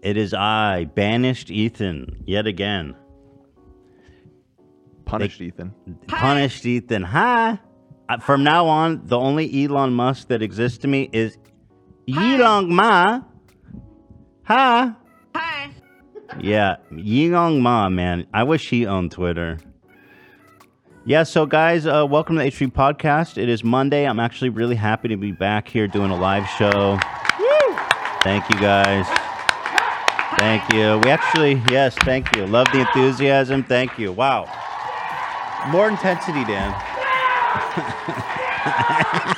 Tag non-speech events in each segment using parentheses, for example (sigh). It is I, banished Ethan, yet again. Punished Ethan. Punished Ethan. Hi. Uh, From now on, the only Elon Musk that exists to me is Yilong Ma. Hi. Hi. Yeah, Yilong Ma, man. I wish he owned Twitter. Yeah, so guys, uh, welcome to the H3 Podcast. It is Monday. I'm actually really happy to be back here doing a live show. Thank you guys. Thank you. We actually, yes, thank you. Love the enthusiasm. Thank you. Wow. More intensity, Dan. (laughs)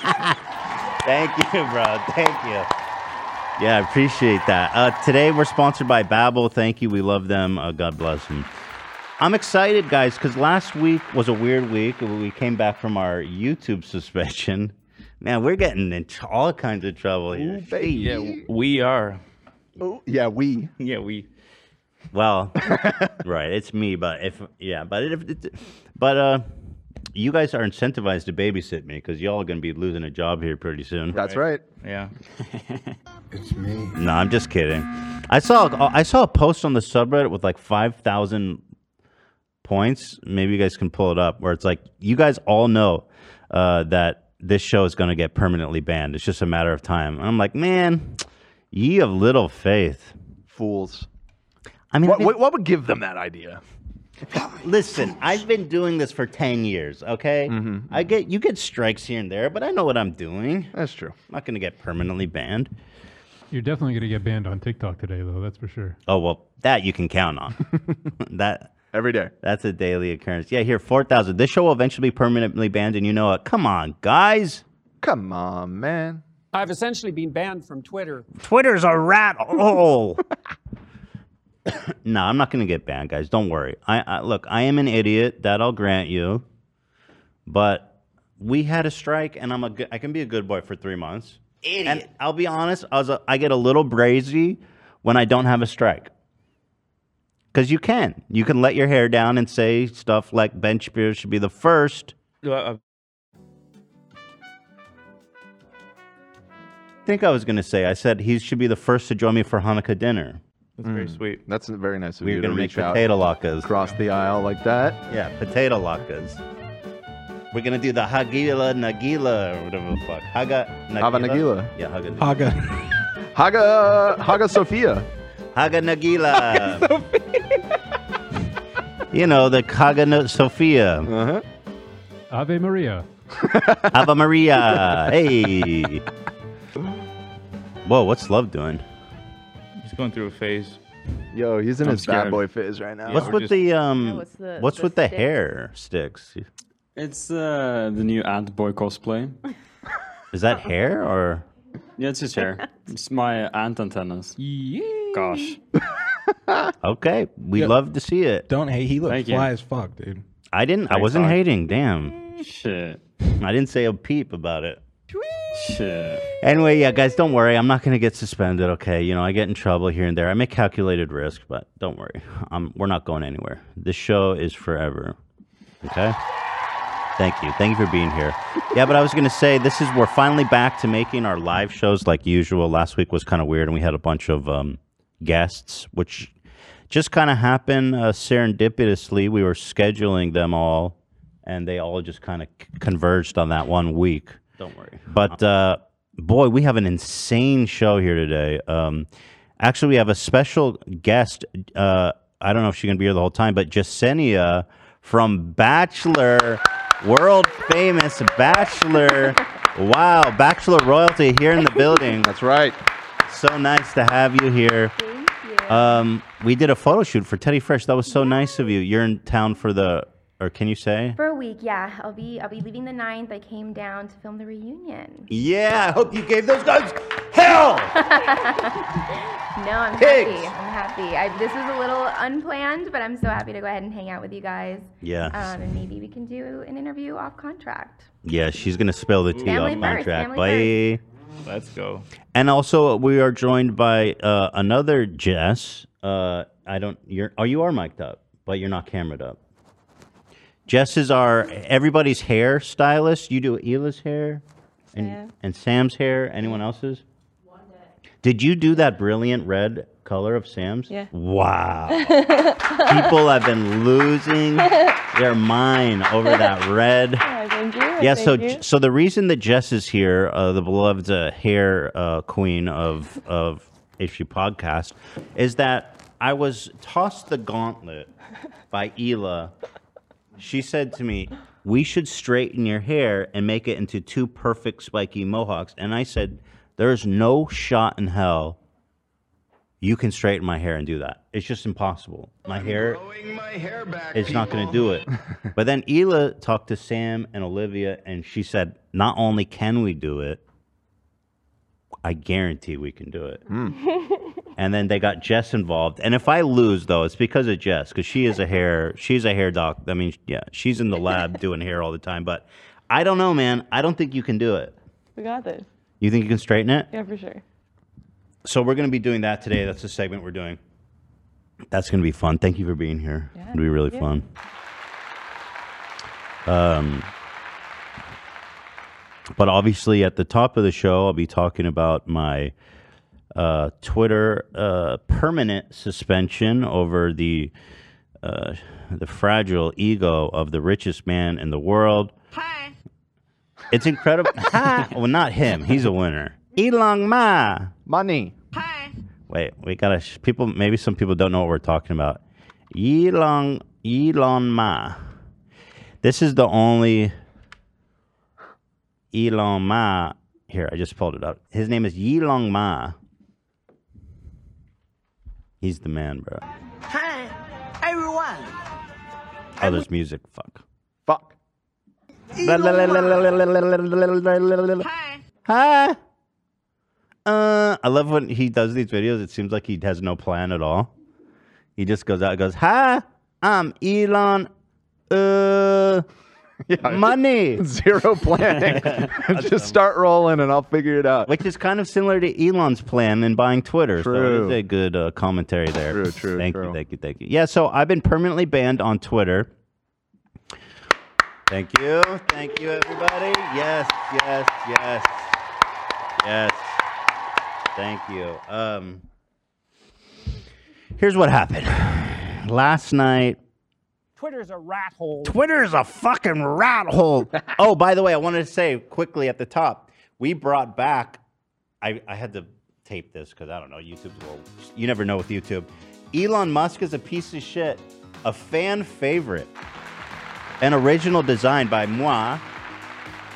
Thank you, bro. Thank you. Yeah, I appreciate that. Uh, today we're sponsored by Babbel. Thank you. We love them. Uh, God bless them. I'm excited, guys, because last week was a weird week. We came back from our YouTube suspension. (laughs) Man, we're getting into all kinds of trouble here. Sheesh. Yeah, w- we are. Oh, yeah, we. Yeah, we. Well, (laughs) right, it's me, but if yeah, but if it, but uh, you guys are incentivized to babysit me because y'all are gonna be losing a job here pretty soon. That's right. Yeah. No, I'm just kidding. I saw I saw a post on the subreddit with like five thousand points. Maybe you guys can pull it up where it's like you guys all know uh, that this show is gonna get permanently banned. It's just a matter of time. And I'm like, man, ye of little faith. Fools. I mean, I've What, been- what, what would give them that idea? Listen, I've been doing this for ten years. Okay, I get you get strikes here and there, but I know what I'm doing. I'm Mm-hmm, That's true. not going to get permanently banned. You're definitely going to get banned on TikTok today, though. That's for sure. Oh well, that you can count on. (laughs) that Every day. that's a daily occurrence. Yeah, here four thousand. This show will eventually be permanently banned, and you know it. Come on, guys. Come on, man. I've essentially been banned from Twitter. Twitter's a (laughs) rat (coughs) hole. no, I'm not going to get banned, guys. Don't worry. I, I look, I am an idiot. That I'll grant you. But we had a strike, and I'm a good, I can be a good boy for three months. Idiot. And I'll be honest, I was a, I get a little brazy when I don't have a strike. Because you can, you can let your hair down and say stuff like Ben Shapiro should be the first. Uh, uh, I think I was going to say I said he should be the first to join me for Hanukkah dinner. that's very sweet. Mm. That's very nice of We you were to going to make reach out potato latkes. across the aisle like that. Yeah, potato latkes. We're gonna do the Hagila Nagila or whatever the fuck. Haga Nagila. Hava Nagila. Yeah, Haga. Haga, Haga Sophia. Haga (laughs) Nagila. you know the Haga no- Sophia, Uh-huh. (laughs) Ave Maria. (laughs) Ava Maria. Hey. Whoa, what's love doing? He's going through a phase. Yo, he's in I'm his bad scared. boy phase right now. What's we're with just- the um? Yeah, what's what's the- the with the sticks? hair sticks? It's uh, the new Ant Boy cosplay. (laughs) Is that hair or? Yeah, it's his (laughs) hair. It's my ant antennas. Gosh. Okay, we love to see it. Don't hate. He looked Thank you. fly as fuck, dude. I didn't. I wasn't God. hating. Damn, Shit. I didn't say a peep about it. Shit. Anyway, yeah, guys, don't worry. I'm not going to get suspended, okay? You know, I get in trouble here and there. I make calculated risk, but don't worry. Um, we're not going anywhere. This show is forever, okay? Thank you. Thank you for being here. Yeah, but I was going to say this is we're finally back to making our live shows like usual. Last week was kind of weird, and we had a bunch of um, guests, which just kind of happened uh, serendipitously. We were scheduling them all, and they all just kind of c- converged on that one week. Don't worry. But uh, boy, we have an insane show here today. Um, actually, we have a special guest. Uh, I don't know if she's going to be here the whole time, but Jasenia from Bachelor, world famous Bachelor. Wow, Bachelor royalty here in the building. That's right. So nice to have you here. Thank you. Um, we did a photo shoot for Teddy Fresh. That was so nice of you. You're in town for the or can you say? For a week, yeah. I'll be I'll be leaving the 9th. I came down to film the reunion. Yeah, I hope you gave those guys hell. No, I'm Pigs! happy. I'm happy. I, this was a little unplanned, but I'm so happy to go ahead and hang out with you guys. Yes. Um, and maybe we can do an interview off contract. Yeah, she's gonna spill the tea off Family first, contract. family Bye. Let's go. And also, we are joined by uh, another Jess. Uh, I don't. You're. Oh, you are mic'd up, but you're not camered up. Jess is our everybody's hair stylist. You do Ela's hair, and and Sam's hair. Anyone else's? Did you do that brilliant red color of Sam's? Yeah. Wow. (laughs) People um, have been (laughs) losing (laughs) their mind over (laughs) that Oh red. Yeah, thank you. Yeah, so thank you. so the reason that Jess is here, uh, the beloved uh, hair uh, queen of of issue podcast, is that I was tossed the gauntlet by Ela. She said to me, "We should straighten your hair and make it into two perfect spiky mohawks." And I said, "There's no shot in hell." You can straighten my hair and do that. It's just impossible. My hair it's not going to do it. (laughs) but then Ela talked to Sam and Olivia, and she said, "Not only can we do it, I guarantee we can do it." and then they got Jess involved. And if I lose, though, it's because of Jess, because she is a hair, she's a hair doc. I mean, yeah, she's in the lab doing hair all the time. But I don't know, man. I don't think you can do it. we got this. You think you can straighten it? Yeah, for sure. So we're going to be doing that today. That's the segment we're doing. That's going to be fun. Thank you for being here. Yeah, It'll be really thank fun. Um, but obviously, at the top of the show, I'll be talking about my uh, Twitter uh, permanent suspension over the uh, the fragile ego of the richest man in the world. It's incredible. (laughs) well, not him. He's a winner. Elon Ma. Money. Wait, we gotta. Sh- people, maybe some people don't know what we're talking about. Elon Elon Ma. This is the only Elon Ma. Here, I just pulled it up. His name is Elon Ma. He's the man, bro. Hi, everyone. Oh, there's music. Fuck. Fuck. Hi. Uh, I love when he does these videos. It seems like he has no plan at all. He just goes out and goes, Hi, I'm Elon (laughs) uh, Money, Zero (laughs) planning. (laughs) Just start rolling and I'll figure it out. which is kind of similar to Elon's plan in buying Twitter. So True. that's a good uh, commentary there. True, true, Thank you, true. thank you, thank you. Yeah, so I've been permanently banned on Twitter. Thank you. Thank you, everybody. Yes, yes, yes. Yes. Thank you. Um, here's what happened. Last night, Twitter's a rat hole. Twitter is a fucking rat hole. oh, by the way, I wanted to say quickly at the top, we brought back. I, I had to tape this because I don't know. YouTube's a little. You never know with YouTube. Elon Musk is a piece of shit, a fan favorite, an original design by moi.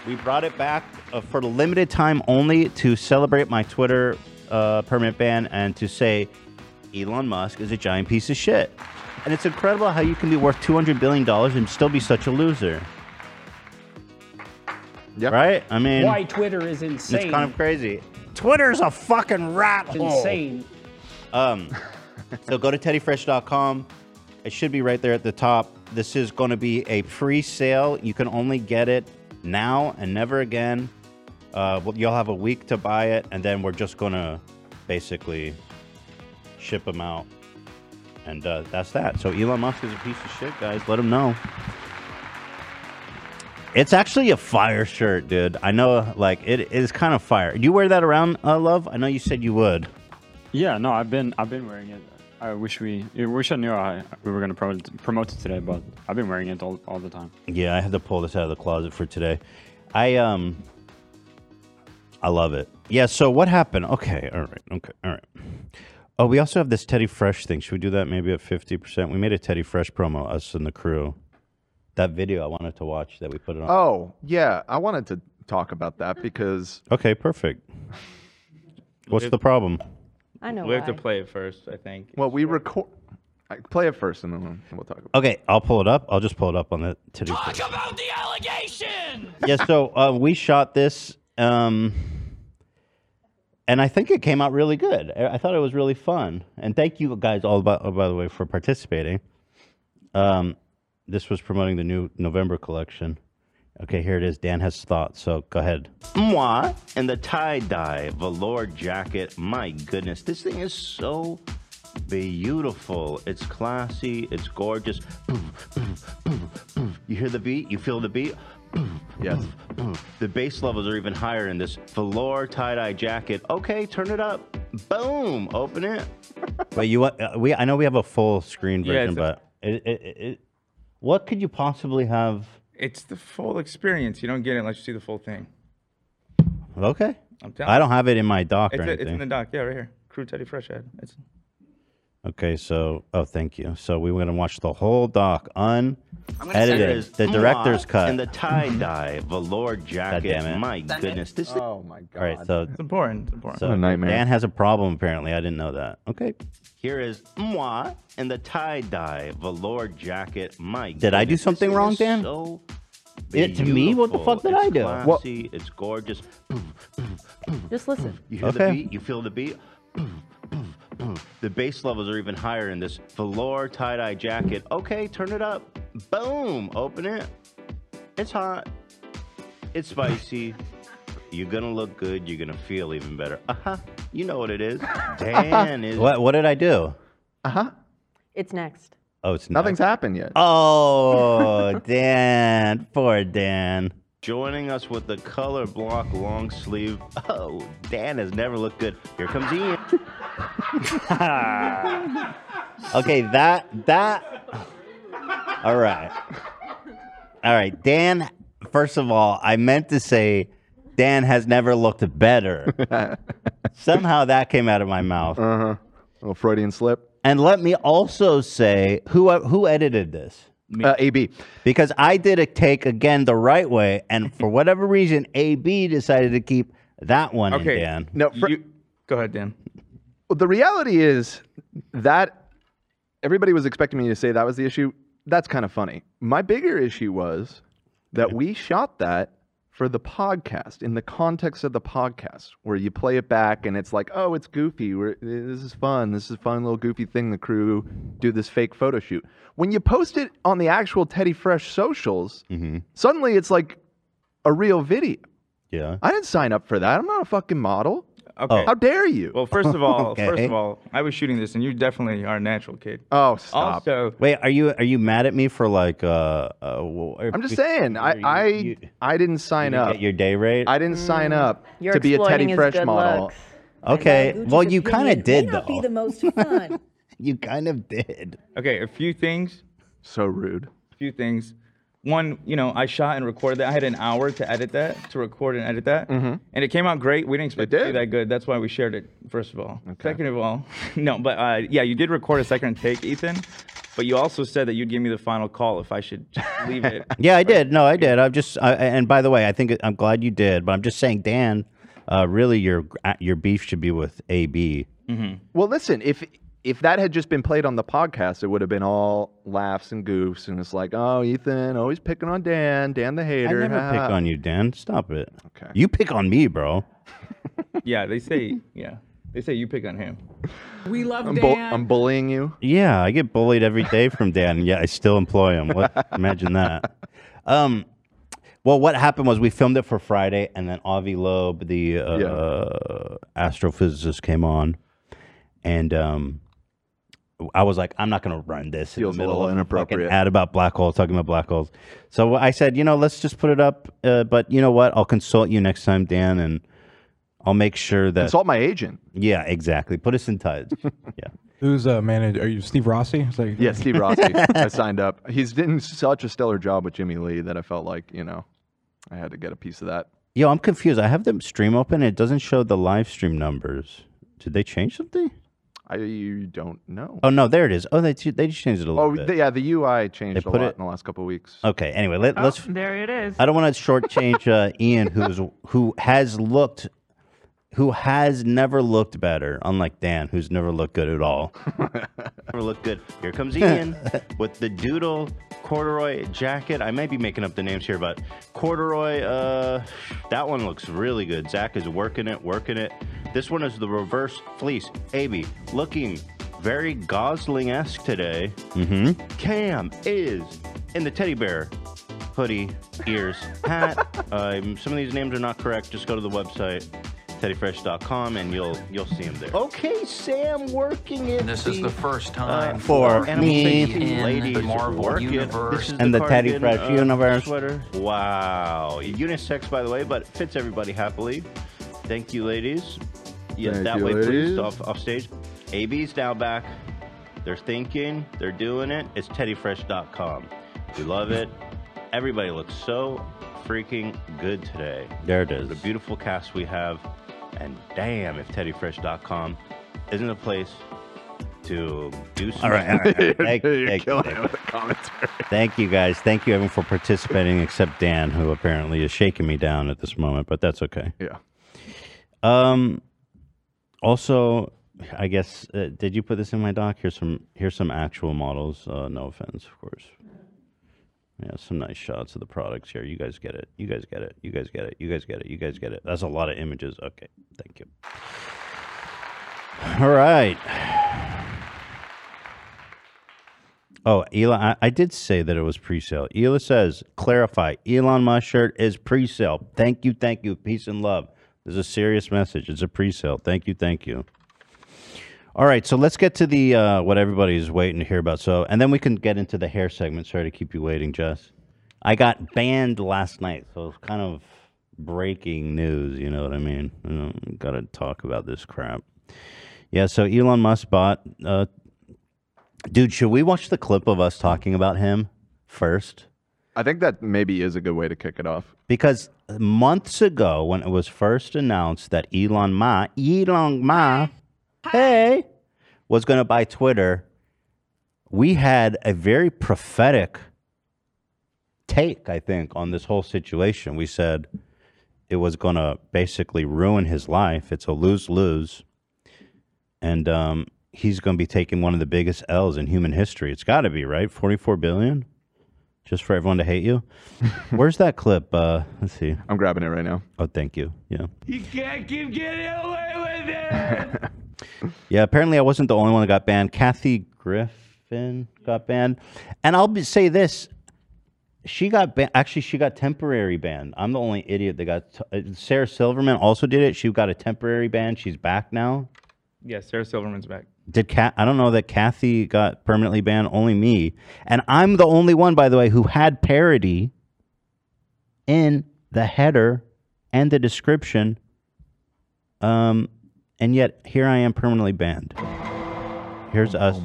We brought it back uh, for the limited time only to celebrate my Twitter uh, permanent ban and to say Elon Musk is a giant piece of shit. And it's incredible how you can be worth $200 billion and still be such a loser. Yep. Right? I mean, Why Twitter is insane. it's kind of crazy. Twitter's a fucking rat insane. Um, so go to teddyfresh.com. It should be right there at the top. This is going to be a pre sale. You can only get it now and never again. Uh, well, you'll have a week to buy it, and then we're just going to basically ship them out. And uh, that's that. So Elon Musk is a piece of shit, guys. Let him know. It's actually a fire shirt, dude. I know, like, it is kind of fire. You wear that around, uh, love? I know you said you would. Yeah, no, I've been I've been wearing it. I wish we I wish I knew I, we were gonna promote promote it today, but I've been wearing it all, all the time. Yeah, I had to pull this out of the closet for today. I um I love it. Yeah, so what happened? Okay, all right. Okay, all right. Oh, we also have this Teddy Fresh thing. Should we do that maybe at 50%? We made a Teddy Fresh promo us and the crew. That video I wanted to watch that we put it on. Oh, yeah. I wanted to talk about that because Okay, (laughs) perfect. What's the problem? I know. We have to why. play it first, I think. well, we record I, play it first, and then we'll- we'll talk. about it. Okay, I'll pull it up. I'll just pull it up on the to do. Talk about the allegation. yeah, so uh, we shot this, um, and I think it came out really good. I, I thought it was really fun, and thank you guys all by, oh, by the way for participating. Um, this was promoting the new November collection. Okay, here it is. Dan has thoughts, so go ahead. Moi and the tie dye velour jacket. My goodness, (clears throat) this thing is so beautiful. It's classy. It's gorgeous. You hear the beat. You feel the beat. (clears throat) Yes. The bass levels are even higher in this velour tie-dye jacket. Okay, turn it up. Boom. Open it. Wait, you what? Uh, we I know we have a full screen Yeah, version, it's a- but it, it, it, it, what could you possibly have? It's the full experience. You don't get it unless you see the full thing. Okay. I'm telling I don't have it in my doc It's, or it- it's in anything. the dock. Yeah, right here. Crew Teddy Fresh Ad. It's okay, so oh, thank you. So we were gonna watch the whole doc un. Edited. The director's cut. And the tie dye (laughs) velour jacket. damn it. My goodness, this thing. Oh my god. All right, so it's important. It's important. so a nightmare. Dan has a problem apparently. I didn't know that. Okay. Here is moi and the tie dye velour jacket. My. Did I do goodness, this something thing wrong, is Dan? So It- to me? What the beautiful. fuck did It's I do? What- Classy, It's gorgeous. Hmm. Just listen. You hear Okay. the beat. You feel the beat. The bass levels are even higher in this velour tie dye jacket. Okay, turn it up. Boom. Open it. It's hot. It's (laughs) spicy. You're gonna look good. You're gonna feel even better. Uh huh. You know what it (laughs) is. Dan is. What what did I do? Uh huh. It's next. Oh, it's Nothing's Not. happened yet. (laughs) Oh, Dan, poor Dan. Joining us with the color block long sleeve. Oh, Dan has never looked good. Here comes Ian. (laughs) (laughs) Okay, that that. All right, all right, Dan. First of all, I meant to say Dan has never looked better. (laughs) Somehow that came out of my mouth. Uh-huh. Little Freudian slip. And let me also say who who edited this. Uh, AB. because I did a take again the right way, and for whatever reason, AB decided to keep that one Okay. in Dan. No, fr- You- go ahead, Dan. Well, the reality is that everybody was expecting me to say that was the issue. That's kind of funny. My bigger issue was that we shot that for the podcast in the context of the podcast where you play it back and it's like, oh, it's goofy. We're, this is fun. This is a fun little goofy thing. The crew do this fake photo shoot. When you post it on the actual Teddy Fresh socials, Mm-hmm. suddenly it's like a real video. Yeah. Oh. I didn't sign up for that. I'm not a fucking model. Okay. Oh. How dare you? Well, first of (laughs) all, (laughs) first Okay. of all, I was shooting this, and you definitely are a natural kid. oh, stop. Also, Wait, are you are you mad at me for like uh? uh well, I'm just saying, I you- I, you- I didn't sign up. Get your day rate. I didn't sign up Mm, You're to be a exploiting Teddy his Fresh good model. looks. okay. Well, you kind of did not though. be the most fun. (laughs) you kind of did. okay, a few things. So rude. few things. One, you know, I shot and recorded that. I had an hour to edit that, to record and edit that, Mm-hmm. and it came out great. We didn't expect Mm-hmm. It it to be did. that good. That's why we shared it. First of all, second of all, (laughs) no, but uh, yeah, you did record a second take, Ethan. But you also said that you'd give me the final call if I should (laughs) just leave it. (laughs) Yeah, I did. No, I did. I'm just. I, and by the way, I think it- I'm glad you did. But I'm just saying, Dan. Uh, really, your your beef should be with AB. Mm-hmm. Well, listen, if if that had just been played on the podcast, it would have been all laughs and goofs, and it's like, oh, Ethan, always picking on Dan, Dan the I hater. never ha, picked ha. on you, Dan. Stop it. Okay. You pick on me, bro. yeah, they say. Yeah, they say you pick on him. we love I'm, Dan. bu- I'm bullying you. Yeah, I get bullied every day from Dan, and yet I still employ him. (laughs) What, imagine that. Um, well, what happened was we filmed it for Friday, and then Avi Loeb, the uh, Yeah. uh, astrophysicist, came on, and um, I was like, I'm not going to run this Feels a in the middle little of a fucking inappropriate. ad about black holes, talking about black holes. So I said, you know, let's just put it up. Uh, but you know what? I'll consult you next time, Dan, and I'll make sure that. Insult my agent. yeah, exactly. Put us in touch. (laughs) yeah. Who's uh, manager? Are you Steve Rossi? Is (laughs) that- Yeah, Steve (laughs) Rossi. (laughs) I signed up. He's doing such a stellar job with Jimmy Lee that I felt like, you know, I had to get a piece of that. Yo, I'm confused. I have the stream open and it doesn't show the live stream numbers. Did they change something? I don't know. Oh no, there it is. Oh, they they just changed it a little Oh, bit. th- yeah, the UI changed They a lot put it- in the last couple of weeks. okay. Anyway, let, let's. Oh, There it is. (laughs) I don't want to shortchange uh, Ian, who's who has looked who has never looked better, unlike Dan, who's never looked good at all. (laughs) Never look good. Here (laughs) comes Ian with the doodle corduroy jacket. I might be making up the names here, but corduroy, uh, that one looks really good. Zach is working it, working it. This one is the reverse fleece. AB looking very Gosling esque today. mm-hmm. Cam is in the teddy bear hoodie, ears, hat. um, some of these names are not correct. Just go to the website teddyfresh.com and you'll you'll see them there. Okay, Sam working it. This is the first time Uh, for Animal me Safety in Ladies the Marvel work it. universe. This is And the Teddy cardigan, uh, Fresh universe. Sweater. Wow. Unisex, by the way, but fits everybody happily. Thank you, ladies. Yes, Thank that you, way, ladies. please. Off, off stage. AB's now back. They're thinking. They're doing it. It's teddyfresh.com. We love it. Everybody looks so freaking good today. There it is. The beautiful cast we have. And damn, if teddyfresh.com isn't a place to do All right, all right, all right. (laughs) Thank- You're thank- killing thank- it with the commentary. Thank you guys. Thank you everyone for participating, except Dan, who apparently is shaking me down at this moment, but that's okay. Yeah. Um. Also, I guess uh, did you put this in my doc? Here's some here's some actual models. Uh, no offense, of course. Yeah, some nice shots of the products here. You guys get it. You guys get it. You guys get it. You guys get it. You guys get it. That's a lot of images. Okay, thank you. All right. Oh, Elon, I, I did say that it was pre-sale. Ela says, clarify, Elon Musk shirt is pre-sale. Thank you, thank you. Peace and love. There's a serious message. It's a pre-sale. Thank you, thank you. All right, so let's get to the uh, what everybody's waiting to hear about. So, and then we can get into the hair segment. Sorry to keep you waiting, Jess. I got banned last night, so it's kind of breaking news. You know what I mean? Got to talk about this crap. Yeah. So Elon Musk bought uh, Dude, should we watch the clip of us talking about him first? I think that maybe is a good way to kick it off. Because months ago, when it was first announced that Elon Ma, Elon Ma, hey, was going to buy Twitter, we had a very prophetic take, I think, on this whole situation. We said it was going to basically ruin his life. It's a lose lose. And um, he's going to be taking one of the biggest L's in human history. It's got to be, right? 44 billion? Just for everyone to (laughs) hate you? Where's that clip? Uh, let's see. I'm grabbing it right now. Oh, thank you. Yeah. You can't keep getting away with it. (laughs) Yeah, apparently I wasn't the only one that got banned. Kathy Griffin got banned. And I'll be, say this. She got banned. Actually, she got temporary banned. I'm the only idiot that got. T- uh, Sarah Silverman also did it. She got a temporary ban. She's back now. Yeah, Sarah Silverman's back. Did Cat? I don't know that Kathy got permanently banned. Only me, and I'm the only one, by the way, who had parody in the header and the description. Um, and yet here I am permanently banned. Here's us.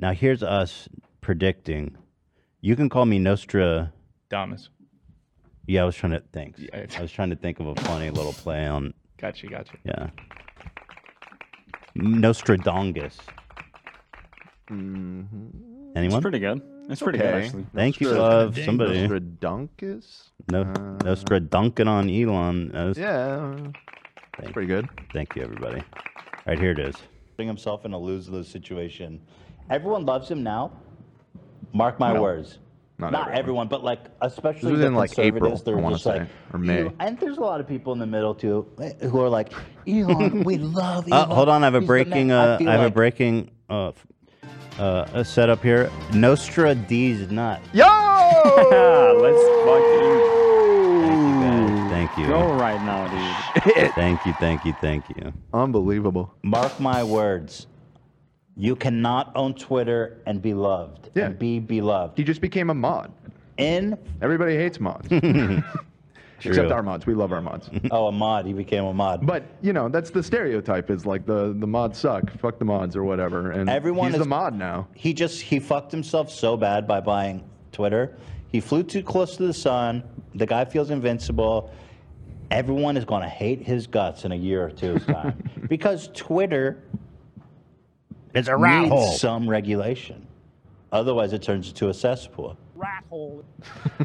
Now here's us predicting. You can call me Nostra. Damas. Yeah, I was trying to think. I was trying to think of a funny little play on. Gotcha, gotcha. Yeah. Nostradongus. Anyone? Mm-hmm. It's pretty good. It's pretty good, actually. Thank you, Nostra- love. Dang. Somebody. Nostradonkus? No, Uh, Nostra dunking on Elon. That's Yeah. pretty good. Thank you, everybody. All right, here it is. Putting himself in a lose lose situation. Everyone loves him now. Mark my No. words. Not everyone. but like especially was the in, like, conservatives, April, they're I wanna just like, say, or May. "Ew," And there's a lot of people in the middle too who are like, Elon, (laughs) we love Elon. Uh, hold on, I have a He's the breaking. man. I Uh, I, feel have a like- breaking. Uh, f- uh, a setup here. Nostra D's nut. Yo! (laughs) Let's fucking Thank you. go right now, dude. Thank you, thank you, thank you. Unbelievable. Mark my words. You cannot own Twitter and be loved. Yeah. And be beloved. He just became a mod. In everybody hates (laughs) mods. Except our mods. We love our mods. oh, a mod. He became a mod. But you know, that's the stereotype. Is like the the mods suck. Fuck the mods or whatever. And Everyone he's is the mod now. He just he fucked himself so bad by buying Twitter. He flew too close to the sun. The guy feels invincible. Everyone is going to hate his guts in a year or two's (laughs) time because Twitter is a rat needs hole. some regulation. Otherwise, it turns into a cesspool. Rat hole.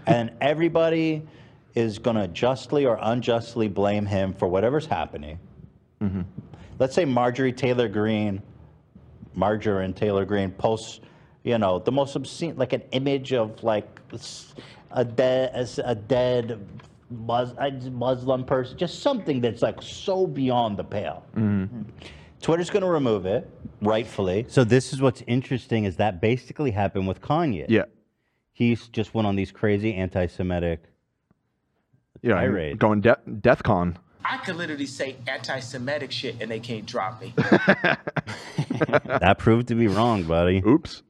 and everybody is going to justly or unjustly blame him for whatever's happening. Let's say Marjorie Taylor Green, Marjorie Taylor Green posts, you know, the most obscene, like an image of like s- a dead, as a dead Mus- a Muslim person, just something that's like so beyond the pale. Twitter's going to remove it, rightfully. Mm-hmm. So this is what's interesting is that basically happened with Kanye. Yeah. He's just went on these crazy anti-Semitic. Yeah, and Irate. going de- Death (laughs) Con. I could literally say anti-Semitic shit and they can't drop (laughs) me. (laughs) that proved to be wrong, buddy. Oops.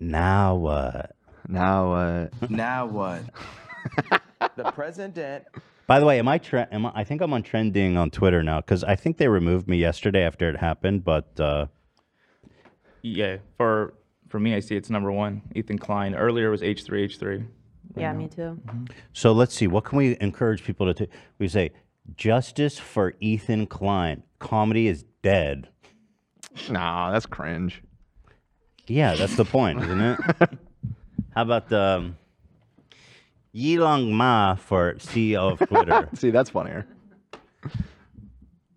Now what? Now what? now what? the president. By the way, am I, tre- am I? I think I'm on trending on Twitter now because I think they removed me yesterday after it happened. But uh, Yeah, for for me, I see it's number one. Ethan Klein. Earlier was H three H three. Yeah, me too. Mm-hmm. so let's see. What can we encourage people to? do? we say justice for Ethan Klein. Comedy is dead. Nah, that's cringe. Yeah, that's the point, isn't (laughs) it? (laughs) How about the Yilong Ma for CEO of Twitter? (laughs) See, that's funnier.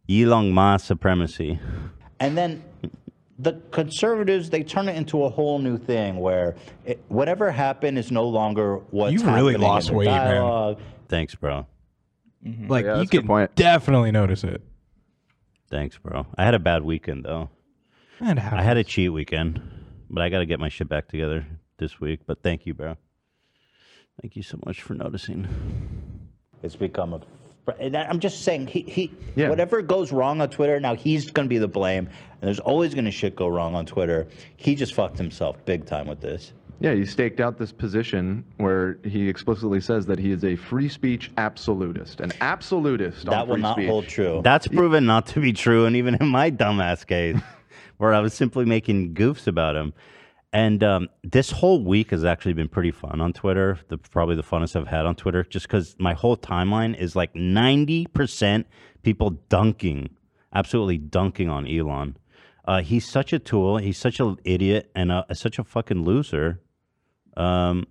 Yilong Ma supremacy. And then the conservatives they turn it into a whole new thing where it, whatever happened is no longer what's You've really happening in lost the weight, man. dialogue. Thanks, bro. Mm-hmm. Like Yeah, you that's a good can definitely notice it. Thanks, bro. I had a bad weekend though. That I had a cheat weekend, but I got to get my shit back together this week. But thank you, bro. Thank you so much for noticing. It's become a. And I- I'm just saying, he, he whatever goes wrong on Twitter, now he's going to be the blame. And there's always going to shit go wrong on Twitter. He just fucked himself big time with this. Yeah, he staked out this position where he explicitly says that he is a free speech absolutist. An absolutist on That will free not speech. hold true. That's proven not to be true, and even in my dumbass case, where I was simply making goofs about him. And um, this whole week has actually been pretty fun on Twitter. The probably the funnest I've had on Twitter, just because my whole timeline is like ninety percent people dunking, absolutely dunking on Elon. Uh, he's such a tool. He's such an idiot and a, such a fucking loser. Um,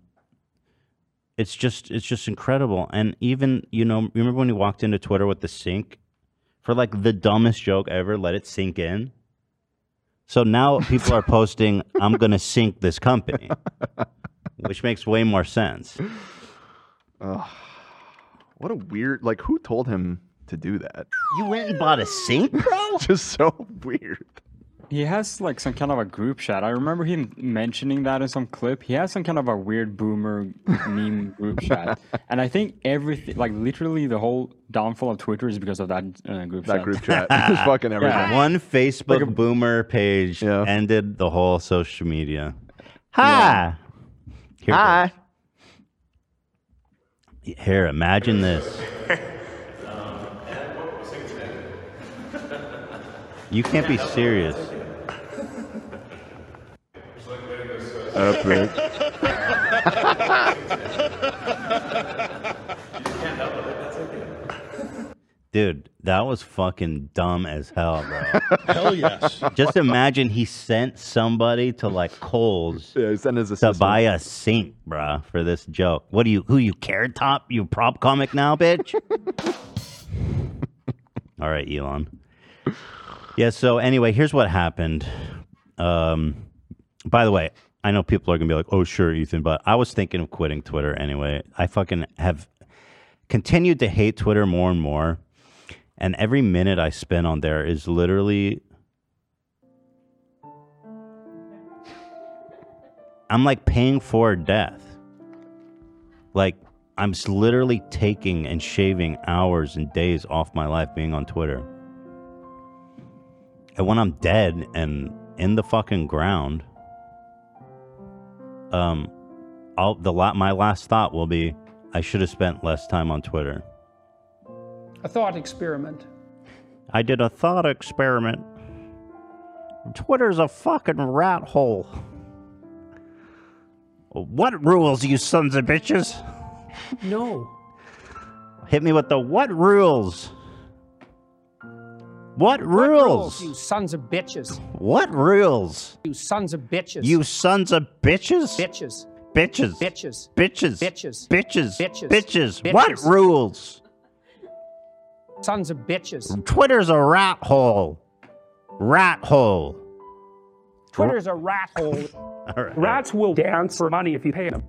it's just it's just incredible. And even you know, you remember when he walked into Twitter with the sink for like the dumbest joke ever? Let it sink in. So now people are posting, "I'm gonna sink this company," which makes way more sense. Ugh. what a weird. (laughs) Like, who told him to do that? You went and bought a sink, bro. (laughs) Just so weird. He has like some kind of a group chat. I remember him mentioning that in some clip. He has some kind of a weird boomer (laughs) meme group chat, and I think everything, like literally the whole downfall of Twitter, is because of that uh, group That chat. group (laughs) chat. It's fucking everything. One Facebook boomer page ended the whole social media. Hi. Here it Hi. Here, imagine this. You can't be serious. (laughs) (laughs) Epic. Dude, that was fucking dumb as hell, bro. (laughs) Hell yes. Just imagine he sent somebody to like Kohl's to buy a sink, bruh, for this joke. What do you, who you carrot top? You prop comic now, (laughs) bitch? All right, Elon. Yeah, so anyway, here's what happened. Um, by the way, I know people are going to be like, oh, sure, Ethan, but I was thinking of quitting Twitter anyway. I fucking have continued to hate Twitter more and more. And every minute I spend on there is literally. I'm like paying for death. Like, I'm s- literally taking and shaving hours and days off my life being on Twitter. And when I'm dead and in the fucking ground, um, I'll, the la- my last thought will be, I should have spent less time on Twitter. A thought experiment. I did a thought experiment. Twitter's a fucking rat hole. What rules, you sons of bitches? No. Hit me with the what rules? What Oh, rules? You sons of bitches. What rules? You sons of bitches. You sons of bitches? Bitches. Bitches. Bitches. Bitches. Bitches. Bitches. Bitches. Bitches. What Bitches. rules? Sons of bitches. Twitter's a rat hole. Rat hole. Twitter's a rat hole. All right. Rats will dance for money if you (laughs) pay them.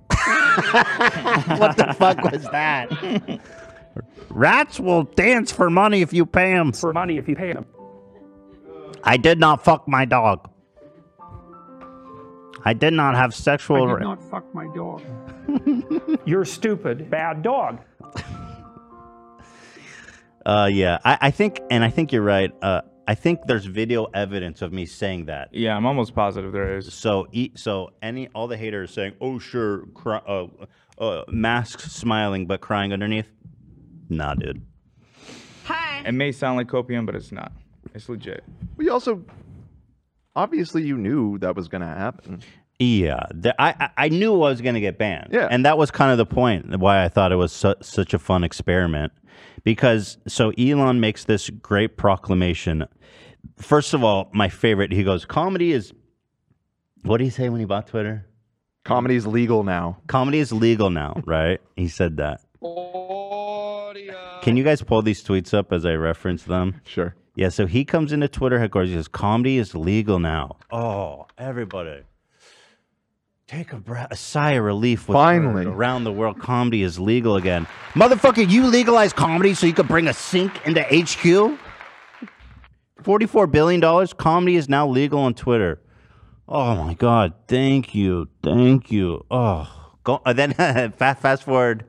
what the fuck (laughs) was that? (laughs) Rats will dance for money if you pay them. For money if you pay them. I did not fuck my dog. I did not have sexual. I re- did not fuck my dog. You're stupid, bad dog. Uh, yeah, I, I think, and I think you're right. Uh, I think there's video evidence of me saying that. Yeah, I'm almost positive there is. So, e- so any all the haters saying, "Oh, sure, cry, uh, uh, masks smiling but crying underneath." Nah, dude. It may sound like copium, but it's not. It's legit. Well, you also obviously you knew that was going to happen. Yeah, the, I I- I knew I was gonna get banned. Yeah. and that was kind of the point why I thought it was su- such a fun experiment, because so Elon makes this great proclamation. First of all, my favorite. He goes, "Comedy is." What did he say when he bought Twitter? Comedy is legal now. Comedy is (laughs) legal now, right? he said that. Can you guys pull these tweets up as I reference them? Sure. Yeah, so he comes into Twitter headquarters. He says, "Comedy is legal now." Oh, everybody. Take a breath, a sigh of relief. Was Finally. heard around the world, comedy is legal again. Motherfucker, you legalized comedy so you could bring a sink into HQ. Forty-four billion dollars. Comedy is now legal on Twitter. Oh my God! Thank you, thank you. Oh, go, and then (laughs) fast, fast forward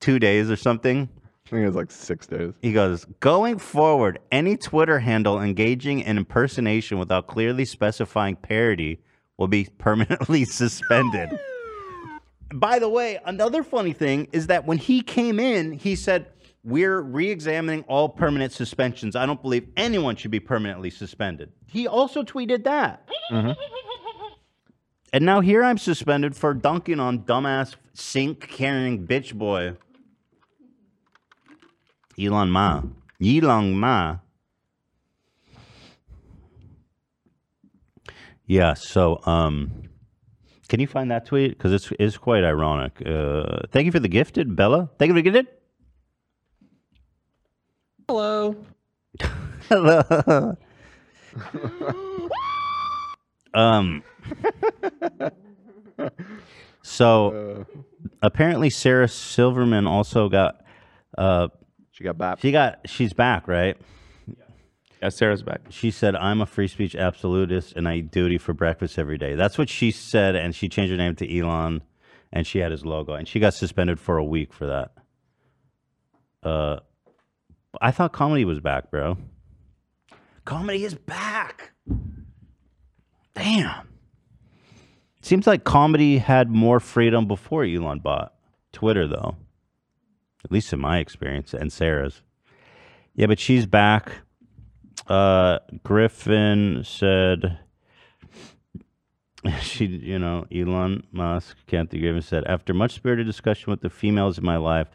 two days or something. I think it was like six days. He goes, going forward, any Twitter handle engaging in impersonation without clearly specifying parody will be permanently (laughs) suspended. By the way, another funny thing is that when he came in, he said, We're re examining all permanent suspensions. I don't believe anyone should be permanently suspended. He also tweeted that. And now here I'm suspended for dunking on dumbass sink carrying bitch boy. Elon Ma. Elon Ma. Yeah, so um can you find that tweet? Because it's is quite ironic. Uh thank you for the gifted, Bella. Thank you for the gifted. Hello. (laughs) Hello. um So Uh. apparently Sarah Silverman also got uh she got back. She got she's back, right? Yeah, Sarah's back. She said, "I'm a free speech absolutist and I eat duty for breakfast every day." That's what she said and she changed her name to Elon and she had his logo and she got suspended for a week for that. Uh I thought comedy was back, bro. Comedy is back. Damn. Seems like comedy had more freedom before Elon bought Twitter, though. At least in my experience and Sarah's. Yeah, but she's back. Uh, Griffin said, (laughs) she, you know, Elon Musk, Kathy Griffin said, after much spirited discussion with the females in my life,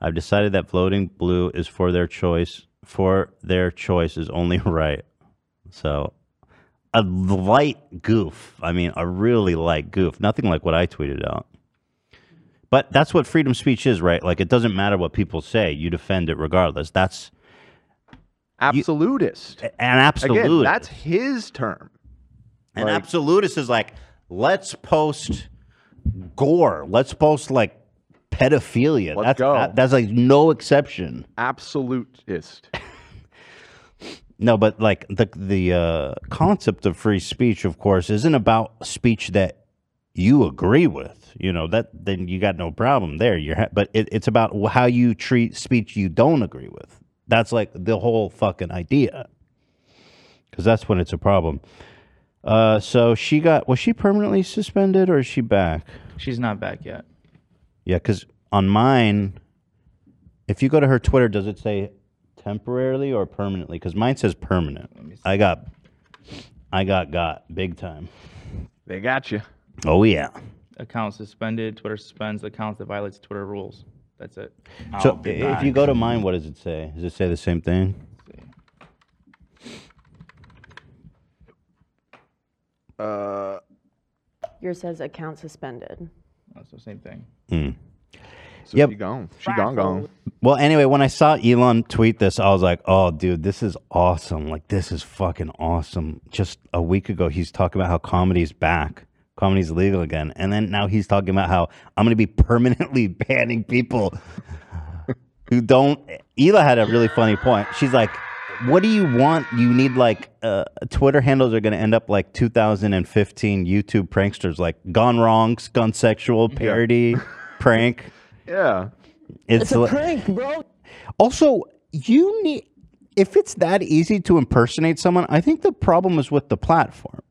I've decided that floating blue is for their choice. For their choice is only (laughs) right. So, a light goof. I mean, a really light goof. Nothing like what I tweeted out. But that's what freedom of speech is, right? Like, it doesn't matter what people say; you defend it regardless. That's absolutist. an absolutist. Again, that's his term. An absolutist is like, let's post gore. Let's post like pedophilia. that's that- that's like no exception. Absolutist. No, but like the the uh, concept of free speech, of course, isn't about speech that you agree with. You know that then you got no problem there. You're ha- but it, it's about wh- how you treat speech you don't agree with. That's like the whole fucking idea. Because that's when it's a problem. Uh, so she got was she permanently suspended or is she back? She's not back yet. Yeah, because on mine, if you go to her Twitter, does it say temporarily or permanently? Because mine says permanent. I got, I got got big time. They got you. Oh yeah. Account suspended. Twitter suspends accounts that violates Twitter rules. That's it. So i- if you go to mine, what does it say? Does it say the same thing? Uh, Uh, Yours says account suspended. That's the same thing. Hmm. So she gone. She gone gone. Well, anyway, when I saw Elon tweet this, I was like, "Oh, dude, this is awesome! Like, this is fucking awesome!" Just a week ago, he's talking about how comedy's back, comedy's legal again, and then now he's talking about how I'm going to be (laughs) permanently banning people (laughs) who don't. Ela had a really funny point. She's like, "What do you want? You need like uh, Twitter handles are going to end up like 2015 YouTube pranksters, like gone wrong, gone (laughs) sexual, parody, prank." Yeah. li- bro. Also, you need if it's that easy to impersonate someone, I think the problem is with the platform.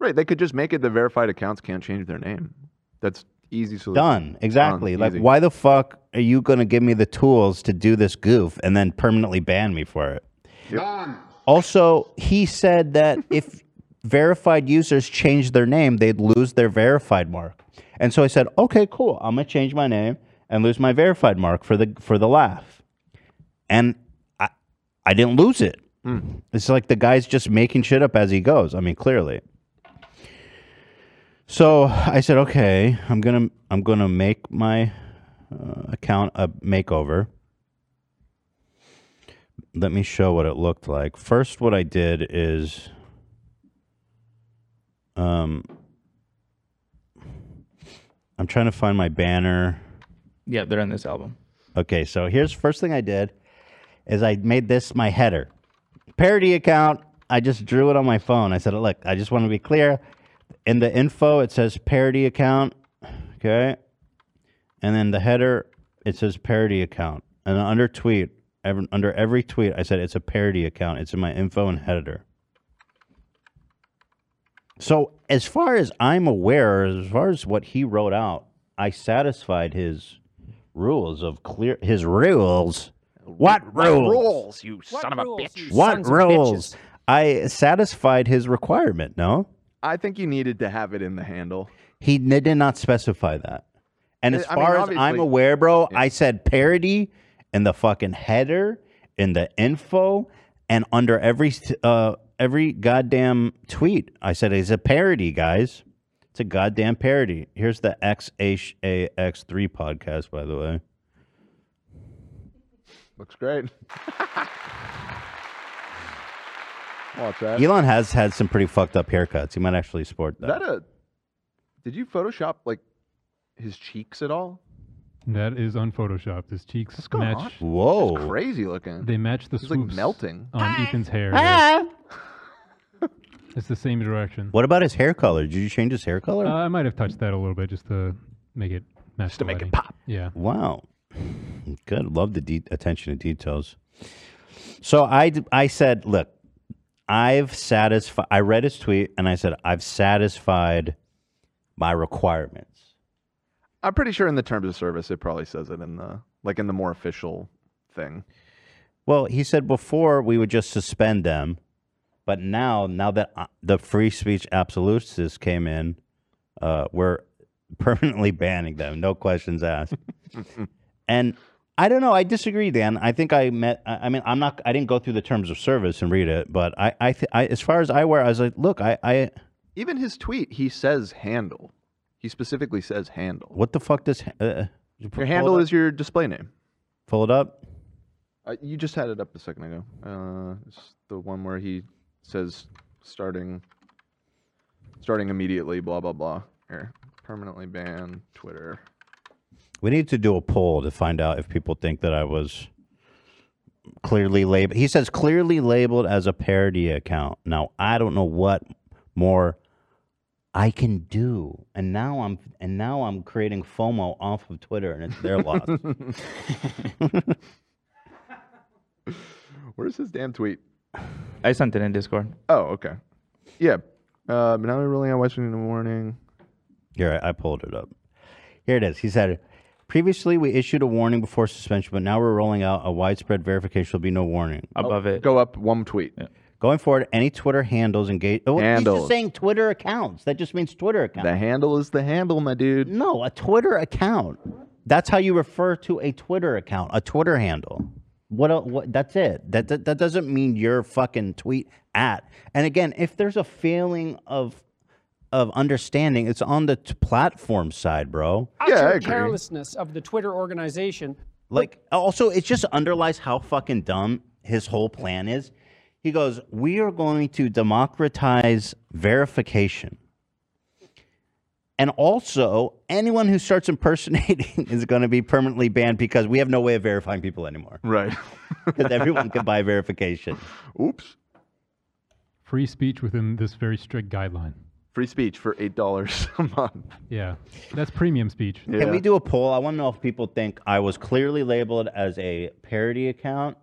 Right. They could just make it the verified accounts can't change their name. That's easy solution. Done. Exactly. Done. like Easy. why the fuck are you going to give me the tools to do this goof and then permanently ban me for it? Also, he (laughs) said that if verified users change their name, they'd lose their verified mark. And so I said, "Okay, cool. I'm going to change my name and lose my verified mark for the for the laugh." And I I didn't lose it. It's like the guy's just making shit up as he goes. I mean, clearly. So I said, "Okay, I'm gonna I'm gonna make my uh, account a makeover." Let me show what it looked like. First, what I did is, um, I'm trying to find my banner. Yeah, they're on this album. Okay, so here's first thing I did is I made this my header. Parody account, I just drew it on my phone. I said, "Look, I just want to be clear. In the info it says parody account, okay? And then the header it says parody account. And then under tweet, ev- under every tweet I said it's a parody account. It's in my info and header. So, as far as I'm aware, as far as what he wrote out, I satisfied his rules of clear his rules. What rules? you son of a bitch. What rules? I satisfied his requirement. No, I think you needed to have it in the handle. he n- did not specify that. And I- as Uh, I mean, far as I'm obviously- aware, bro, I said parody in the fucking header, in the info, and under every s- uh every goddamn tweet, I said it's a parody, guys. It's a goddamn parody. Here's the XHAX3 podcast, by the way. (laughs) Looks great. Watch that. Elon has had some pretty fucked up haircuts. He might actually sport Is that a? Did you Photoshop like his cheeks at all? That is unphotoshopped. His cheeks match. Whoa! crazy looking. They match the He's like swoops melting. on Ethan's hair. It's the same (laughs) direction. What about his hair color? Did you change his hair color? Uh, I might have touched that a little bit just to make it match. Just to make it pop. Yeah. Wow. Good. Love the de- attention to details. So I, d- I said, look, I've satisfied, I read his tweet and I said, I've satisfied my requirements. I'm pretty sure in the terms of service it probably says it in the like in the more official thing. Well, he said before we would just suspend them, but now, now that uh, the free speech absolutists came in, uh, we're (laughs) permanently banning them. No questions asked. Mm-hmm. and I don't know. I disagree, Dan. I think I met. I I mean, I'm not. I didn't go through the terms of service and read it, but I, I, th- I as far as I were, I was like, look, I, I, Even his tweet, he says handle. He specifically says handle. what the fuck does uh, you Your pull handle it up? is your display name. pull it up? Uh, you just had it up a second ago. Uh, it's the one where he says starting, starting immediately. Blah blah blah. Here, permanently ban Twitter. We need to do a poll to find out if people think that I was clearly labeled. He says clearly labeled as a parody account. Now I don't know what more I can do, and now I'm and now I'm creating FOMO off of Twitter, and it's their loss. Where's his damn tweet? I sent it in Discord. Oh, okay. Yeah. Uh, but now we're really on Washington in the morning. Here, I, I pulled it up. Here it is. He said, Previously, we issued a warning before suspension, but now we're rolling out a widespread verification. There'll be no warning. Above it. Go up one tweet. Going forward, any Twitter handles engage. Oh, He's Handles. (laughs) just saying Twitter accounts. That just means Twitter accounts. The handle is the handle, my dude. No, a Twitter account. That's how you refer to a Twitter account, a Twitter handle. What? el- What? That's it. That, that that doesn't mean your fucking tweet at. And again, if there's a feeling of of understanding. It's on the t- platform side, bro. Utter carelessness of the Twitter organization. Like, also, it just underlies how fucking dumb his whole plan is. He goes, We are going to democratize verification. And also, anyone who starts impersonating (laughs) is going to be permanently banned because we have no way of verifying people anymore. (laughs) Right. Because everyone can buy verification. Oops. Free speech within this very strict guideline. Free speech for eight dollars a month. Yeah, that's premium speech. Can we do a poll? I want to know if people think I was clearly labeled as a parody account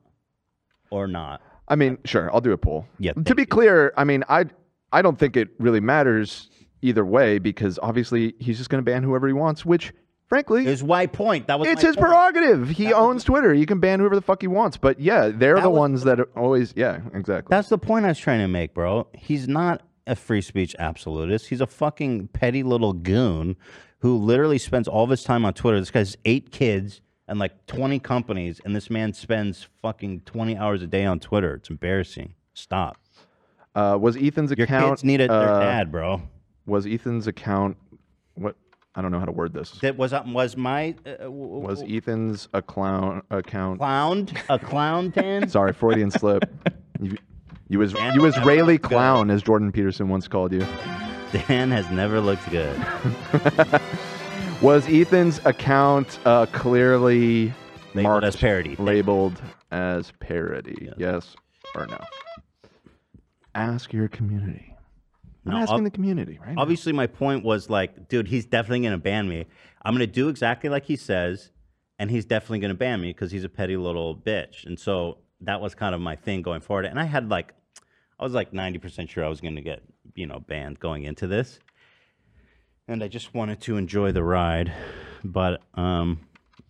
or not. I mean, sure, I'll do a poll. Yeah. To be clear, I mean, I I don't think it really matters either way because obviously he's just going to ban whoever he wants, which frankly is why point. That was it's my his point. prerogative. He owns Twitter. He can ban whoever the fuck he wants. But yeah, they're the ones that are always yeah, exactly. That's the point I was trying to make, bro. He's not a free speech absolutist. He's a fucking petty little goon who literally spends all of his time on Twitter. This guy's eight kids and like 20 companies, and this man spends fucking 20 hours a day on Twitter. It's embarrassing. Stop. Uh, was Ethan's account? kids need a- their uh, dad, bro. Was Ethan's account? What I don't know how to word this. That was was my uh, was Was Ethan's a clown account? clowned a clown tan. Sorry, Freudian slip. You, you, is, you Israeli clown, as Jordan Peterson once called you. Dan has never looked good. (laughs) Was Ethan's account uh, clearly labeled as parody? Labeled as parody, yes (laughs) or no? Ask your community. I'm No, asking ob- the community, right? Obviously, my point was like, dude, he's definitely going to ban me. I'm going to do exactly like he says, and he's definitely going to ban me because he's a petty little bitch. And so that was kind of my thing going forward. And I had like, I was like 90% sure I was going to get, you know, banned going into this. And I just wanted to enjoy the ride. But, um,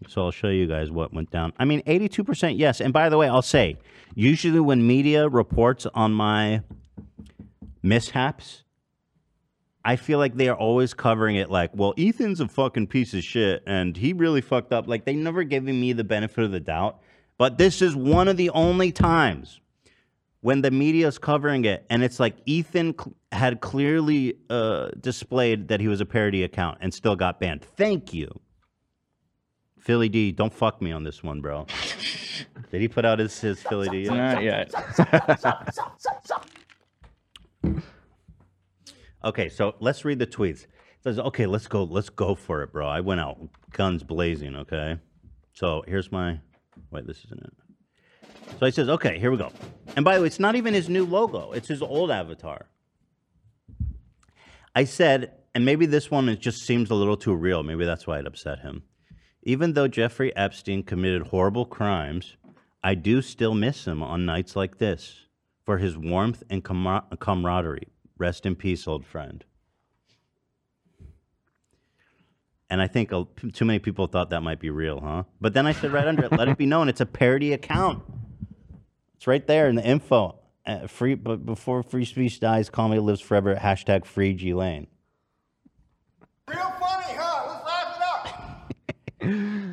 so I'll show you guys what went down. I mean, 82% yes. And by the way, I'll say, usually when media reports on my mishaps, I feel like they are always covering it like, well, Ethan's a fucking piece of shit and he really fucked up. Like, they never giving me the benefit of the doubt. But this is one of the only times when the media is covering it and it's like Ethan cl- had clearly uh, displayed that he was a parody account and still got banned. Thank you. Philly D, don't fuck me on this one, (laughs) bro. Did he put out his, his Philly D? Not (laughs) yet. Okay, so let's read the tweets. It says, okay, let's go, let's go for it, bro. I went out guns blazing, okay? So here's my wait, this isn't it. So he says, okay, here we go. And by the way, it's not even his new logo, it's his old avatar. I said, and maybe this one it just seems a little too real. Maybe that's why it upset him. Even though Jeffrey Epstein committed horrible crimes, I do still miss him on nights like this for his warmth and camar- camaraderie. Rest in peace, old friend. And I think a, too many people thought that might be real, huh? But then I said right under it, let it be known it's a parody account. It's right there in the info. Uh, free, but before free speech dies, comedy lives forever. Hashtag free G Lane. Th-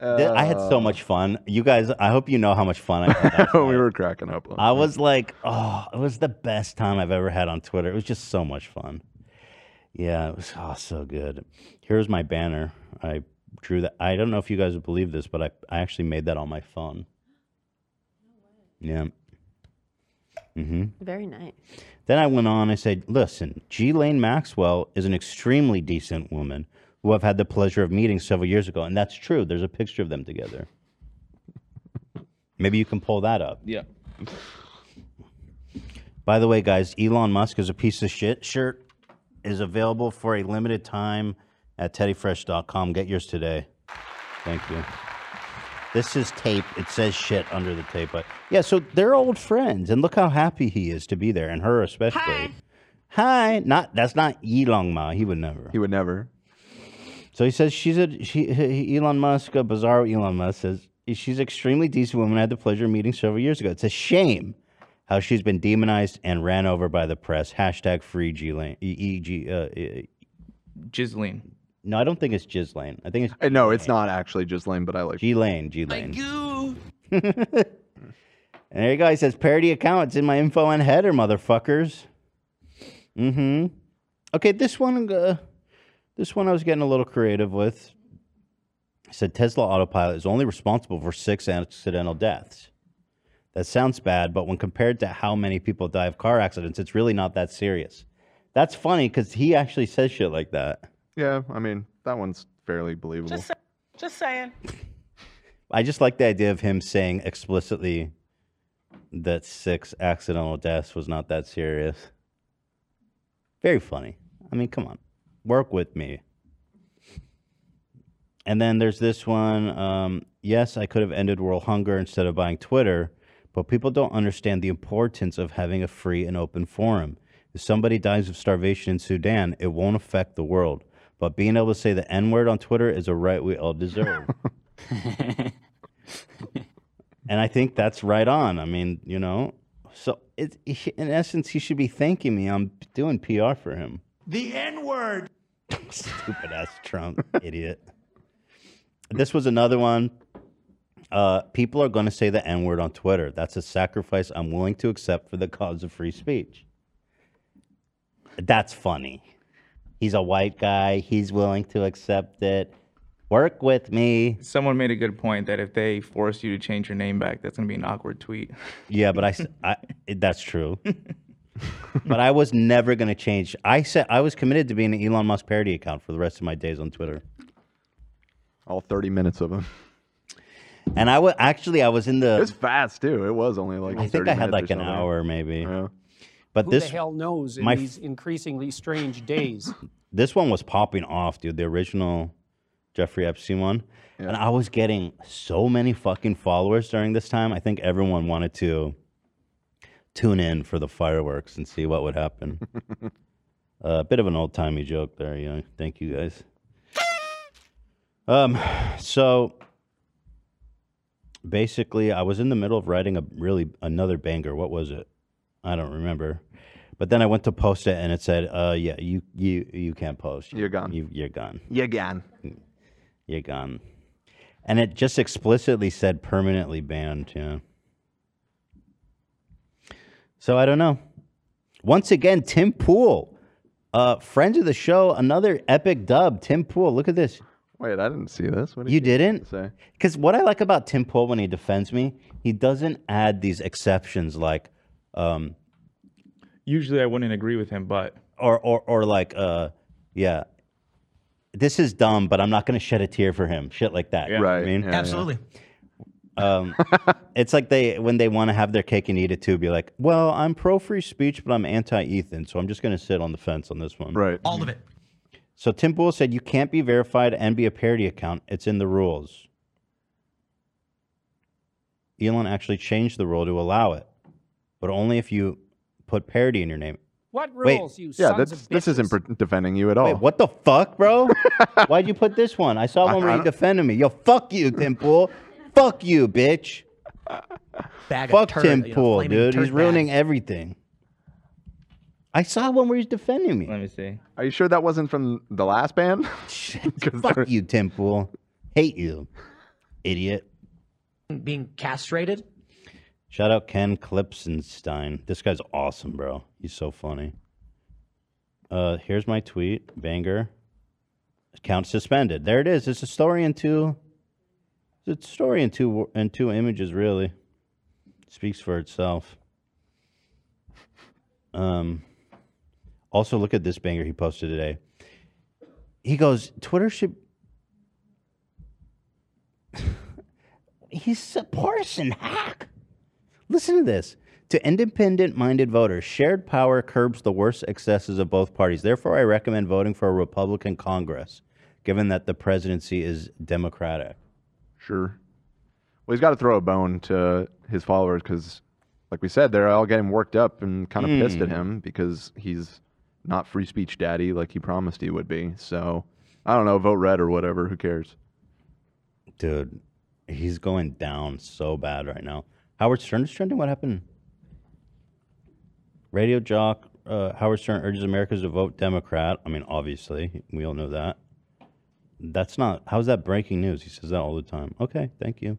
I had so much fun. You guys, I hope you know how much fun I had. (laughs) we were cracking up. I was like, oh, it was the best time I've ever had on Twitter. It was just so much fun. Yeah, it was oh, so good. Here's my banner. I drew that. I don't know if you guys would believe this, but I, I actually made that on my phone. Yeah. Mm-hmm. Very nice. Then I went on. I said, "Listen, G. Lane Maxwell is an extremely decent woman who I've had the pleasure of meeting several years ago, and that's true. There's a picture of them together. (laughs) Maybe you can pull that up. Yeah. By the way, guys, Elon Musk is a piece of shit. Shirt is available for a limited time at teddyfresh.com. Get yours today. Thank you. This is tape. It says shit under the tape, but yeah. So they're old friends, and look how happy he is to be there, and her especially. Hi. Not that's not Elon Ma. He would never. He would never. So he says she's a she. he- Elon Musk, a bizarro Elon Musk says she's an extremely decent woman. I had the pleasure of meeting several years ago. It's a shame how she's been demonized and ran over by the press. Hashtag free G Lane. E E G. Uh, e- Ghislaine. No, I don't think it's Ghislaine. I think it's. Uh, no, it's not actually Ghislaine, but I like G Lane. G Lane. And there you go. He says parody account. It's in my info and header, motherfuckers. Mm-hmm. Okay, this one, uh, this one I was getting a little creative with. It said Tesla autopilot is only responsible for six accidental deaths. That sounds bad, but when compared to how many people die of car accidents, it's really not that serious. That's funny because he actually says shit like that. Yeah, I mean that one's fairly believable. Just, say, just saying. I just like the idea of him saying explicitly that six accidental deaths was not that serious. Very funny. I mean, come on, work with me. And then there's this one. Um, yes, I could have ended world hunger instead of buying Twitter, but people don't understand the importance of having a free and open forum. If somebody dies of starvation in Sudan, it won't affect the world. But being able to say the N word on Twitter is a right we all deserve. and I think that's right on. I mean, you know, so it, he- in essence, he should be thanking me. I'm doing PR for him. The N word. Stupid ass Trump, idiot. This was another one. Uh, people are going to say the N word on Twitter. That's a sacrifice I'm willing to accept for the cause of free speech. That's funny. He's a white guy. He's willing to accept it. Work with me. Someone made a good point that if they force you to change your name back, that's going to be an awkward tweet. Yeah, but I, s- I- it- that's true. (laughs) but I was never going to change. I said I was committed to being an Elon Musk parody account for the rest of my days on Twitter. All 30 minutes of them. And I was actually I was in the. It was fast too. It was only like I think 30 I had minutes like or something. an hour maybe. But Who this the hell knows in my these increasingly strange days? this one was popping off, dude. The original Jeffrey Epstein one. And I was getting so many fucking followers during this time. I think everyone wanted to tune in for the fireworks and see what would happen. A bit of an old timey joke there, yeah. Thank you guys. Um, so basically I was in the middle of writing a really another banger. What was it? I don't remember. But then I went to post it and it said, uh yeah, you you you can't post. You're gone. You you're gone. You're gone. You're gone. And it just explicitly said permanently banned, yeah. So I don't know. Once again, Tim Pool, uh, friend of the show, another epic dub. Tim Pool, look at this. Wait, I didn't see this. What did you, didn't? Because what I like about Tim Pool when he defends me, he doesn't add these exceptions like, um, Usually I wouldn't agree with him, but or or or like, uh, yeah, this is dumb, but I'm not going to shed a tear for him. Shit like that. You know what I Right, mean? yeah, yeah. Absolutely. (laughs) Um, it's like they when they want to have their cake and eat it too. Be like, well, I'm pro free speech, but I'm anti Ethan, so I'm just going to sit on the fence on this one. Right. All of it. So Tim Pool said you can't be verified and be a parody account. It's in the rules. Elon actually changed the rule to allow it, but only if you put parody in your name. What Wait. rules, you Yeah, sons that's- of This isn't pre- defending you at all. Wait, what the (laughs) fuck, bro? Why'd you put this one? I saw one where I you defended me. Yo, fuck you, Tim Pool. fuck you, bitch. Bag of fuck turd, Tim you know, Pool, flaming dude. turd He's ruining everything. I saw one where he's defending me. Let me see. Are you sure that wasn't from the last (laughs) band? (laughs) fuck you, Tim Pool. Hate you, idiot. Being castrated. Shout out Ken Klipsenstein. This guy's awesome, bro. He's so funny. Uh, here's my tweet. Banger. Account suspended. There it is. It's a story in two. It's a story in two wo- in two images. Really, speaks for itself. Um. Also, look at this banger he posted today. He goes, Twitter should. (laughs) He's a partisan hack. Listen to this. To independent minded voters, shared power curbs the worst excesses of both parties. Therefore, I recommend voting for a Republican Congress, given that the presidency is Democratic. Sure. Well, he's got to throw a bone to his followers because, like we said, they're all getting worked up and kind of pissed at Mm. him because he's not free speech daddy like he promised he would be. So I don't know, vote red or whatever. Who cares? Dude, he's going down so bad right now. Howard Stern is trending. What happened? Radio jock uh, Howard Stern urges Americans to vote Democrat. I mean, obviously, we all know that. That's not, how's that breaking news? He says that all the time. Okay, thank you.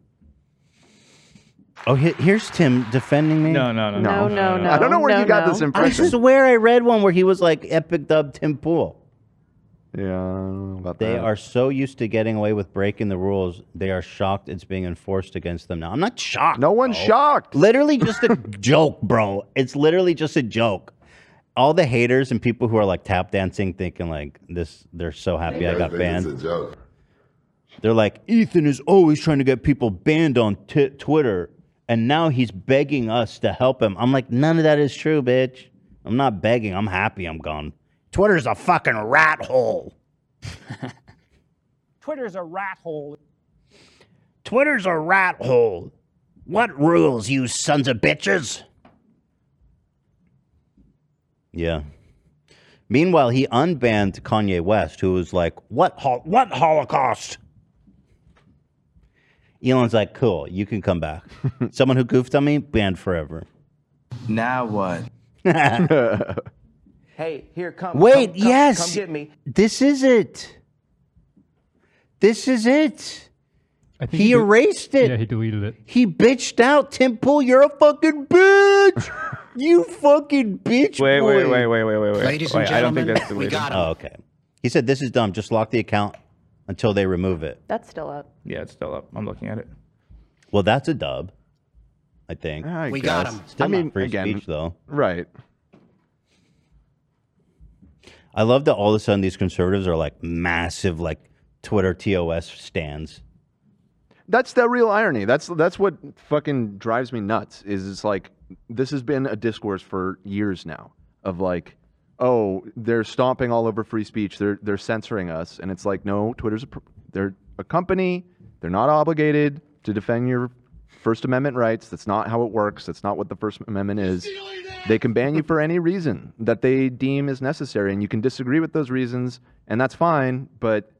Oh, he- here's Tim defending me. No, no, no, No, no, no, I don't know where you no, got no. this I impression. swear I read one where he was like epic dub Tim Pool. Yeah, I don't know about They that. are so used to getting away with breaking the rules, they are shocked it's being enforced against them now. I'm not shocked. No one's shocked. (laughs) Literally just a joke, bro. It's literally just a joke. All the haters and people who are like tap dancing thinking like this they're so happy I got Everything's banned. a joke. They're like, Ethan is always trying to get people banned on t- Twitter, and now he's begging us to help him. I'm like, none of that is true, bitch. I'm not begging. I'm happy I'm gone. Twitter's a fucking rat hole. Twitter's a rat hole. Twitter's a rat hole. What rules, you sons of bitches? Yeah. Meanwhile, he unbanned Kanye West, who was like, "What? Hol- what Holocaust?" Elon's like, "Cool, you can come (laughs) back." Someone who goofed on me, banned forever. Now (laughs) what? Hey, here come. Wait, come, come, yes. Come get me. This is it. This is it. he He did- erased it. Yeah, he deleted it. He bitched out Tim Pool. You're a fucking (laughs) bitch. you fucking bitch. Wait, boy. wait, wait, wait, wait, wait, wait. Wait, I don't think that's the Oh, okay. He said, "This is dumb. Just lock the account until they remove it." That's still up. Yeah, it's still up. I'm looking at it. Well, that's a dub, I think. Ah, I We got guess. 'em. Still I not mean, free again, speech though. Right. I love that all of a sudden these conservatives are like massive, like Twitter TOS stands. That's the real irony. That's that's what fucking drives me nuts. Is it's like this has been a discourse for years now of like, oh, they're stomping all over free speech. They're they're censoring us, and it's like, no, Twitter's a pr- they're a company. They're not obligated to defend your First Amendment rights. That's not how it works. That's not what the First Amendment is. They can ban you for any reason that they deem is necessary, and you can disagree with those reasons, and that's fine. But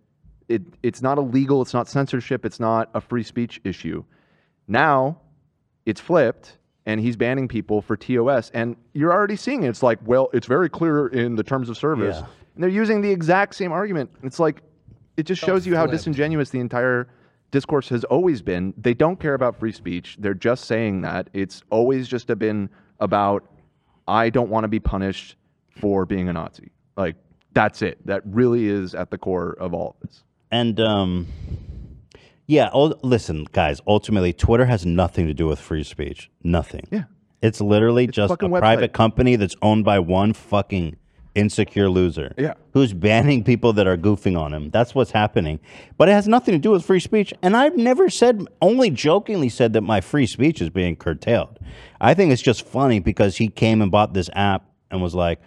it it's not illegal, it's not censorship, it's not a free speech issue. Now it's flipped and he's banning people for TOS and you're already seeing it. It's like, well, it's very clear in the terms of service. Yeah. And they're using the exact same argument. It's like it just shows you how disingenuous the entire discourse has always been. They don't care about free speech. They're just saying that. It's always just been about I don't want to be punished for being a Nazi. Like that's it. That really is at the core of all of this. And um, yeah, ul- listen, guys. Ultimately, Twitter has nothing to do with free speech. Nothing. Yeah. It's literally just a fucking website. private company that's owned by one fucking insecure loser. Yeah. Who's banning people that are goofing on him? That's what's happening. But it has nothing to do with free speech. And I've never said, only jokingly said that my free speech is being curtailed. I think it's just funny because he came and bought this app and was like,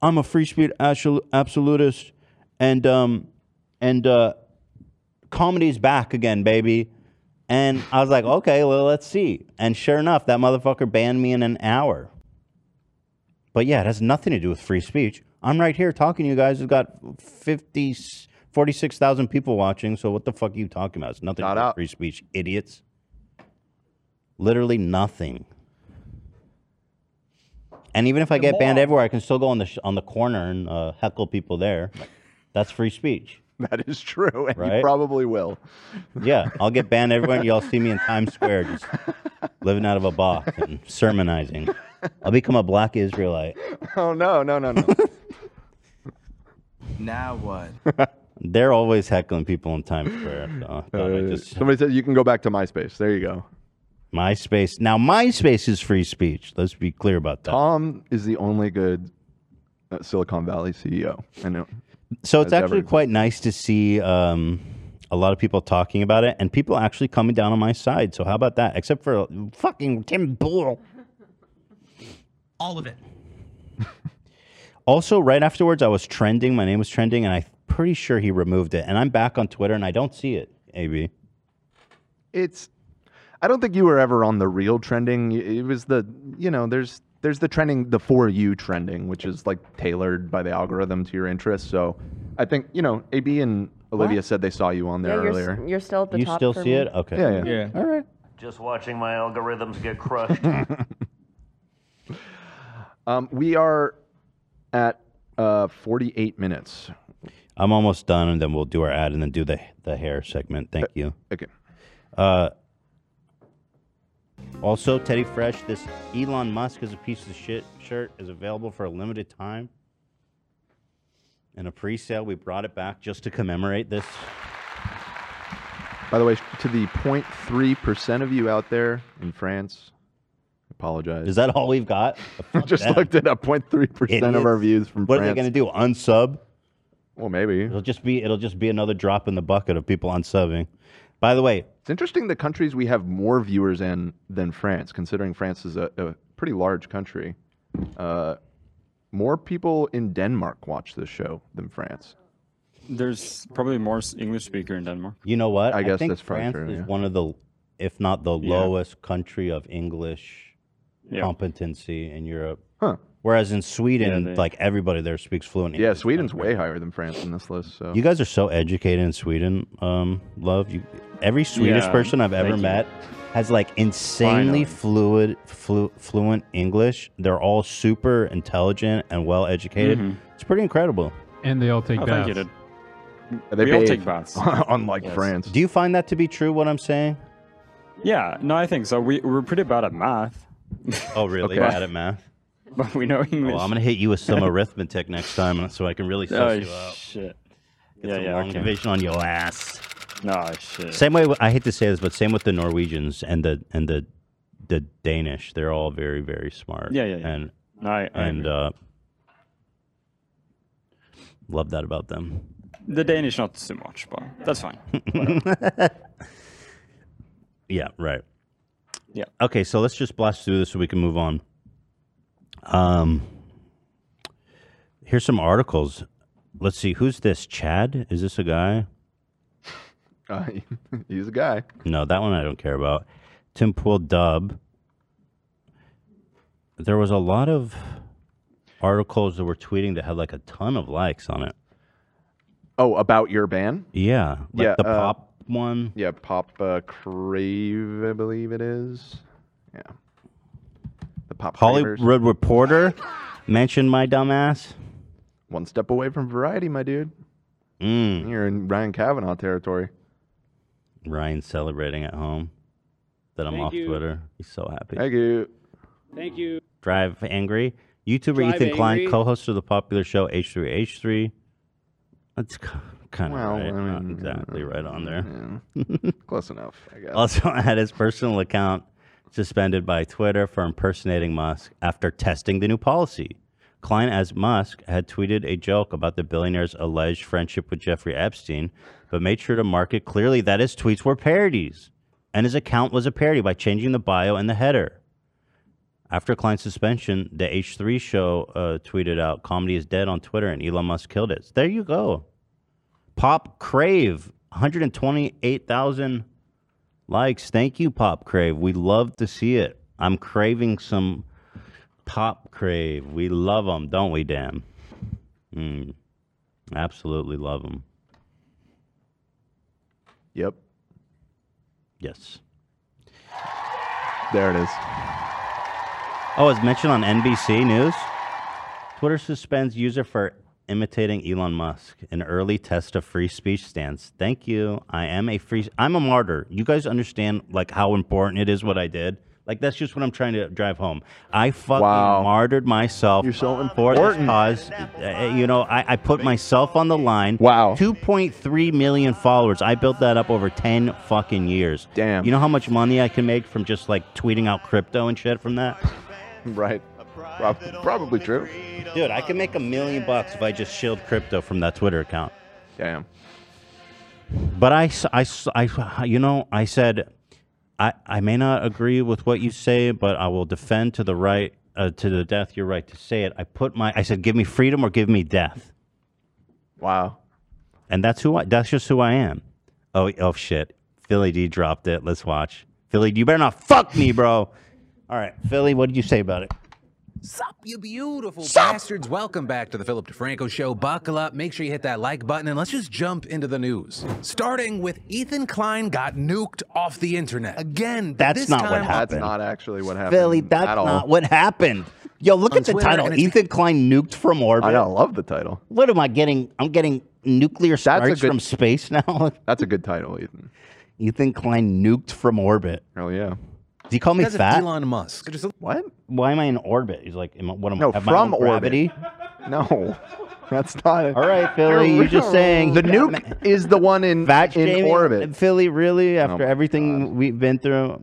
"I'm a free speech absol- absolutist," and um, and uh, comedy's back again, baby. And I was like, okay, well, let's see. And sure enough, that motherfucker banned me in an hour. But yeah, it has nothing to do with free speech. I'm right here talking to you guys. We've got 50, 46,000 people watching. So what the fuck are you talking about? It's nothing to do with free speech, idiots. Literally nothing. And even if I The get banned moral- everywhere, I can still go on the sh- on the corner and uh, heckle people there. That's free speech. (laughs) That is true, and Right? you probably will. (laughs) Yeah, I'll get banned everywhere, and y'all see me in Times Square just living out of a box and sermonizing. I'll become a black Israelite. Oh no, no, no, no. (laughs) Now what? (laughs) They're always heckling people in Times Square. So I thought I'd just Uh, Somebody said you can go back to MySpace. There you go. MySpace. Now, MySpace is free speech. Let's be clear about that. Tom is the only good uh, Silicon Valley CEO. I know. So it's That's actually ever- quite nice to see um, a lot of people talking about it and people actually coming down on my side. So how about that? Except for fucking Tim Bull. All of it. Also, right afterwards, I was trending. My name was trending, and I'm pretty sure he removed it. And I'm back on Twitter, and I don't see it. AB. It's. I don't think you were ever on the real trending. Y- It was the you know there's there's the trending the for you trending, which is like tailored by the algorithm to your interests. So I think you know AB and Olivia said they saw you on there yeah, you're, earlier. s- you're still at the top. for me. Yeah, yeah. All right. Just watching my algorithms get (laughs) crushed. Um, we are at uh, 48 minutes. I'm almost done, and then we'll do our ad, and then Uh, do the the hair segment. Thank you. Okay. Uh, Also, Teddy Fresh, this Elon Musk is a piece of shit shirt is available for a limited time. In a pre-sale, we brought it back just to commemorate this. By the way, sh- to the 0.3% of you out there in France, apologize. (laughs) Is that all we've got? Just them. looked at up 0.3% of our Idiots. views from What are France. they going to do? Unsub? Well, maybe it'll just be it'll just be another drop in the bucket of people unsubbing. By the way, It's interesting the countries we have more viewers in than France, considering France is a, a pretty large country. Uh, more people in Denmark watch this show than France. There's probably more s- English speaker in Denmark. You know what? I guess think that's probably France true, is yeah. one of the, if not the Yeah. lowest country of English Yeah. competency in Europe. Huh. Whereas in Sweden, Yeah, they- like everybody there speaks fluent Yeah, English. Sweden's way higher than France in this list. So You guys are so educated in Sweden, um, love. You, every Swedish Yeah, person I've ever thank you. met has like Finally. insanely fluid, flu, fluent English. They're all super intelligent and well educated. Mm-hmm. Mhm. It's pretty incredible. And they all take Oh, baths. thank you, They We all bathe, take (laughs) baths. unlike Yes. France. Do you find that to be true? What I'm saying? Yeah, no, I think so. We we're pretty bad at math. (laughs) Oh, really? Okay. Bad at math? (laughs) But we know English. Well, Oh, I'm gonna hit you with (laughs) some arithmetic next time, so I can really suss Oh, you out. shit. Get Yeah, some yeah, long okay. division on your ass. No shit. Same way, I hate to say this, but same with the Norwegians and the and the the Danish. They're all very very smart. Yeah, yeah, yeah. And I- I and uh, love that about them. The Danish not so much, but that's fine. (laughs) Yeah, right. Yeah. Okay, so let's just blast through this so we can move on. Um, here's some articles. Let's see, who's this? Chad? Is this a guy? uh, (laughs) he's a guy. No, that one I don't care about. Tim Pool Dub. There was a lot of articles that were tweeting that had like a ton of likes on it. Oh, about your band? Yeah. like yeah, The uh, pop one. Yeah, pop uh, crave, I believe it is. Yeah, the pop. Cravers. Hollywood Reporter mentioned my dumbass. One step away from variety, my (laughs) dude. Mm. You're in Ryan Kavanaugh territory. Ryan celebrating at home that I'm Thank off you. Twitter. He's so happy. Thank you. Thank you. Drive Angry. YouTuber Drive Ethan Klein, Angry. co host of the popular show H3H3. That's kind of Well, right. I not mean, uh, exactly right on there. (laughs) Close enough, I guess. also (laughs) had his personal account suspended by Twitter for impersonating Musk after testing the new policy. Klein, as Musk, had tweeted a joke about the billionaire's alleged friendship with Jeffrey Epstein, but made sure to mark it clearly that his tweets were parodies, and his account was a parody by changing the bio and the header. After Klein's suspension, the H3 show uh, tweeted out, "Comedy is dead" on Twitter, and Elon Musk killed it. There you go. Pop Crave, 128,000 likes. Thank you, Pop Crave. We love to see it. I'm craving some Pop Crave. We love them, don't we, Dan? Mm. Absolutely love them. Yep. Yes. There it is. Oh, as mentioned on NBC News, Twitter suspends user for imitating Elon Musk, an early test of free speech stance. Thank you. I am a free I'm a martyr. You guys understand like how important it is what I did? Like that's just what I'm trying to drive home. I fucking martyred myself You're so important. for this cause. Uh, you know, I, I put myself on the line. Wow. 2.3 million followers. I built that up over 10 fucking years. Damn. You know how much money I can make from just like tweeting out crypto and shit from that? Right. Prob- probably true. Dude, I could make a million bucks if I just shield crypto from that Twitter account. Damn. But I, s- I s- I- you know, I said, I, I may not agree with what you say, but I will defend to the right, uh, to the death, your right to say it. I put my, I said, give me freedom or give me death. Wow. And that's who I, that's just who I am. Oh, oh shit. Philly D dropped it. Let's watch. Philly, you better not fuck me, bro. All right, Philly, what did you say about it? Sup, you beautiful bastards. Welcome back to the Philip DeFranco show. Buckle up, make sure you hit that like button, and let's just jump into the news. Starting with Ethan Klein got nuked off the internet. Again, but That's this not time what happened. Not actually what happened. Philly, that's at all. not what happened. Yo, look On at the Twitter, title. and it's- Ethan Klein nuked from orbit. I know, I love the title. What am I getting? I'm getting nuclear a strikes good- from space now. (laughs) That's a good title, Ethan. Ethan Klein nuked from orbit. Hell yeah. Did he call me Because of fat? Elon Musk. Just a- What? Why am I in orbit? He's like, am I, what am No, I? have my own from orbit. gravity? No, (laughs) that's not. All right, Philly, you're just saying the nuke is the one in in Jamie, orbit. Oh Philly, really? After everything we've been through,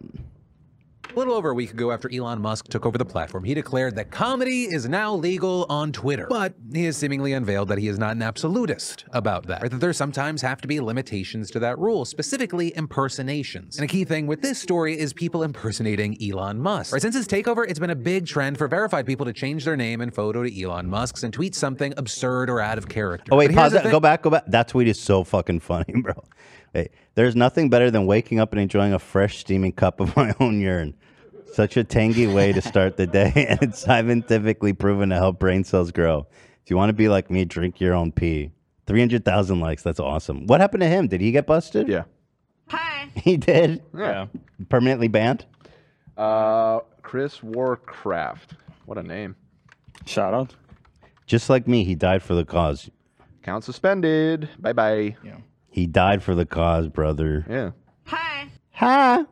A little over a week ago, after Elon Musk took over the platform, he declared that comedy is now legal on Twitter. But he has seemingly unveiled that he is not an absolutist about that, or that there sometimes have to be limitations to that rule, specifically impersonations. And a key thing with this story is people impersonating Elon Musk. Right, since his takeover, it's been a big trend for verified people to change their name and photo to Elon Musk's and tweet something absurd or out of character. Oh But wait, here's pause the that. thing- Go back, go back. That tweet is so fucking (laughs) funny, bro. Wait, there's nothing better than waking up and enjoying a fresh steaming cup of (laughs) my own urine. Such a tangy way to start the day, (laughs) and it's scientifically proven to help brain cells grow. If you want to be like me, drink your own pee. Three hundred thousand likes. That's awesome. What happened to him? Did he get busted? Yeah. Hi. (laughs) He did. Yeah. Permanently banned. Uh, Chris Warcraft. What a name. Shout out. Just like me, he died for the cause. Count suspended. Bye bye. Yeah. He died for the cause, brother. Yeah. Hi.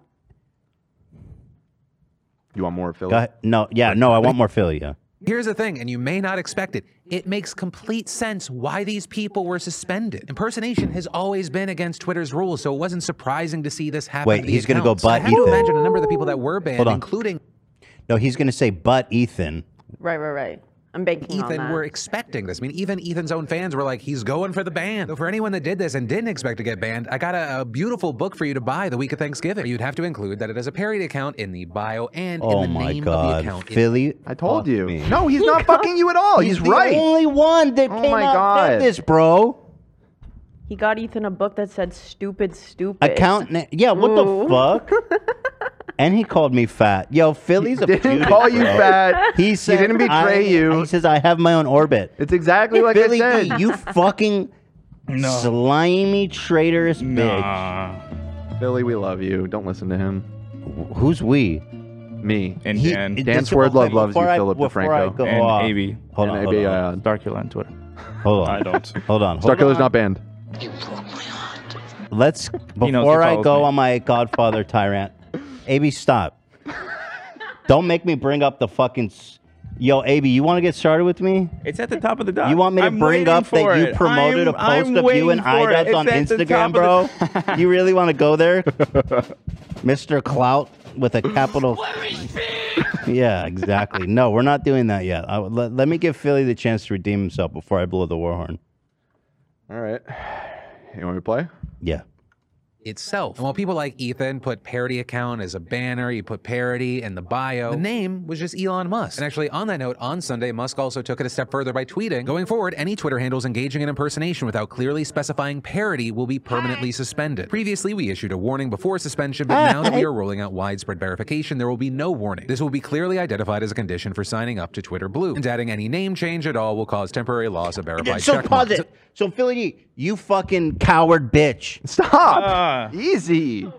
You want more Philly? Go ahead. No, yeah, no, I want more Philly. Yeah. Here's the thing, and you may not expect it. It makes complete sense why these people were suspended. Impersonation has always been against Twitter's rules, so it wasn't surprising to see this happen. Wait, to the he's gonna go accounts. I butt have to Ethan. imagine a number of the people that were banned, Hold on. including No, he's gonna say, but Ethan. right, right, right. I'm banking on Ethan that. were expecting this. I mean, even Ethan's own fans were like, "He's going for the ban." So for anyone that did this and didn't expect to get banned, I got a, a beautiful book for you to buy the week of Thanksgiving. You'd have to include that it is a parody account in the bio and Oh in the my name of the God, account. Philly! I told you. No, he's not fucking you at Oh, all. He's, the right. only one that Oh came my out and God. said this, bro. He got Ethan a book that said "stupid, stupid." Account na- Yeah, what Ooh. the fuck? and he called me fat. Yo, Philly's a didn't beauty, call you bro. fat. He He said didn't betray I- you. He says I have my own orbit. It's exactly like I Philly, said. You fucking slimy traitorous bitch. Philly, we love you. Don't listen to him. Who's we? Me And he, Dan. Dan This- Sword Love okay, loves you, before I- Philip before DeFranco. I go And off- AB. Hold And on, AB, hold uh, Starkiller on Twitter. Hold on. I don't. Hold on. Hold Starkiller's on. not banned. Let's (laughs) He knows he before I follows go me. on my Godfather tyrant. AB, stop. Don't make me bring up the fucking. s- Yo, AB, you want to get started with me? It's at the top of the doc. You want me to I'm bring waiting up for that you it. promoted a I'm- post I'm of you and waiting for it. iDubbbz It's on at the Instagram, bro? top (laughs) you really want to go there, Mister Clout with a capital? yeah, exactly. No, we're not doing that yet. I, let, let me give Philly the chance to redeem himself before I blow the war horn. All right. You want me to play? Yeah. itself. And while people like Ethan put parody account as a banner, you put parody in the bio, the name was just Elon Musk. And actually, on that note, on Sunday, Musk also took it a step further by tweeting Going forward, any Twitter handles engaging in impersonation without clearly specifying parody will be permanently suspended. Previously, we issued a warning before suspension, but now that we are rolling out widespread verification, there will be no warning. This will be clearly identified as a condition for signing up to Twitter Blue. And adding any name change at all will cause temporary loss of verified So checkmarks. pause it. So Philly, you fucking coward bitch. Ah. Stop. Uh, Easy.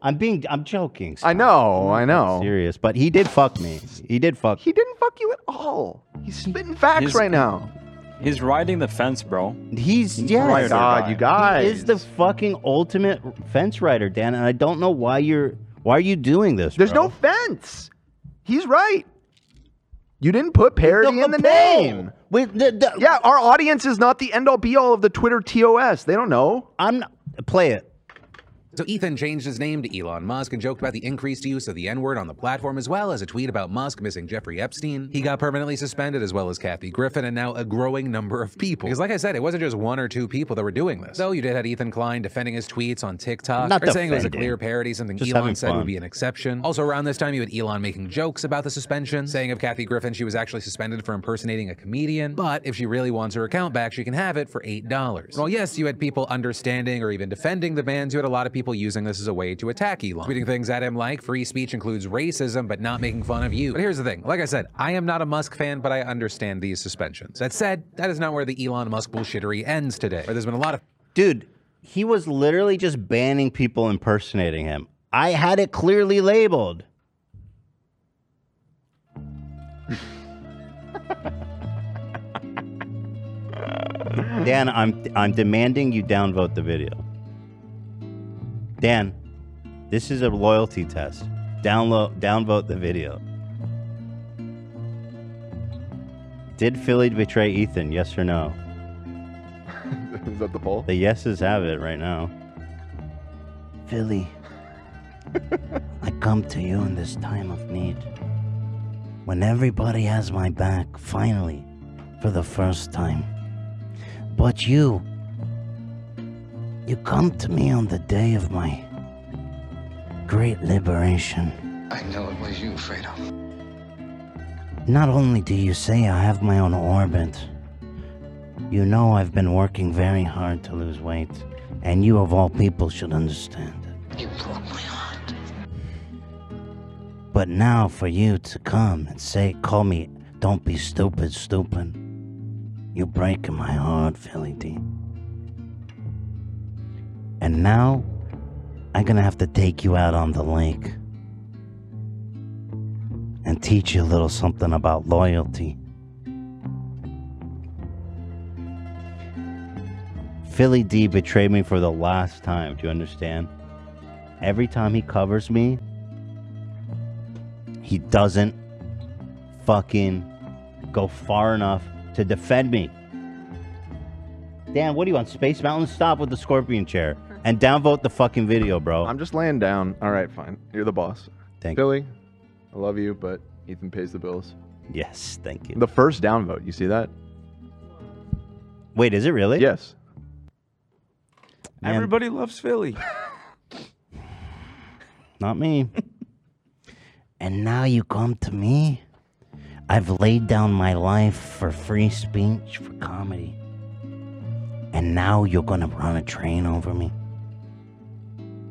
I'm being. I'm joking. I know. I know. Serious, but he did fuck me. He did fuck. He didn't fuck you at all. He's spitting facts He's- right now. He's riding the fence, bro. He's He's yes. a rider God, guy. you guys. He is the fucking ultimate fence rider, Dan, and I don't know why you're why are you doing this? There's bro? no fence. He's right. You didn't put parody in the name. With the, yeah, our audience is not the end all be all of the Twitter TOS. They don't know. I'm not, play it. So Ethan changed his name to Elon Musk and joked about the increased use of the N-word on the platform, as well as a tweet about Musk missing Jeffrey Epstein. He got permanently suspended, as well as Kathy Griffin, and now a growing number of people. Because, like I said, it wasn't just one or two people that were doing this. Though you did have Ethan Klein defending his tweets on TikTok, Not or saying it was a defending. clear parody, something Just having Elon said fun. would be an exception. Also, around this time, you had Elon making jokes about the suspension, saying of Kathy Griffin she was actually suspended for impersonating a comedian, but if she really wants her account back, she can have it for $8. Well, yes, you had people understanding or even defending the bans. You had a lot of people using this as a way to attack Elon, tweeting things at him like free speech includes racism, but not making fun of you. But here's the thing like I said, I am not a Musk fan, but I understand these suspensions. That said, that is not where the Elon Musk bullshittery ends today. Where there's been a lot of Dude, he was literally just banning people impersonating him. I had it clearly labeled. Dan, I'm I'm demanding you downvote the video. Dan, this is a loyalty test. Download, downvote the video. Did Philly betray Ethan? Yes or no? (laughs) Is that the poll? The yeses have it right now. Philly, I come to you in this time of need. When everybody has my back, finally, for the first time. But you, you come to me on the day of my great liberation. I know it was you, Fredo. Not only do you say I have my own orbit, you know I've been working very hard to lose weight, and you of all people should understand. You broke my heart. But now for you to come and say, call me, don't be stupid, stupid. You're breaking my heart, Philly D. And now, I'm gonna have to take you out on the lake and teach you a little something about loyalty. Philly D betrayed me for the last time. Do you understand? Every time he covers me, he doesn't fucking go far enough to defend me. Dan, what do you want? Space Mountain? Stop with the scorpion chair and downvote the fucking video, bro. I'm just laying down. All right, fine. You're the boss. Thank Philly, I love you, but Ethan pays the bills. Yes, thank you. The first downvote. Oh, You see that? Wait, is it really? Yes. Everybody loves Philly. Not me. (laughs) and now you come to me? I've laid down my life for free speech, for comedy. And now you're gonna run a train over me?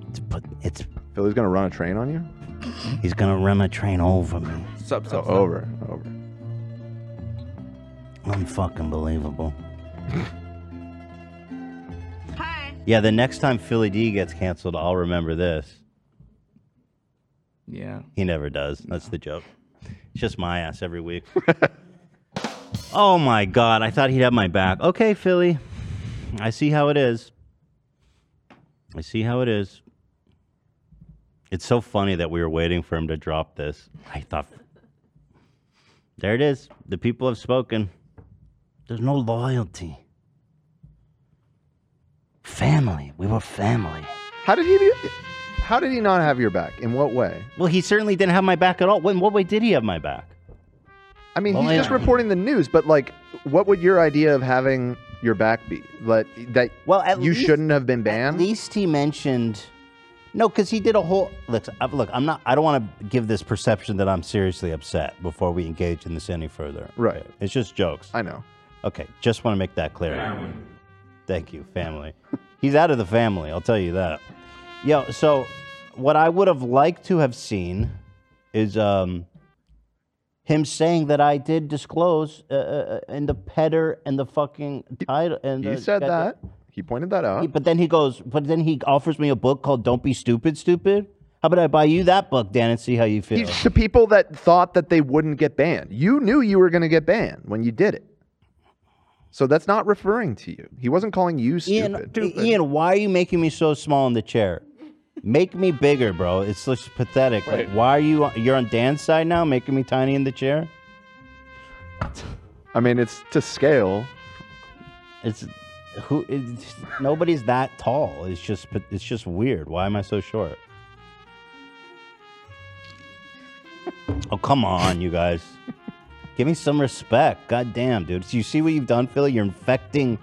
It's put it's Philly's gonna run a train on you? He's gonna run a train over me. Sup, sup, sup. over, over. Unfucking believable. Yeah, the next time Philly D gets canceled, I'll remember this. Yeah. He never does. That's the joke. It's just my ass every week. oh my god, I thought he'd have my back. Okay, Philly. I see how it is. I see how it is. It's so funny that we were waiting for him to drop this. I thought There it is. The people have spoken. There's no loyalty. Family. We were family. How did he? Be, how did he not have your back? In what way? Well, he certainly didn't have my back at all. When what way did he have my back? I mean, Well, he's just yeah. reporting the news, but like, what would your idea of having your back be? That that well, at you least- shouldn't have been banned. At least he mentioned. No, because he did a whole look. I- Look, I'm not. I don't want to give this perception that I'm seriously upset before we engage in this any further. Right. It's just jokes. I know. Okay, just want to make that clear. Thank you, family. He's out of the family. I'll tell you that. Yo, so what I would have liked to have seen is um, him saying that I did disclose uh, uh, uh, in the petter and the fucking title. And he the- said the- that. He pointed that out. he- but then he goes, but then he offers me a book called Don't Be Stupid, Stupid. How about I buy you that book, Dan, and see how (laughs) you feel? to people that thought that they wouldn't get banned. You knew you were going to get banned when you did it. So that's not referring to you. He wasn't calling you stupid. Ian, Ian, why are you making me so small in the chair? Make me bigger, bro. It's just pathetic. Like, why are you? You're on Dan's side now, making me tiny in the chair. I mean, it's to scale. It's who? It's, nobody's that tall. It's just, pa- it's just weird. Why am I so short? Oh come on, you guys. Give me some respect. God damn, dude. So you see what you've done, Philly? You're infecting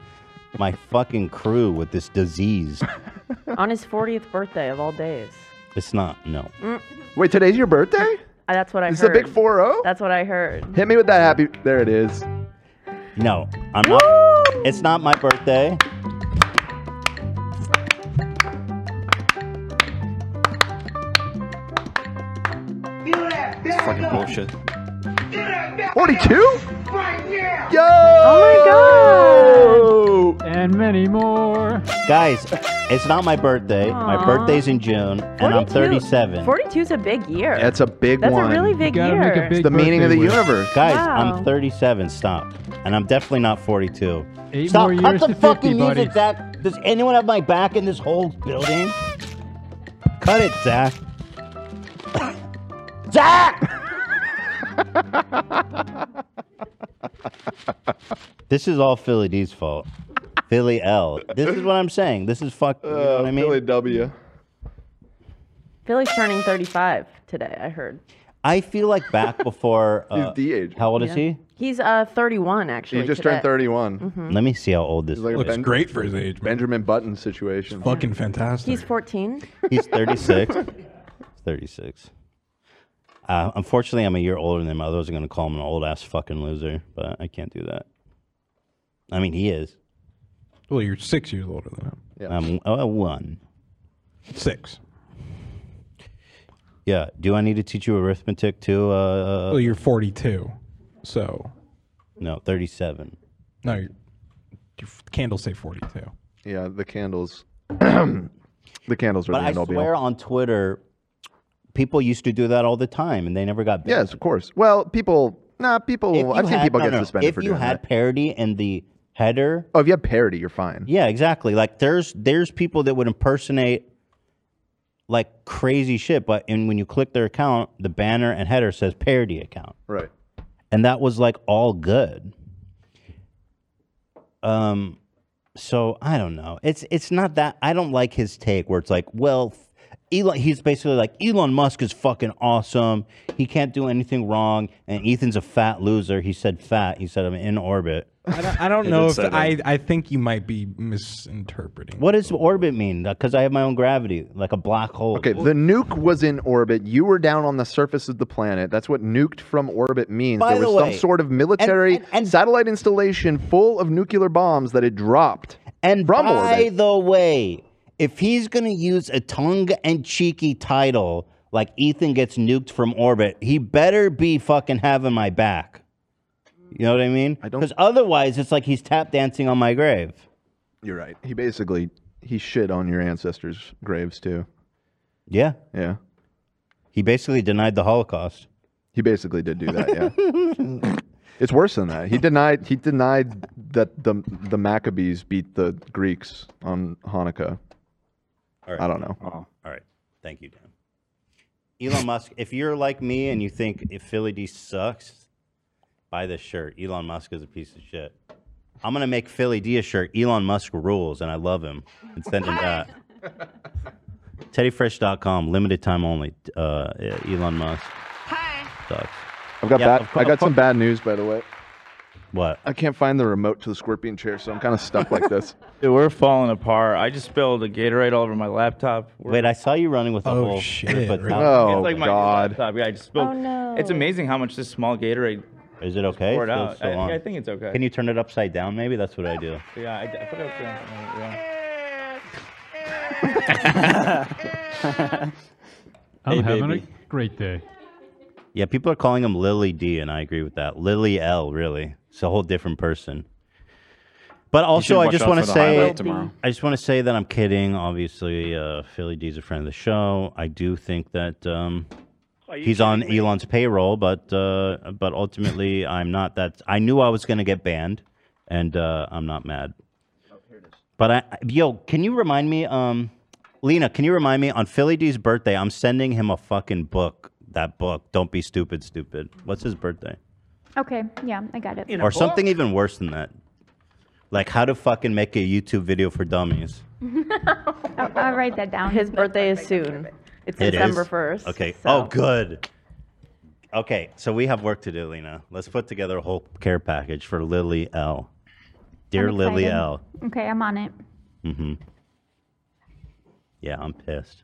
my fucking crew with this (laughs) disease. (laughs) on his 40th birthday of all days. It's not, no. Mm, Wait, today's your birthday? uh, that's what I It's the heard. big oh? 4-0? That's what I heard. Hit me with that happy. There it is. No, I'm not. It's not my birthday. It's fucking bullshit. 42? Yo! Oh my god! And many more. Guys, it's not my birthday. My Aw. birthday's in June, and I'm 37. 42 is a big year. That's a big That's one. a really big year. It's the meaning of the universe. Guys, Wow. I'm 37. Stop. And I'm definitely not 42. Eight Stop. more Cut years the to 50, fucking buddy. music, Zach. Does anyone have my (laughs) back in this whole building? Cut it, Zach. (laughs) Jack! This is all Philly D's fault. Philly L. This is what I'm saying. This is fuck. You know what I mean? Uh, Philly W. Philly's turning 35 today, I heard. I feel like back (laughs) before. He's Uh, How old is Yeah. he? He's uh 31 actually. today. Mhm. Let me see how old this like is. a Ben- great for his age. Benjamin Button situation. fucking fantastic. He's 14. (laughs) He's (laughs) 36. 36. Uh, unfortunately, I'm a year older than him. Others are going to call him an old ass fucking loser, but I can't do that. I mean, he is. Well, you're six years older than him. I'm uh, one. Six. Yeah. Do I need to teach you arithmetic too? Uh, well, you're 42. So, no, 37. no, your your candles say 42. Yeah, the candles. (clears throat) the candles are But the I end all be all. swear on Twitter, people used to do that all the time, and they never got banned. Yes, of course. Well, people. Nah, If people. I've you seen had- people no, get no, suspended if for you doing that. had parody in the header. Oh, if you had parody, you're fine. Yeah, exactly. Like there's there's people that would impersonate like crazy shit, but and when you click their account, the banner and header says parody account. Right. And that was like all good. Um so I don't know. It's it's not that I don't like his take where it's like, well, Elon he's basically like Elon Musk is fucking awesome. He can't do anything wrong and Ethan's a fat loser. He said fat. He said I'm in orbit. I don't, I don't It know did if say that. I, I think you might be misinterpreting. What does orbit mean? Because I have my own gravity, like a black hole. Okay, the nuke was in orbit. You were down on the surface of the planet. That's what nuked from orbit means. By there the was way- some sort of military satellite installation full of nuclear bombs that had dropped and from By orbit. the way, if he's going to use a tongue and cheeky title like Ethan gets nuked from orbit, he better be fucking having my back. You know what I mean? Because otherwise, it's like he's tap dancing on my grave. You're right. He basically he shit on your ancestors' graves too. Yeah. Yeah. He basically denied the Holocaust. He basically did do that. (laughs) Yeah. It's worse than that. He denied he denied that the the Maccabees beat the Greeks on Hanukkah. I don't know. All right. Thank you, Dan. Elon Musk, if you're like me and you think if Philly D sucks, buy this shirt. Elon Musk is a piece of shit. I'm going to make Philly D a shirt. Elon Musk rules, and I love him. And uh, send him that. TeddyFresh.com, limited time only. Uh, yeah, Elon Musk. Sucks. I've got Yeah, bad, of cour- I got of cour- some bad news by the way. What? I can't find the remote to the scorpion chair, so I'm kind of stuck like (laughs) this. Dude, we're falling apart. I just spilled a Gatorade all over my laptop. Wait, I saw you running with a Oh, whole- shit, with a really? towel. it's like Oh, my God. laptop. Yeah, I just spilled. Oh, no. It's amazing how much this small Gatorade. Is it okay? Poured It's out. still I- on. I think it's okay. Can you turn it upside down? Maybe that's what I do. Yeah, I, I put it up there. Yeah. I'm Hey, having baby. a great day. Yeah, people are calling him Lily D, and I agree with that. Lily L, really, it's a whole different person. But also, should I watch just out want to for the say, highlight tomorrow. I just want to say that I'm kidding. Obviously, uh, Philly D's a friend of the show. I do think that um, Are you he's on Elon's payroll, but uh, but ultimately, I'm not. That I knew I was going to get banned, and uh, I'm not mad. But I, yo, can you remind me, um, Lena? Can you remind me on Philly D's birthday? I'm sending him a fucking book. That book. Don't be stupid, stupid. What's his birthday? Okay, yeah, I got it. Or something even worse than that. Like how to fucking make a YouTube video for dummies. (laughs) I'll, I'll write that down. His birthday is soon. It's It is? December 1st. Okay. so- Oh, good. Okay, so we have work to do, Lena. Let's put together a whole care package for Lily L. Dear I'm Lily excited. L. Okay, I'm on it. Mm-hmm. Yeah, I'm pissed.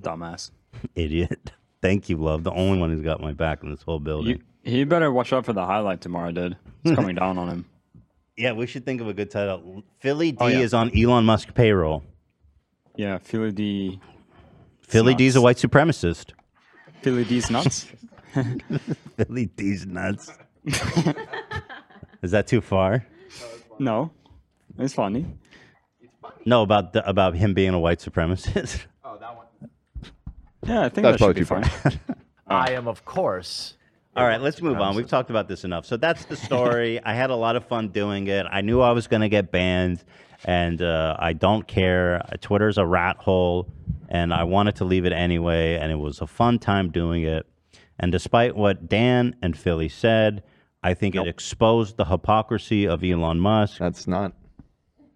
Dumbass. (laughs) Idiot. Thank you, love. The only one who's got my back in this whole building. You, he better watch out for the highlight tomorrow, dude. It's (laughs) coming down on him. yeah, we should think of a good title. Philly D Oh, yeah. is on Elon Musk payroll. Yeah, Philly D. Philly D's a (laughs) white supremacist. (laughs) Philly D's nuts. Philly D's nuts. (laughs) Is that too far? no, it's funny. No, about the, about him being a white supremacist. (laughs) Yeah, I think That's that should probably be too fine. (laughs) I am, of course. All right, let's move on. We've talked about this enough. So (laughs) that's the story. I had a lot of fun doing it. I knew I was going to get banned, and uh, I don't care. Twitter's a rat hole, and I wanted to leave it anyway. And it was a fun time doing it. And despite what Dan and Philly said, I think it exposed the hypocrisy of Elon Musk. That's not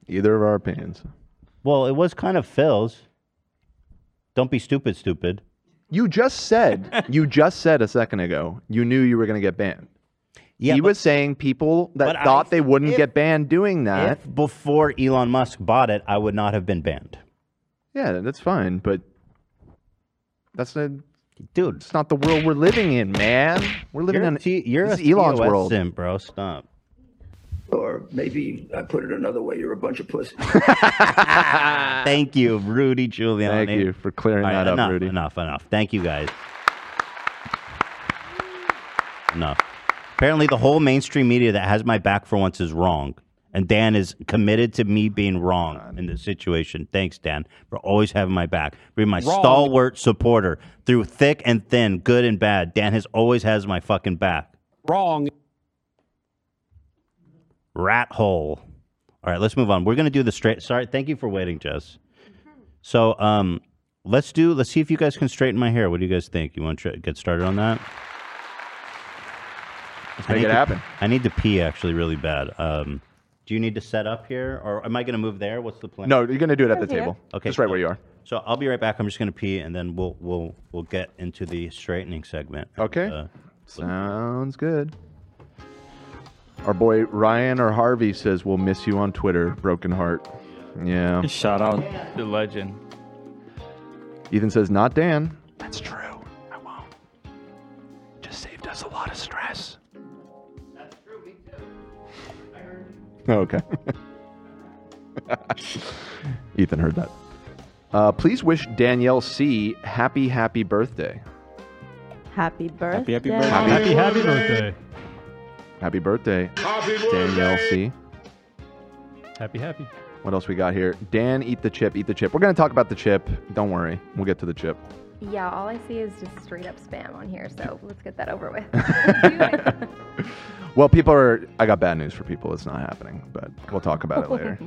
either of our opinions. Well, it was kind of Phil's. Don't be stupid, stupid. You just said you just said a second ago you knew you were going to get banned. Yeah, he was saying people that thought they wouldn't get banned doing that. If before Elon Musk bought it, I would not have been banned. yeah, that's fine, but that's a dude. It's not the world we're living in, man. We're living You're in a T- you're this a is Elon's TOS world. simp, bro. Stop. Or maybe I put it another way, you're a bunch of (laughs) pussy. Thank you, Rudy Giuliani. Thank you for clearing All right, that up, enough, Rudy. Enough, enough. Thank you guys. enough. Apparently, the whole mainstream media that has my back for once is wrong. And Dan is committed to me being wrong in this situation. Thanks, Dan, for always having my back, being my Wrong. stalwart supporter through thick and thin, good and bad. Dan has always has my fucking back. Wrong. rat hole. All right, let's move on. We're gonna do the straight. Sorry, thank you for waiting, Jess. So, um, let's do. Let's see if you guys can straighten my hair. What do you guys think? You want to tr- get started on that? Let's make it happen. I need to pee actually really bad. Um, do you need to set up here, or am I gonna move there? What's the plan? No, you're gonna do it at the Okay. table. Okay, just right so- where you are. So I'll be right back. I'm just gonna pee, and then we'll we'll we'll get into the straightening segment. Okay. Uh, Sounds good. Our boy Ryan or Harvey says we'll miss you on Twitter. Broken heart. Yeah. Shout out. The legend. Ethan says not Dan. That's true. I won't. Just saved us a lot of stress. Oh, Okay. Ethan heard that. Uh, please wish Danielle C. happy happy birthday. Happy birthday. happy birthday. Happy, happy birthday. Happy birthday, Danielle C. Happy, happy. What else we got here? Dan, eat the chip, eat the chip. We're gonna talk about the chip. Don't worry, we'll get to the chip. Yeah, all I see is just straight up spam on here, so let's get that over with. (laughs) Well, people are. I got bad news for people. It's not happening, but we'll talk about it later.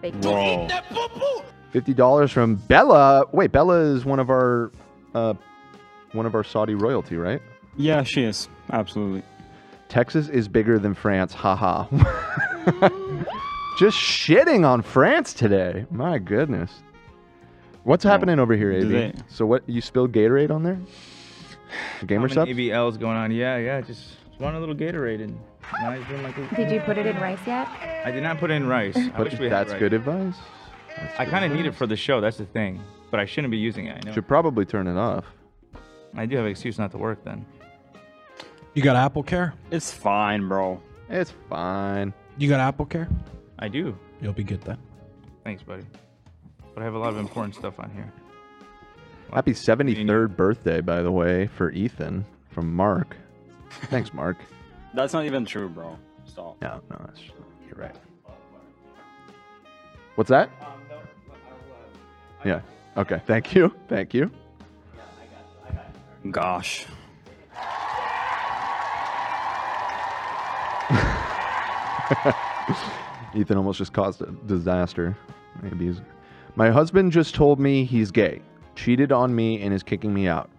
Fake news. Whoa. Fifty dollars from Bella. Wait, Bella is one of our, uh, one of our Saudi royalty, right? Yeah, she is. Absolutely. Texas is bigger than France. Haha. (laughs) Just shitting on France today. My goodness. What's happening over here, do AB? they- So what? You spilled Gatorade on there? Gamer How sub? many ABLs going on? Yeah, yeah. Just want a little Gatorade and now he's doing like a- (laughs) Did you put it in rice yet? I did not put in rice. I But wish we that's had rice. good advice. I kind of need it for the show. That's the thing. But I shouldn't be using it. I know. Should probably turn it off. I do have an excuse not to work then. You got Apple Care? It's fine, bro. It's fine. You got Apple Care? I do. You'll be good then. Thanks, buddy. But I have a lot of important stuff on here. Happy 73rd birthday, by the way, for Ethan from Mark. Thanks, Mark. That's not even true, bro. Stop. No, no, that's, you're right. What's that? Yeah. Okay. Thank you. (laughs) Thank you. Gosh. (laughs) Ethan almost just caused a disaster. Maybe he's... My husband just told me he's gay, cheated on me, and is kicking me out.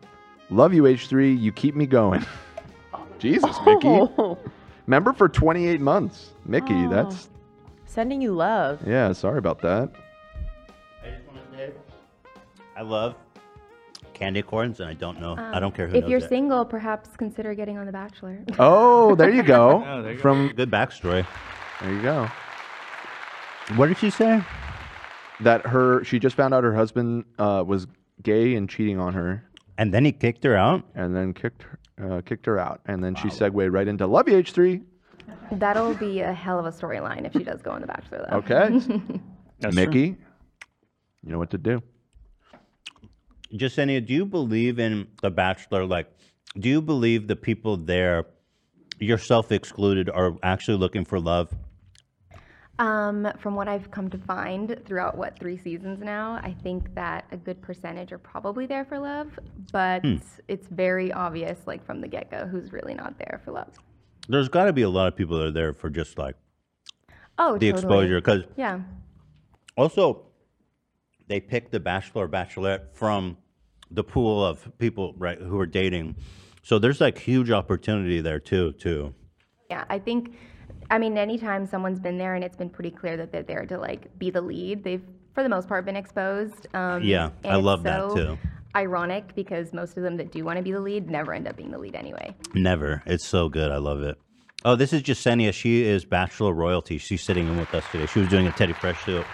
Love you, H3. You keep me going. (laughs) Jesus, Oh. Mickey. Member for 28 months. Mickey, Oh. that's. Sending you love. Yeah, sorry about that. I love candy corns, and I don't know. I Um, don't care who. If knows you're it. single, perhaps consider getting on The Bachelor. Oh, there you go. (laughs) Oh, there you go. From good backstory. There you go. What did she say? That her she just found out her husband uh, was gay and cheating on her. And then he kicked her out. And then kicked her, uh, kicked her out. And then she segued right into Love You H three. (laughs) That'll be a hell of a storyline if she does go on The Bachelor, though. Okay. (laughs) Mickey, you know what to do. Justenia, do you believe in The Bachelor? Like, do you believe the people there, yourself excluded, are actually looking for love? Um, from what I've come to find throughout what three seasons now, I think that a good percentage are probably there for love, but Hmm. it's very obvious, like from the get go, who's really not there for love. There's got to be a lot of people that are there for just like Oh, the totally. exposure. Because yeah, also, they pick the bachelor or bachelorette from the pool of people right who are dating. So there's like huge opportunity there too, too. Yeah, I think, I mean, anytime someone's been there and it's been pretty clear that they're there to like be the lead, they've for the most part been exposed. Um, Yeah, I and it's love that, so too. Ironic because most of them that do want to be the lead never end up being the lead anyway. Never. It's so good. I love it. Oh, this is Jasenia. She is Bachelor Royalty. She's sitting in with us today. She was doing a Teddy Fresh show.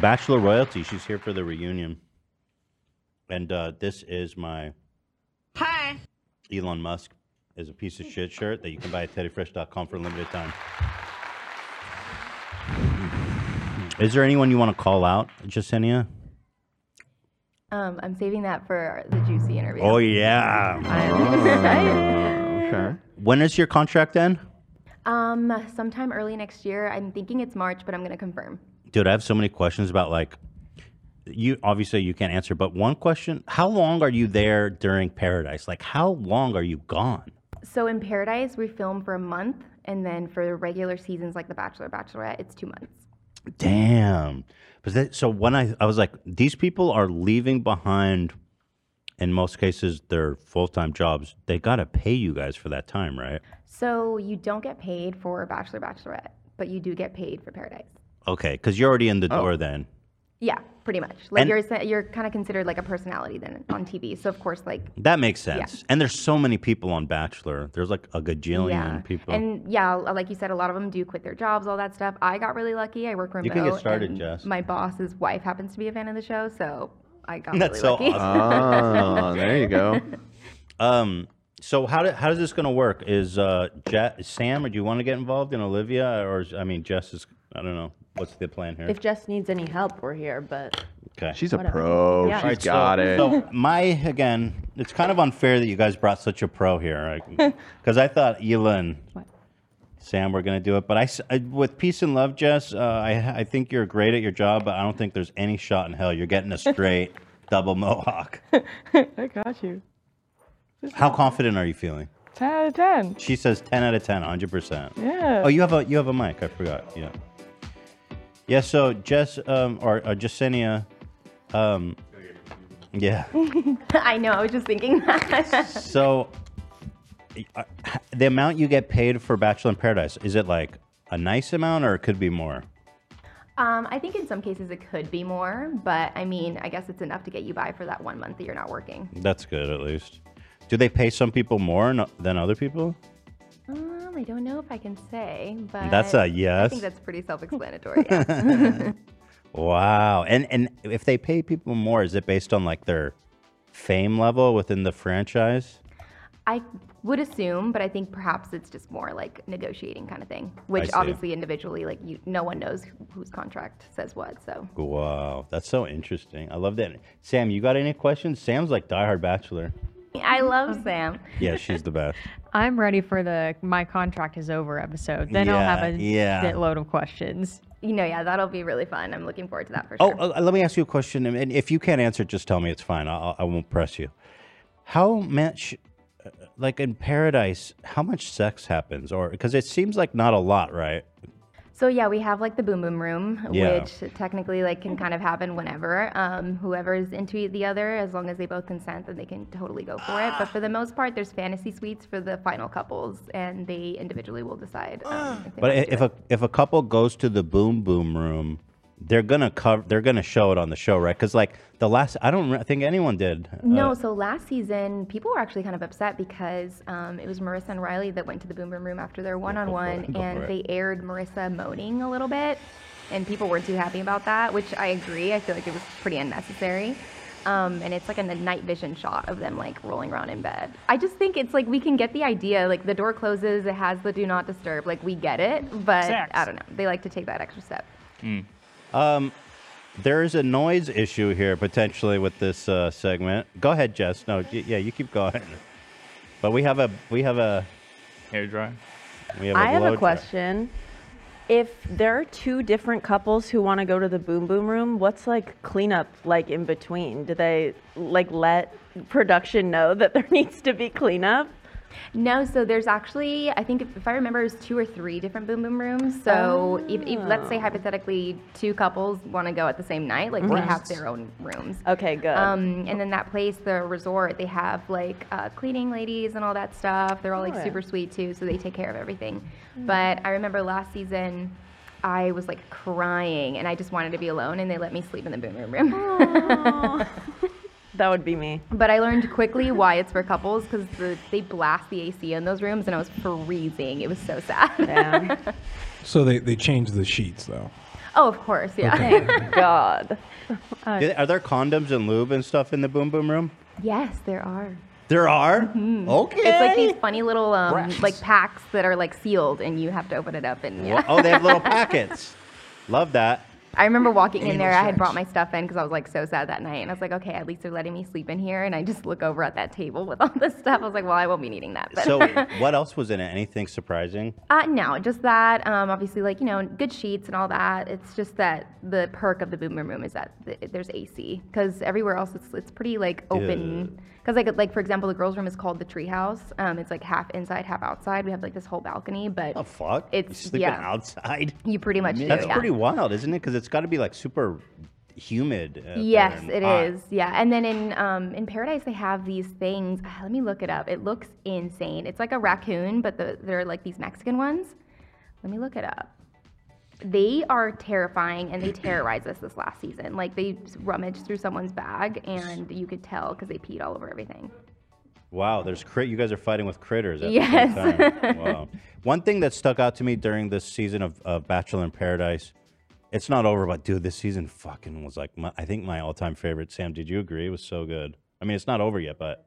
Bachelor Royalty. She's here for the reunion. And uh, this is my Hi. Elon Musk is a piece of shit shirt that you can buy at teddyfresh.com for a limited time. Is there anyone you want to call out, Jasenia? Um, I'm saving that for the juicy interview. Oh, (laughs) yeah. okay. When is your contract end? Um, sometime early next year. I'm thinking it's March, but I'm gonna confirm. Dude, I have so many questions about like you obviously you can't answer, but one question, how long are you there during paradise? Like how long are you gone? So in Paradise, we film for a month, and then for regular seasons like The Bachelor, Bachelorette, it's two months. Damn. But that, so when I I was like these people are leaving behind in most cases their full-time jobs. They got to pay you guys for that time, right? So you don't get paid for Bachelor, Bachelorette, but you do get paid for Paradise. Okay, cuz you're already Oh. in the door then. Yeah, pretty much. Like And- you're sen- you're kind of considered like a personality then on TV. So of course, like That makes sense. And there's so many people on Bachelor. There's like a gajillion yeah, people. and yeah, l- like you said, a lot of them do quit their jobs, all that stuff. I got really lucky. I work remote. You can get started, and Jess. My boss's wife happens to be a fan of the show, so I got That's so really lucky. awesome. Oh, there you (laughs) go. Um, so how do, how is this going to work? Is uh, Je- Sam, or do you want to get involved in Olivia, or is, I mean, Jess is? I don't know. What's the plan here? If Jess needs any help, we're here, but okay, She's a whatever. pro. Yeah. She's Alright, so- got it. So my again, it's kind of unfair that you guys brought such a pro here, because I thought Ela and Sam were going to do it, but I, s- I- with peace and love, Jess, uh, I I think you're great at your job, but I don't think there's any shot in hell you're getting a straight double mohawk. (laughs) I got you. How confident are you feeling? 10 out of 10. She says 10 out of 10, 100%. Yeah. Oh, you have a you have a mic. I forgot. Yeah. Yeah, so Jess um or, or Jessenia um yeah. I know. I was just thinking that. (laughs) So uh, the amount you get paid for Bachelor in Paradise, is it like a nice amount or it could be more? um, I think in some cases it could be more, but I mean, I guess it's enough to get you by for that one month that you're not working. That's good at least. Do they pay some people more no- than other people? Um, I don't know if I can say, but That's a I yes. think that's pretty (laughs) self-explanatory. yeah. Wow. And and if they pay people more, is it based on like their fame level within the franchise? I would assume, but I think perhaps it's just more like negotiating kind of thing, which see. obviously individually, like you, no one knows wh- whose contract says what. So Wow, that's so interesting. I love that. Sam, you got any questions? Sam's like diehard bachelor. (laughs) I love Sam. Yeah, she's the best. Um, I'm ready for the my contract is over episode. Then I'll have Yeah, a yeah. shitload of questions. You know, yeah, that'll be really fun. I'm looking forward to that (laughs) for Oh, sure. uh, let me ask you a question, and- and if you can't answer, just tell me. It's fine. I, I- I won't press you. How much, uh, like in paradise, how much sex happens, or because it seems like not a lot, right? So yeah, we have like the boom boom room, Yeah. which technically like can kind of happen whenever. Um, whoever's into the other, as long as they both consent, then they can totally go for it. But for the most part, there's fantasy suites for the final couples, and they individually will decide. Um, if they But wanna i- do if it. a if a couple goes to the boom boom room, they're gonna cover. They're gonna show it on the show, right? Because like the last, I don't re- think anyone did. Uh, No, so last season people were actually kind of upset because um, it was Marissa and Riley that went to the Boom Boom Room after their go for one-on-one, it. and they aired Marissa moaning a little bit, and people weren't too happy about that. Which I agree. I feel like it was pretty unnecessary. Um, and it's like a n- night vision shot of them like rolling around in bed. I just think it's like we can get the idea. Like the door closes, it has the do not disturb. Like we get it, but Sex. I don't know. They like to take that extra step. Um, there is a noise issue here potentially with this uh, segment. Go ahead, Jess. No, y- yeah, you keep going. But we have a we have a hair dryer. We have a I have blow a dry- question. If there are two different couples who want to go to the boom boom room, what's like cleanup like in (laughs) between? Do they like let production know that there needs to be cleanup? No, so there's actually, I think if, if I remember, it's two or three different boom boom rooms. So if, if, let's say Oh. hypothetically two couples want to go at the same night, like they have Breasts. their own rooms. Okay, good. Um, and then that place, the resort, they have like uh, cleaning ladies and all that stuff. They're all like Sure. super sweet too, so they take care of everything. Mm. But I remember last season. I was like crying and I just wanted to be alone and they let me sleep in the boom boom room. (laughs) that would be me. But I learned quickly why it's for couples because the, they blast the AC in those rooms, and I was freezing. It was so sad. So they, they changed the sheets though. (laughs) oh, of course, yeah. Okay. (laughs) God. Did- Are there condoms and lube and stuff in the boom boom room? yes, there are. There are. Mhm. Okay. It's like these funny little um, Breasts. like packs that are like sealed, and you have to open it up. And yeah. Wha- Oh, they have (laughs) little packets. Love that. I remember walking in Anal there. I had brought my stuff in because I was like so sad that night, and I was like, okay, at least they're letting me sleep in here. And I just look over at that table with all this stuff. I was like, well, I won't be needing that. But (laughs) So, what else was in it? Anything surprising? Uh, no, just that. Um, obviously, like you know, good sheets and all that. It's just that the perk of the boom boom room is that th- there's AC because everywhere else it's it's pretty like open. Because like like for example, the girls' room is called the treehouse. Um, it's like half inside, half outside. We have like this whole balcony, but Oh fuck! you It's- sleeping yeah. outside. you pretty much do, That's yeah. pretty wild, isn't it? Because it's got to be like super humid. out Yes, there it and is. hot. Yeah, and then in um, in Paradise they have these things. ah, Let me look it up. It looks insane. It's like a raccoon, but the, they're like these Mexican ones. Let me look it up. They are terrifying, and they terrorized us this last season. Like they s- rummaged through someone's bag, and you could tell because they peed all over everything. Wow, there's crit. You guys are fighting with critters. At the Yes. (laughs) Same time. Wow. One thing that stuck out to me during this season of, of Bachelor in Paradise, it's not over, but dude, this season fucking was like my, I think my all-time favorite. Sam, did you agree? It was so good. I mean, it's not over yet, but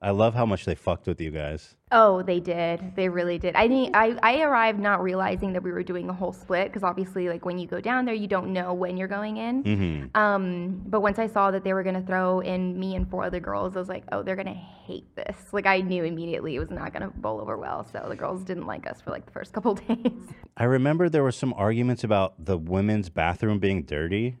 I love how much they fucked with you guys. Oh, they did. They really did. I think I, I arrived not realizing that we were doing a whole split because obviously, like when you go down there, you don't know when you're going in. Mm-hmm. Um, but once I saw that they were gonna throw in me and four other girls, I was like, oh, they're gonna hate this. Like I knew immediately it was not gonna bowl over well. So the girls didn't like us for like the first couple (laughs) days. I remember there were some arguments about the women's bathroom being dirty.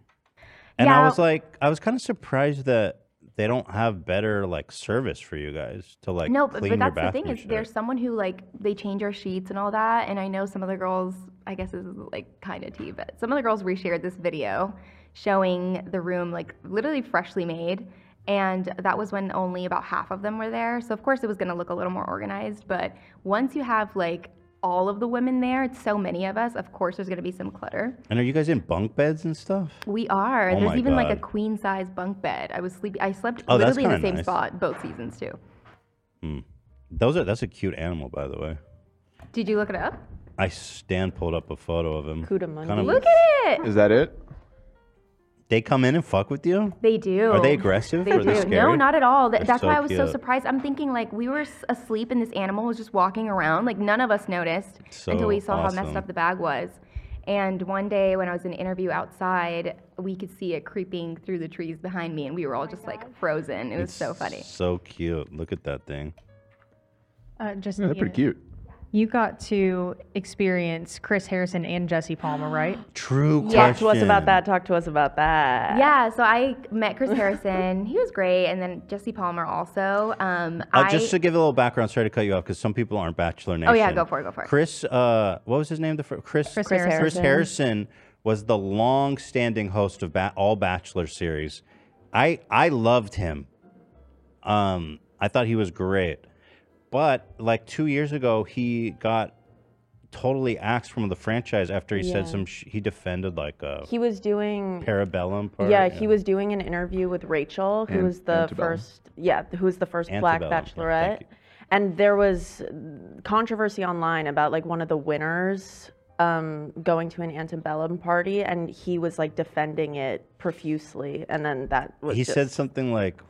And I Yeah. was like, I was kind of surprised that they don't have better like service for you guys to like no, but, clean but your that's the bathroom. thing is shit. there's someone who like they change our sheets and all that. And I know some of the girls, I guess this is like kind of tea, but some of the girls reshared this video showing the room like literally freshly made. And that was when only about half of them were there. So of course it was gonna look a little more organized. But once you have like all of the women there, it's so many of us. Of course there's gonna be some clutter. And are you guys in bunk beds and stuff? We are. Oh my There's even like a God. queen size bunk bed. I was sleeping. I slept Oh, that's literally in the kinda same nice. spot both seasons too. Hmm. Those are that's a cute animal, by the way. Did you look it up? I stand pulled up a photo of him. Kind of- Look at it. Is that it? They come in and fuck with you? They do. Are they aggressive? They Are they do. No, scary? not at all. Th- They're that's so why I was so cute. surprised. I'm thinking like we were s- asleep and this animal was just walking around. Like none of us noticed So until we saw how messed awesome. up the bag was. And one day when I was in an interview outside, we could see it creeping through the trees behind me, and we were all just like frozen. It was It's so funny. So cute. Look at that thing. Uh, just Yeah, they're pretty cute. You got to experience Chris Harrison and Jesse Palmer, right? (gasps) True Yeah, Talk to us about that. Talk to us about that. Yeah, so I met Chris Harrison. he was great, and then Jesse Palmer also. Um, Uh, I just to give a little background, sorry to cut you off because some people aren't Bachelor Nation. Oh, yeah, go for it, go for it. Chris, uh, what was his name? The fir- Chris, Chris Chris Harrison. Harrison. Harrison was the long-standing host of ba- all Bachelor series. I I loved him. Um, I thought he was great, but like two years ago, he got totally axed from the franchise after he Yeah. said some. Sh- he defended like a He was doing. Parabellum part. yeah, he was doing an interview with Rachel, who An- was the antebellum. first. Yeah, who was the first black Antebellum, yeah, bachelorette, and there was controversy online about like one of the winners um, going to an antebellum party, and he was like defending it profusely, and then that was. he just- said something like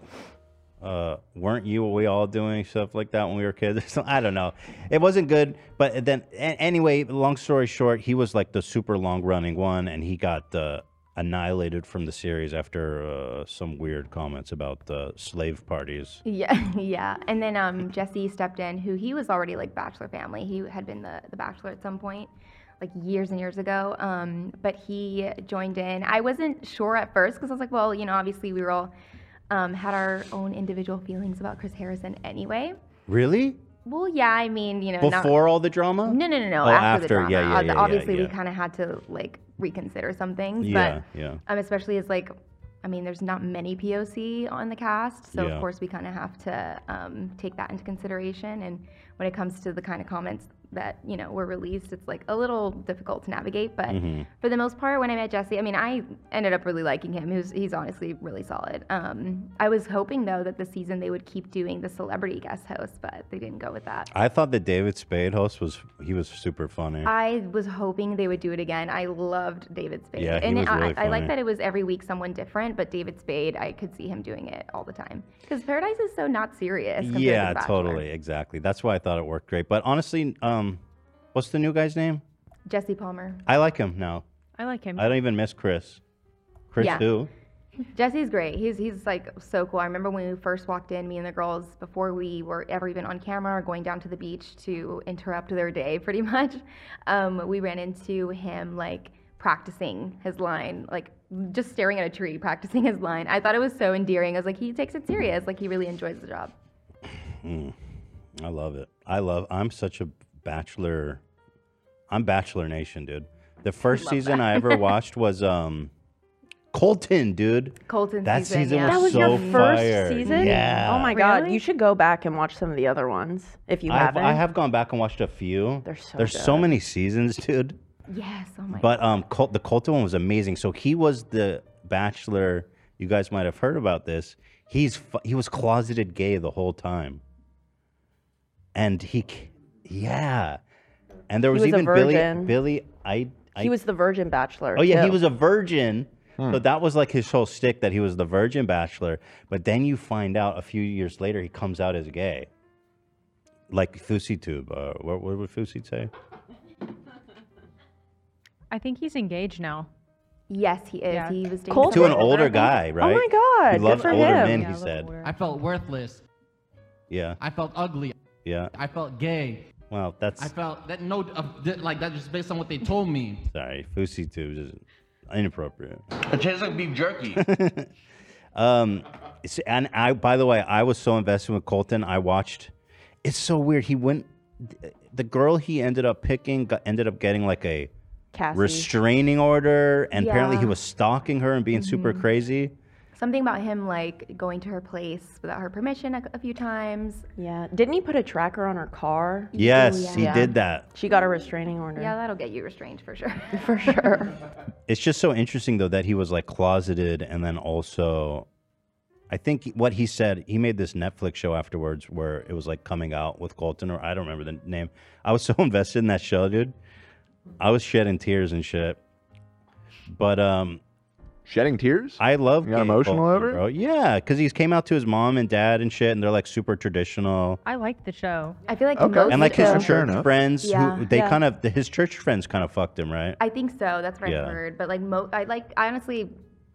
uh weren't you we all doing stuff like that when we were kids (laughs) or something i don't know it wasn't good but then a- anyway long story short he was like the super long running one and he got uh, annihilated from the series after uh, some weird comments about uh, slave parties Yeah, (laughs) yeah. And then um, Jesse stepped in, who he was already like Bachelor family. He had been the, the Bachelor at some point, like years and years ago. Um, but he joined in. I wasn't sure at first because I was like, well, you know, obviously we were all um, had our own individual feelings about Chris Harrison anyway. really Well, yeah, I mean, you know, not- Before all the drama? No, no, no, no. Oh, after, the after, drama, yeah, yeah, Ob- yeah, yeah, obviously we yeah. kind of had to like reconsider some things, Yeah, but yeah. um, especially as like, I mean, there's not many POC on the cast, so Yeah. of course we kind of have to um, take that into consideration. And when it comes to the kind of comments that you know were released, it's like a little difficult to navigate. But Mm-hmm. Mhm. for the most part, when I met Jesse, I mean, I ended up really liking him. He was, he's honestly really solid. Um, I was hoping though that this season they would keep doing the celebrity guest host, but they didn't go with that. I thought the David Spade host was he was super funny. I was hoping they would do it again. I loved David Spade. Yeah, he and was I, really I like funny. that it was every week someone different, but David Spade, I could see him doing it all the time. Because Paradise is so not serious. Compared yeah, to the Bachelor. totally, exactly. That's why I thought it worked great. But honestly, um, what's the new guy's name? Jesse Palmer. I like him now. I like him. I don't even miss Chris. Chris Yeah. who? Jesse's great. He's he's like so cool. I remember when we first walked in, me and the girls, before we were ever even on camera or going down to the beach to interrupt their day, (laughs) pretty much. Um, we ran into him like practicing his line, like just staring at a tree, practicing his line. I thought it was so endearing. I was like, he takes it serious. Like he really enjoys the job. Mm, I love it. I love. I'm such a bachelor. I'm Bachelor Nation, dude. (laughs) The first Love season that. I (laughs) ever watched was um, Colton, dude. Colton That season. season yeah. was That was so your first fire. season? Yeah. Oh my god, you should go back and watch some of the other ones if you I've, haven't. I have gone back and watched a few. There's so there's so good. many seasons, dude. Yes. Oh my. But um, Col- the Colton one was amazing. So he was the bachelor. You guys might have heard about this. He's fu- he was closeted gay the whole time, and he, c- yeah, and there He was, was a even Billy virgin. Billy I, I he was the Virgin Bachelor. oh yeah too. he was a virgin. So that was like his whole stick that he was the virgin bachelor. But then you find out a few years later he comes out as gay. Like Fusi Tube. Uh, what, what would Fusi say? I think he's engaged now. Yes, he is. He was dating Oh Colt- to an someone older, older I guy, think. right? God, He good loves for older him. men, Yeah, he a little said. I felt worthless. Yeah, I felt ugly. yeah. I felt gay. Well, that's I felt that no, uh, that- like that just based on what they told me. (laughs) sorry. Fusi tubes is inappropriate. It tastes like beef (laughs) jerky. um, it's- and I, by the way, I was so invested with Colton. I watched. It's so weird. He went. th- The girl he ended up picking got, ended up getting like a Cassie. restraining order, and apparently he Yeah. was stalking her and being super Mhm. crazy. Something about him like going to her place without her permission a, a few times. Yeah. Didn't he put a tracker on her car? Yes, he did that. She got a restraining order. Yeah, that'll get you restrained for sure. (laughs) for sure. It's just so interesting though that he was like closeted and then also I think what he said, he made this Netflix show afterwards where it was like coming out with Colton or I don't remember the name. I was (laughs) so invested in that show, dude. I was shedding tears and shit. But um shedding tears? I love You got gay emotional Colton, over it? bro. Yeah, cuz he came out to his mom and dad and shit and they're like super traditional. I liked the show. I feel like most and like his shows- church friends Yeah. who they Yeah. kind of his church friends kind of fucked him, right? I think so. That's what Yeah. I've heard. But like, mo- I like I honestly,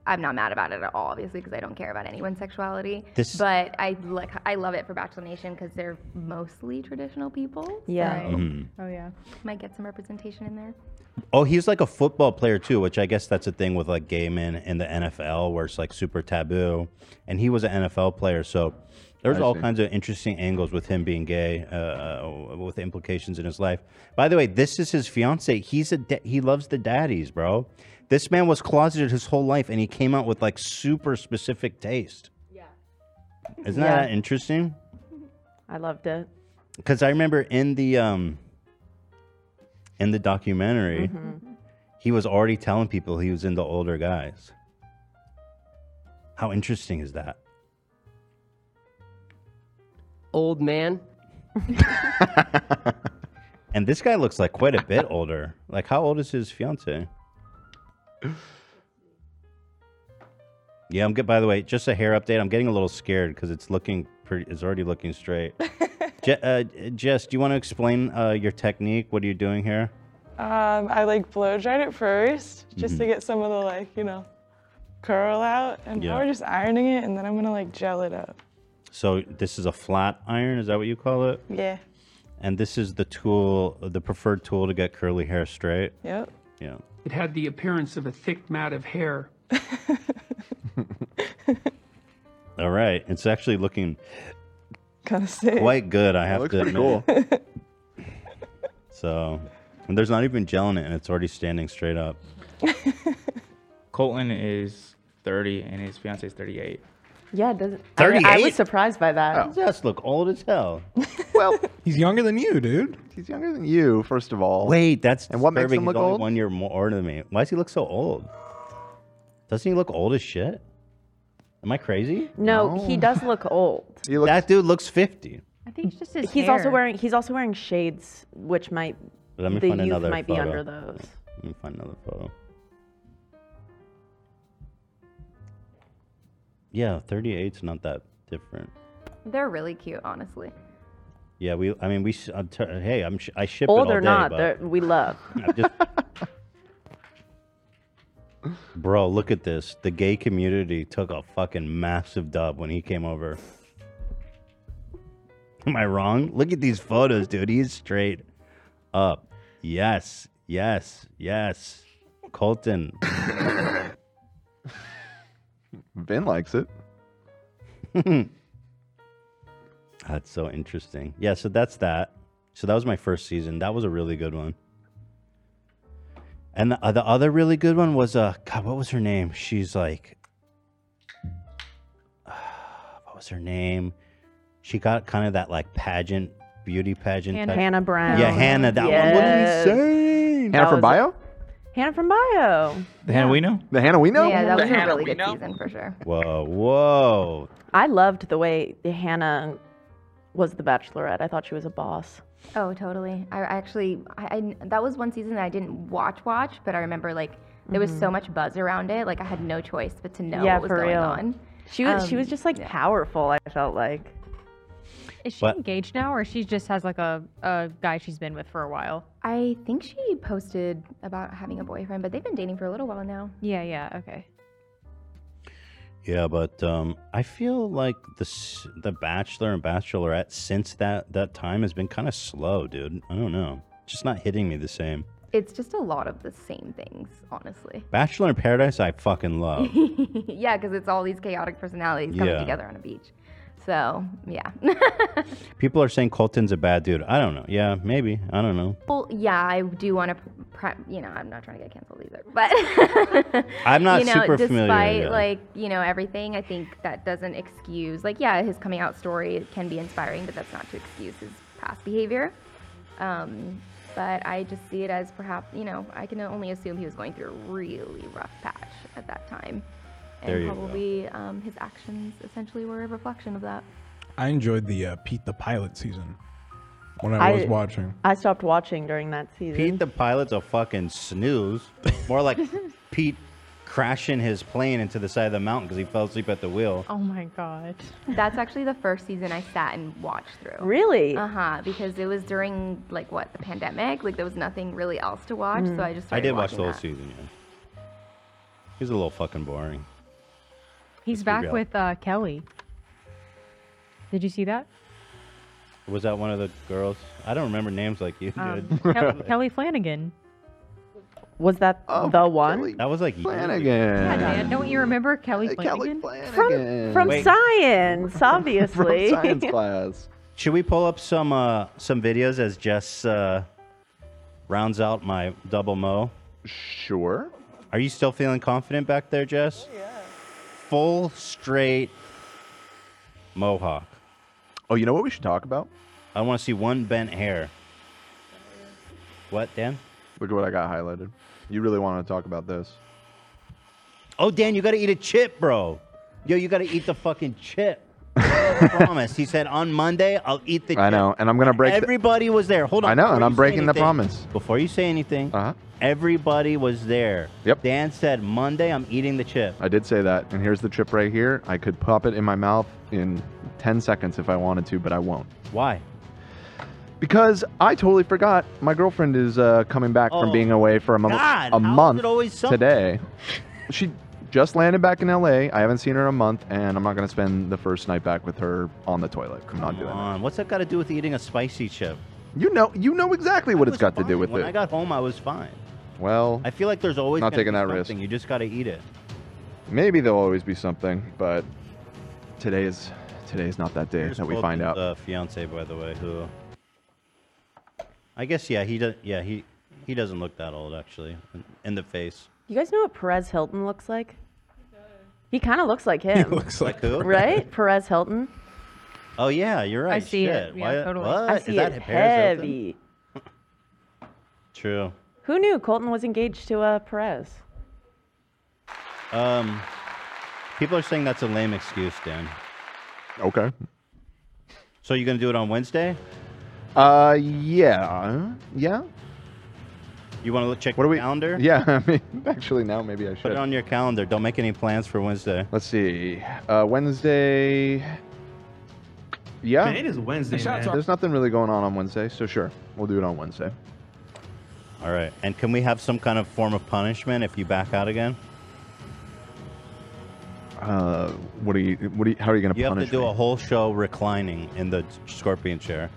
I'm not mad about it at all. Obviously, because I don't care about anyone's sexuality. This- but I like I love it for Bachelor Nation because they're mostly traditional people. Yeah. so Mhm. Oh yeah. Might get some representation in there. Oh, he's like a football player too, which I guess that's a thing with like gay men in the NFL where it's like super taboo. And he was an NFL player, so there's I all see. kinds of interesting angles with him being gay, uh, uh, with implications in his life. By the way, this is his fiance. He's a da- he loves the daddies, bro. This man was closeted his whole life, and he came out with like super specific taste. Yeah, isn't Yeah. that interesting? I loved it. because I remember in the um in the documentary, he was already telling people he was into older guys. How interesting is that? Old man. And this guy looks like quite a bit older. Like, how old is his fiance? Yeah, I'm good. By the way, just a hair update. I'm getting a little scared because it's looking pretty. It's already looking straight. Je- uh, Jess, do you want to explain uh, your technique? What are you doing here? Um, I like blow dried it first, just to Mhm. get some of the like, you know, curl out, and Yeah. now we're just ironing it, and then I'm gonna like gel it up. So this is a flat iron. Is that what you call it? Yeah. And this is the tool, the preferred tool to get curly hair straight. Yep. Yeah. It had the appearance of a thick mat of hair. All right. It's actually looking kind of sick. Quite good, I have looks to pretty admit. (laughs) So, and there's not even gel in it, and it's already standing straight (laughs) up. Colton is 30 and his fiance is 38. Yeah, it doesn't. I, re- I 38? was surprised by Oh. that. Just look old as (laughs) hell. He's younger than you, dude. He's younger than you, first of all. Wait, that's and what makes disturbing. him look He's only old? One year more older than me. Why does he look so old? Doesn't he look old as shit? Am I crazy? No, he does (laughs) look old. that dude looks 50. I think it's just his He's also hair. wearing he's also wearing shades, which might Let me the find youth another might be photo. under those. Let me find another photo. Yeah, 38's not that different. They're really cute, honestly. Yeah, we. I mean, we. s- uh, tur- hey, I'm. Sh- I ship Old it all or day, not, but- they're- we love. (laughs) I'm just- Bro, look at this. The gay community took a fucking massive dub when he came over. Am I wrong? Look at these photos, dude. He's straight up. Yes, yes, yes. Colton. Vin likes it. That's so interesting. Yeah, so that's that. So that was my first season. That was a really good one. And the, uh, the other really good one was uh God, what was her name? She's like (sighs) what was her name? She got kind of that like pageant, beauty pageant. Hannah- type- Hannah Brown. Yeah, Hannah. That one Yes. was insane. Hannah from Bio? Hannah from Bio. The Hannah we know. The Hannah we know? Yeah, that That was was a a Hannah really we good know. season for sure. Whoa, whoa. I loved the way Hannah was the Bachelorette. I thought she was a boss. Oh, totally. I actually, I, I that was one season that I didn't watch watch, but I remember like there was so much buzz around it, like I had no choice but to know Mm-hmm. yeah, what was for going real. on. She was she Um, was just like powerful. I felt like. Is she But- engaged now, or she just has like a, a guy she's been with for a while? I think she posted about having a boyfriend, but they've been dating for a little while now. Yeah, yeah, okay. Yeah, but um, I feel like the s- the Bachelor and Bachelorette since that that time has been kind of slow, dude. I don't know, just not hitting me the same. It's just a lot of the same things, honestly. Bachelor in Paradise, I fucking love. (laughs) yeah, because it's all these chaotic personalities coming Yeah. together on a beach. So yeah, (laughs) People are saying Colton's a bad dude. I don't know. Yeah, maybe. I don't know. well, yeah, I do want to, pre- you know, I'm not trying to get canceled either, but (laughs) I'm not you know, super despite familiar. yeah. like you know everything, I think that doesn't excuse like yeah, his coming out story can be inspiring, but that's not to excuse his past behavior. Um, but I just see it as perhaps you know I can only assume he was going through a really rough patch at that time, and There you go. probably um, his actions essentially were a reflection of that. I enjoyed the uh, Pete the Pilot season when I, I- was watching. I stopped watching during that season. Pete the pilot's a fucking snooze. More (laughs) like Pete crashing his plane into the side of the mountain because he fell asleep at the wheel. Oh my god. That's actually the first season I sat and watched through. Really? Uh huh. Because it was during like what the pandemic. Like there was nothing really else to watch, so I just. I Started did watch the watching whole that. season. Yeah, he's a little fucking boring. He's be back real. with uh, Kelly. Did you see that? Was that one of the girls? I don't remember names like you, Um, dude. Kel- (laughs) Kelly Flanagan. Was that the one? That was like Flanagan. Yeah, Dan, don't you remember Kelly Flanagan? From from (laughs) Wait. (laughs) science, obviously. class. Should we pull up some uh, some videos as Jess uh, rounds out my double mo? Sure. Are you still feeling confident back there, Jess? Full straight mohawk. Oh, you know what we should talk about? I want to see one bent hair. What, Dan? Look at what I got highlighted. You really want to talk about this? Oh, Dan, you gotta eat a chip, bro. Yo, you gotta eat the fucking chip. (laughs) I promise. He said on Monday I'll eat the. I chip." know, and I'm gonna break the- Everybody was there. Hold on. I know, before and you I'm say breaking the anything- promise. Before you say anything, uh-huh. everybody was there. Yep. Dan said Monday I'm eating the chip. I did say that, and here's the chip right here. I could pop it in my mouth in 10 seconds if I wanted to, but I won't. Why? Because I totally forgot. My girlfriend is uh, coming back Oh, from being away for a, mo- God, how a is month it always something? today. She just landed back in LA. I haven't seen her in a month, and I'm not going to spend the first night back with her on the toilet. I'm not Come doing on. What's that got to do with eating a spicy chip? it. You know, you know exactly what it's got to do with When I it. got home, I was fine. well, I feel like there's always Not gonna taking be that risk. something. You just got to eat it. maybe there'll always be something, but today is Today's not that day Here's that we both find his, out. Uh, fiance, by the way, who I guess yeah, he does. Yeah, he he doesn't look that old actually, in, in the face. You guys know what Perez Hilton looks like? He kind of looks (laughs) like him. looks like who? (laughs) Right? Perez Hilton. Oh yeah, you're right. see it. Shit. Yeah, Why- totally. What? I Is see that it Paris Hilton? heavy. True. Who knew Colton was engaged to uh, Perez? Um, people are saying that's a lame excuse, Dan. Okay. So you're gonna do it on Wednesday? Uh, yeah, yeah. You want to check what do we, calendar? Yeah, (laughs) I mean, actually, now maybe I should. Put it on your calendar. Don't make any plans for Wednesday. Let's see. Uh, Wednesday. Yeah. Man, it is Wednesday, Shout man. out to- There's nothing really going on on Wednesday, so sure, we'll do it on Wednesday. All right. And can we have some kind of form of punishment if you back out again? Uh, what are you? What are you? How are you gonna You have punish to do me? a whole show reclining in the scorpion chair.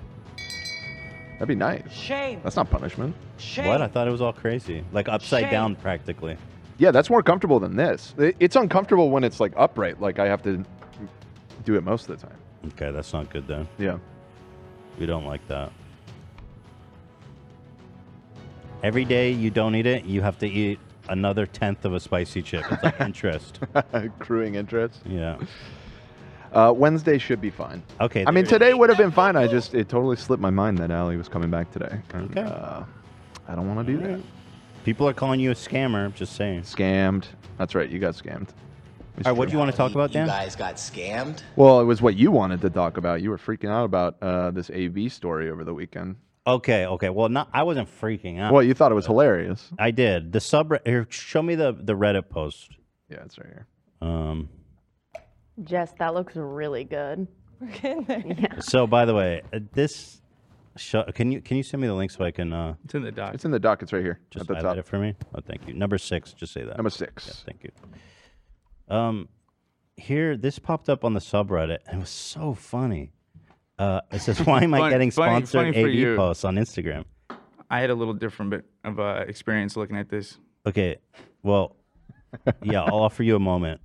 That'd be nice. Shame. That's not punishment. What? I thought it was all crazy, like upside Shame. down practically. Yeah, that's more comfortable than this. It- It's uncomfortable when it's like upright. Like I have to do it most of the time. Okay, that's not good then. Yeah. We don't like that. Every day you don't eat it, you have to eat another tenth of a spicy chip. (laughs) It's like interest. Accruing interest. Yeah. Uh, Wednesday should be fine. Okay. I mean, there- today would have been fine. I just it totally slipped my mind that Allie was coming back today. And, Okay. Uh, I don't want to do that. People are calling you a scammer. I'm just saying. Scammed. That's right. You got scammed. All right. What do you want to talk about, You Dan? guys got scammed? Well, it was what you wanted to talk about. You were freaking out about uh, this AV story over the weekend. Okay. Okay. Well, not. I wasn't freaking out. Well, you thought it was hilarious. I did. The sub. Here, show me the the Reddit post. Yeah, it's right here. Um. Jess, that looks really good. We're getting (laughs) there. (laughs) So, by the way, uh, this. Show, can you can you send me the link so I can? Uh, It's in the doc. It's in the doc. It's right here. Just at the highlight top. it for me. Oh, thank you. Number six. Just say that. Number six. Yeah, thank you. Um, here this popped up on the subreddit and it was so funny. Uh, it says, "Why am I Funny- getting funny- sponsored funny for AV you. posts on Instagram?" I had a little different bit of uh, experience looking at this. Okay. Well, yeah, I'll offer you a moment.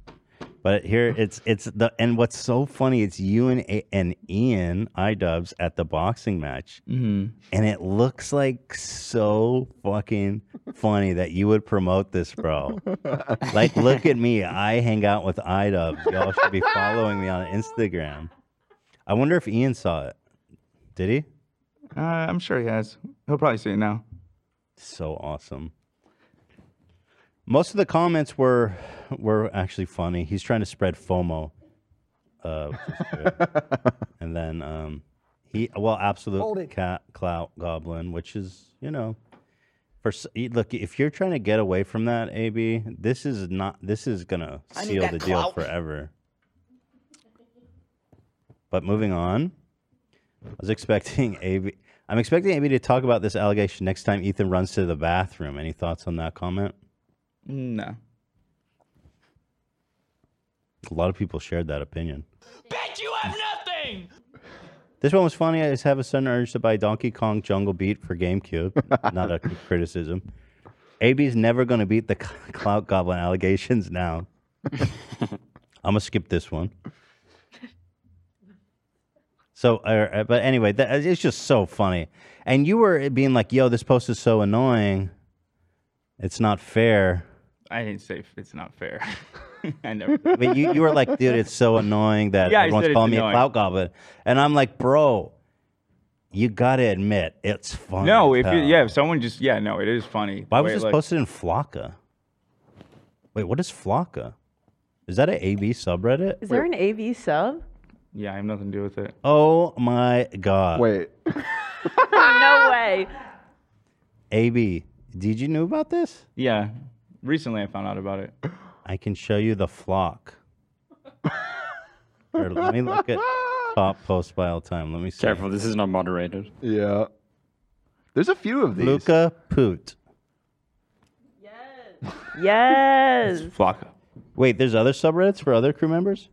But here it's it's the and what's so funny it's you and A- and Ian Idubs at the boxing match, Mhm. and it looks like so fucking funny that you would promote this, bro. like, look at me, I hang out with Idubs. Y'all should be following me on Instagram. I wonder if Ian saw it. Did he? Uh, I'm sure he has. He'll probably see it now. So awesome. Most of the comments were were actually funny. He's trying to spread FOMO. Uh, (laughs) which is good. and then um, he well, Hold absolute it. cat clout goblin, which is you know, for s- e- look if you're trying to get away from that, AB, this is not this is gonna I need seal that the deal clout. forever. But moving on, I was expecting AB. I'm expecting AB to talk about this allegation next time Ethan runs to the bathroom. Any thoughts on that comment? No. A lot of people shared that opinion. Bet you have nothing! This one was funny. I just have a sudden urge to buy Donkey Kong Jungle Beat for GameCube. (laughs) Not a criticism. AB's never going to beat the (laughs) Cloud Goblin allegations now. (laughs) I'm going to skip this one. So, uh, uh, but anyway, that, it's just so funny. And you were being like, yo, this post is so annoying. It's not fair. I didn't say f- it's (laughs) not fair. (laughs) I never. said But you, you were like, dude, it's so annoying that Yeah, I said everyone's it's calling me a annoying. clout goblin. And I'm like, bro, you gotta admit, it's funny. No, as if you, hell." yeah, if someone just yeah, no, it is funny. Why The was way it this looks. posted in Flocka? Wait, what is Flocka? Is that an AB subreddit? Is there an AV sub? Yeah, I have nothing to do with it. Oh my god. Wait. no way. AB, did you know about this? Yeah, recently I found out about it. I can show you the flock. Here, let me look at top post by all time. Let me see. Careful, this is not moderated. Yeah. There's a few of these. Luca Poot. Yes. Flocka. Wait, there's other subreddits for other crew members?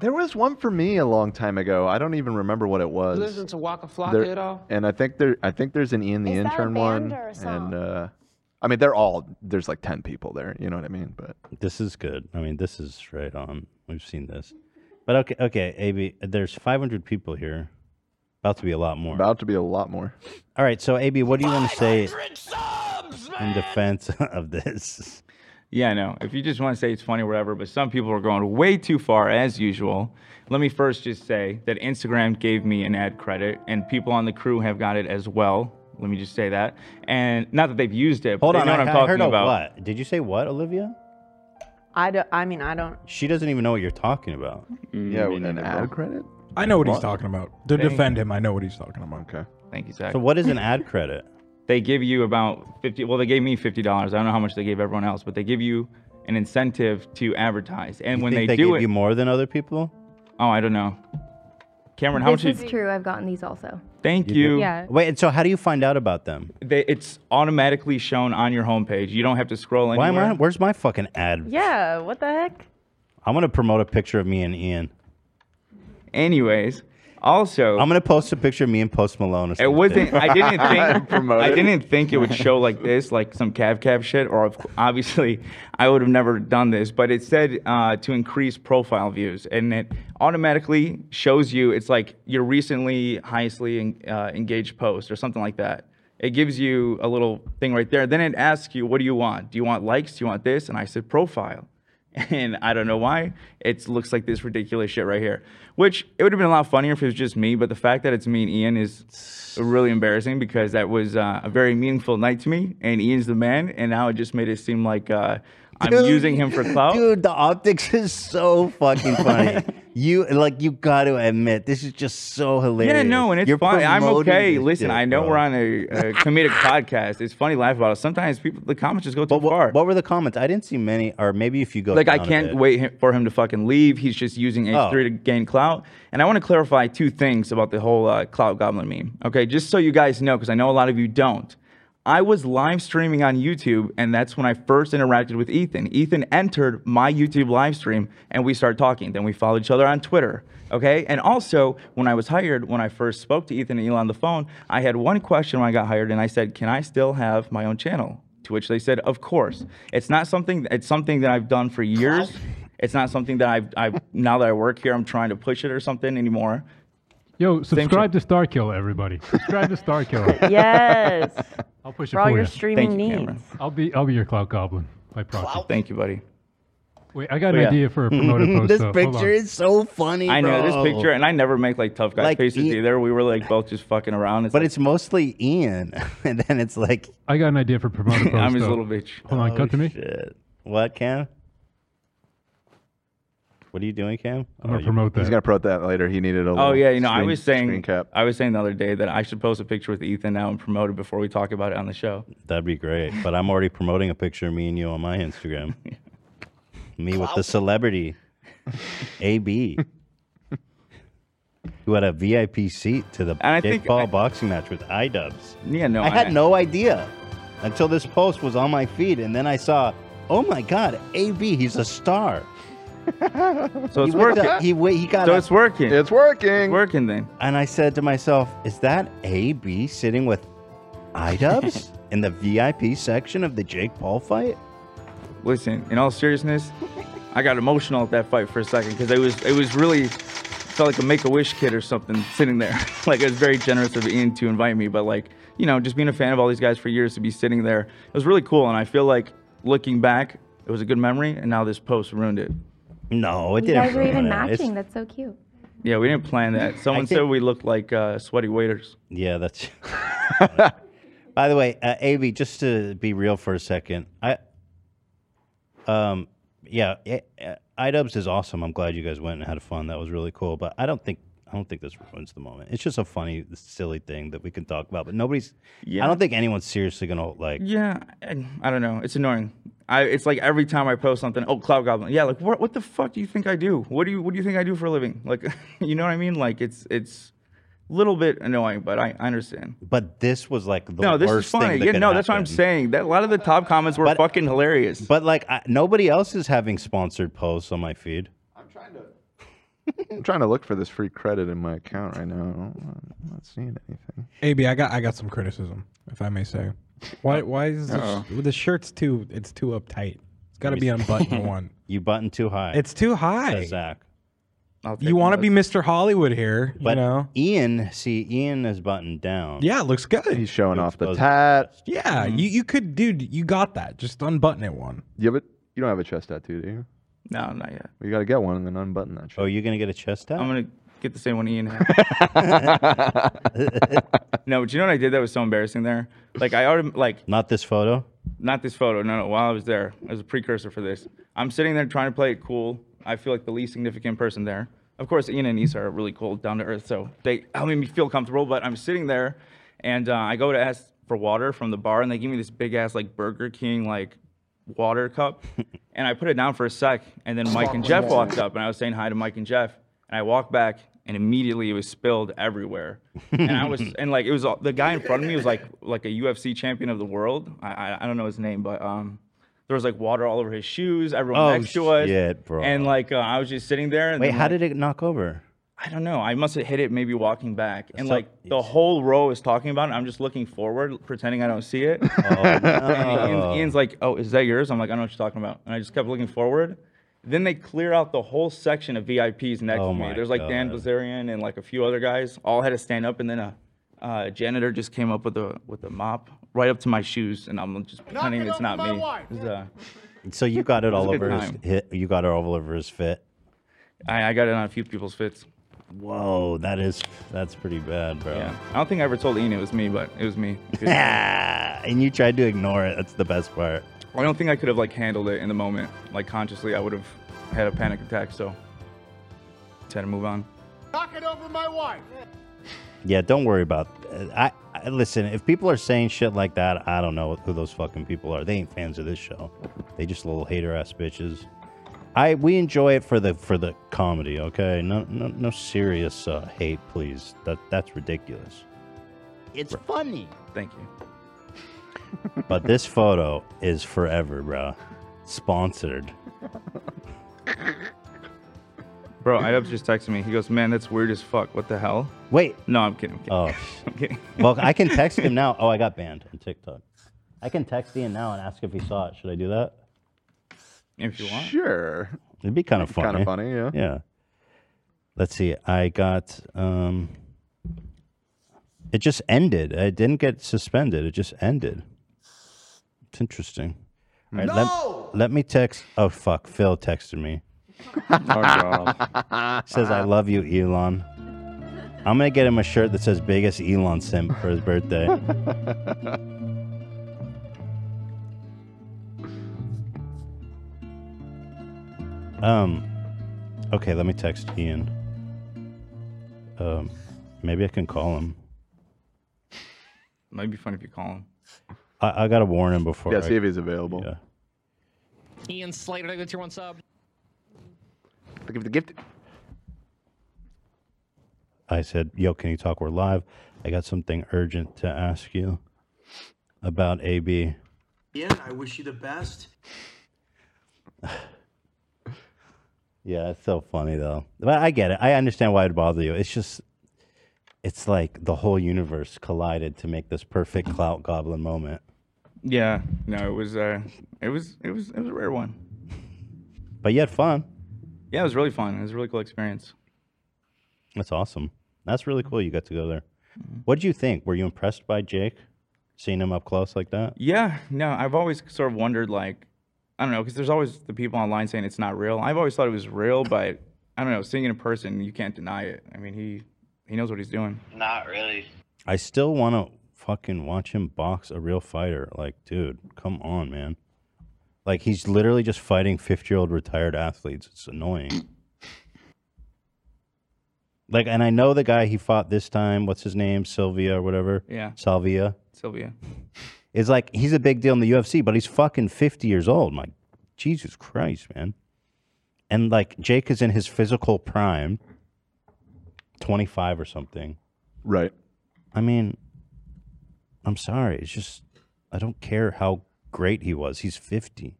There was one for me a long time ago. I don't even remember what it was. Listen to Waka Flocka There- at all? And I think there, I think there's an Ian the Is that a intern band one, or a and song? uh, I mean they're all there's like ten people there. You know what I mean? But This is good. I mean, this is right on. We've seen this. But okay, okay, AB, there's 500 people here. About to be a lot more. About to be a lot more. All right, so AB, what do you want to say in defense (laughs) of this? Yeah, I know. If you just want to say it's funny, or whatever, but some people are going way too far as usual. Let me first just say that Instagram gave me an ad credit, and people on the crew have got it as well. Let me just say that. And not that they've used it, but Hold they on, know I, what I'm I talking heard a about. what? Did you say what, Olivia? I, do, I mean, I don't. She doesn't even know what you're talking about. Mm, Yeah, with an ad credit. I know what What? he's talking about. To Thank- defend him, I know what he's talking about. Okay. Thank you, Zach. So what is an ad credit? (laughs) They give you about fifty. Well, they gave me fifty dollars. I don't know how much they gave everyone else, but they give you an incentive to advertise. And You when think they, they do give it, you more than other people? Oh, I don't know. Cameron, how This much? is did- true. I've gotten these also. Thank You do. you. Yeah. Wait, and so how do you find out about them? They, it's automatically shown on your homepage. You don't have to scroll Why anywhere. am I? Where's my fucking ad? Yeah, what the heck? I'm gonna promote a picture of me and Ian. Anyways, also I'm gonna post a picture of me and Post Malone. Or It something. wasn't. I (laughs) (laughs) didn't think. I didn't think it would show like this, like some cav cav shit. Or of- obviously, I would have never done this. But it said uh, to increase profile views, and it automatically shows you. It's like your recently highestly en- uh, engaged post or something like that. It gives you a little thing right there. Then it asks you, what do you want? Do you want likes? Do you want this? And I said profile. (laughs) And I don't know why it looks like this ridiculous shit right here. Which it would have been a lot funnier if it was just me, but the fact that it's me and Ian is really embarrassing because that was uh, a very meaningful night to me, and Ian's the man, and now it just made it seem like uh, I'm Dude, using him for clout. Dude, the optics is so fucking funny. (laughs) you like you got to admit this is just so hilarious. Yeah, no, and it's You're fine. I'm promoting okay. this Listen, shit, I know bro. we're on a, a (laughs) comedic podcast. It's funny, laugh about it. Sometimes people, the comments just go too far. What were the comments? I didn't see many, or maybe if you go like I down a can't bit. wait hi- for him to fucking leave. He's just using H3 Oh. to gain clout. And I want to clarify two things about the whole uh, clout goblin meme. Okay, just so you guys know, because I know a lot of you don't. I was live streaming on YouTube, and that's when I first interacted with Ethan. Ethan entered my YouTube live stream, and we started talking. Then we followed each other on Twitter. Okay, and also when I was hired, when I first spoke to Ethan and Elon on the phone, I had one question when I got hired, and I said, "Can I still have my own channel?" To which they said, "Of course." It's not something. It's something that I've done for years. It's not something that I've. I've now that I work here, I'm trying to push it or something anymore. Yo, shit. subscribe to Starkiller, everybody. Subscribe (laughs) to Starkiller. yes. (laughs) I'll push For it all for your ya. streaming Thank you, needs. Cameron. I'll be I'll be your cloud goblin. I promise. Thank you, buddy. Wait, I got Oh, But an Oh, yeah. idea (laughs) for a Hmm. promoter post. this though. Hold picture on. is so funny. I know this bro. picture, and I never make like tough guy Like, faces e- either. We were like both just fucking around. It's but it's mostly Ian, (laughs) and then it's like I got an idea for (laughs) promoter post. I'm his though. little bitch. Hold on, oh, cut to me. Shit. What, Cam? What are you doing, Cam? I'm gonna promote He's that. gonna promote that later. He needed a. Oh little yeah, you know, I screen- was screen saying, cap. I was saying the other day that I should post a picture with Ethan now and promote it before we talk about it on the show. (laughs) That'd be great. But I'm already promoting a picture of me and you on my (laughs) Instagram. me with the celebrity, AB, who had a VIP seat to the I Jake think Paul boxing match with iDubbbz. Yeah, no, I I- had no idea (laughs) until this post was on my (laughs) feed, and then I saw, oh my God, AB, he's a star. So it's he went to- working. he went- he got so a- it's working. It's working. working then. And I said to myself, is that AB sitting with (laughs) iDubbbz in the VIP section of the Jake Paul fight? Listen, in all seriousness, I got emotional at that fight for a second because it was it was really felt like a Make a Wish kid or something sitting there. (laughs) like it was very generous of Ian to invite me, but like you know, just being a fan of all these guys for years to be sitting there, it was really cool. And I feel like looking back, it was a good memory, and now this post ruined it. No, it you didn't. guys were even ruin it. It's- matching. That's so cute. Yeah, we didn't plan that. Someone said think- we looked like uh, sweaty waiters. Yeah, that's. (laughs) By the way, uh, Av, just to be real for a second, I, um, yeah, it, uh, iDubbbz is awesome. I'm glad you guys went and had fun. That was really cool. But I don't think I don't think this ruins the moment. It's just a funny, silly thing that we can talk about. But nobody's. Yeah. I don't think anyone's seriously gonna like. Yeah, I, I don't know. It's annoying. I it's like every time I post something, oh, cloud goblin. Yeah, like what what the fuck do you think I do? What do you what do you think I do for a living? Like, (laughs) you know what I mean? Like it's it's a little bit annoying, but I, I understand. But this was like the no, this is worst thing funny. that Yeah, could no, that's what I'm happen. saying. That a lot of the top comments were fucking hilarious. But like, I, nobody else is having sponsored posts on my feed. (laughs) I'm trying to look for this free credit in my account right now. I'm not seeing anything. AB, I got I got some criticism, if I may say. Why Oh. why is the, sh- the shirt's too it's too (laughs) (laughs) uptight? It's got to be on button one. You button too high. It's too high. Says Zach. you want to be Mr. Hollywood here, But you know? Ian, see, Ian is buttoned down. Yeah, it looks good. He's showing off the tat. Yeah, Mm-hmm. you, you could, dude, you got that. Just unbutton it one. Yeah, but you don't have a chest tattoo, do you? No, not yet. Well, you got to get one and then unbutton that shit. Oh, you're going to get a chest tattoo? I'm gonna get the same one Ian (laughs) had. (laughs) no, but you know what I did that was so embarrassing there? Like I already like Not this photo? not this photo, no no, while I was there. As a precursor for this. I'm sitting there trying to play it cool. I feel like the least significant person there. Of course, Ian and Issa are really cool, down to earth, so they help me feel comfortable. But I'm sitting there, and uh, I go to ask for water from the bar, and they give me this big ass like Burger King like water cup, and I put it down for a sec, and then Mike and Jeff walked up, and I was saying hi to Mike and Jeff, and I walked back, and immediately it was spilled everywhere, and I was, and like it was all- the guy in front of me was like like a UFC champion of the world, I I, I don't know his name, but um. There was like water all over his shoes. Everyone Oh, next to us, shit, bro. and like uh, I was just sitting there. And Wait, then, how like, did it knock over? I don't know. I must have hit it maybe walking back. And So- like the whole row is talking about it. I'm just looking forward, pretending I don't see (laughs) Oh, it. And no. Ian's, Ian's like, oh, is that yours? I'm like, I don't know what you're talking about. And I just kept looking forward. Then they clear out the whole section of VIPs next Oh to me. my There's like Dan God. Bazarian and like a few other guys. All had to stand up, and then a uh, janitor just came up with a with a mop right up to my shoes, and I'm just pretending it's not me. It was, uh, So you got it all It's a good over his time. hit. You got it all over his fit. I, I got it on a few people's fits. Whoa, that is that's pretty bad, bro. Yeah. I don't think I ever told Ian it was me, but it (laughs) was me. and you tried to ignore it. That's the best part. I don't think I could have like handled it in the moment, like consciously. I would have had a panic attack. So, just had to move on. Knock it over my wife. Yeah, don't worry about. uh, I, I listen. If people are saying shit like that, I don't know who those fucking people are. They ain't fans of this show. They just little hater ass bitches. I we enjoy it for the for the comedy. Okay, no no no serious uh, hate, please. That that's ridiculous. It's funny. Thank you. But this photo is forever, bro. Sponsored. Bro, Idob just texted me. He goes, "Man, that's weird as fuck. What the hell?" Wait. No, I'm kidding. Oh, (laughs) I'm kidding. well, I can text (laughs) him now. Oh, I got banned on TikTok. I can text Ian now and ask if he saw it. Should I do that? If you want. Sure. It'd be kind of funny. Kinda funny, yeah. Yeah. Let's see. I got. um It just ended. I didn't get suspended. It just ended. It's interesting. All right, No! let, let me text. Oh fuck! Phil texted (laughs) me. Oh, Says I love you, Elon. I'm gonna get him a shirt that says "Biggest Elon Simp" for (laughs) his birthday. um, okay, let me text Ian. Um, maybe I can call him. Might be fun if you call him. I, I gotta warn him before. Yeah, I- see if he's available. Yeah. Ian Slater, I go to one sub. Look at the gift. I said, "Yo, can you talk? We're live. I got something urgent to ask you about AB." Ian, I wish you the (laughs) best. Yeah, it's so funny though. But I get it. I understand why it'd bother you. It's just, it's like the whole universe collided to make this perfect clout goblin moment. Yeah. No, it was. Uh, it was. It was. It was a rare one. But you had fun. Yeah, it was really fun. It was a really cool experience. That's awesome. That's really cool. You got to go there. What did you think? Were you impressed by Jake? Seeing him up close like that? Yeah, no, I've always sort of wondered, like, I don't know, because there's always the people online saying it's not real. I've always thought it was real, but I don't know, seeing it in person, you can't deny it. I mean, he he knows what he's doing. Not really. I still want to fucking watch him box a real fighter. Like, dude, come on, man. Like, he's literally just fighting 50 year old retired athletes. It's annoying. Like, and I know the guy he fought this time. What's his name? Sylvia or whatever. Yeah. Salvia. Sylvia. (laughs) Is like, he's a big deal in the UFC, but he's fucking 50 years old. My Jesus Christ, man. And like, Jake is in his physical prime, 25 or something. Right. I mean, I'm sorry. It's just I don't care how great he was. He's 50.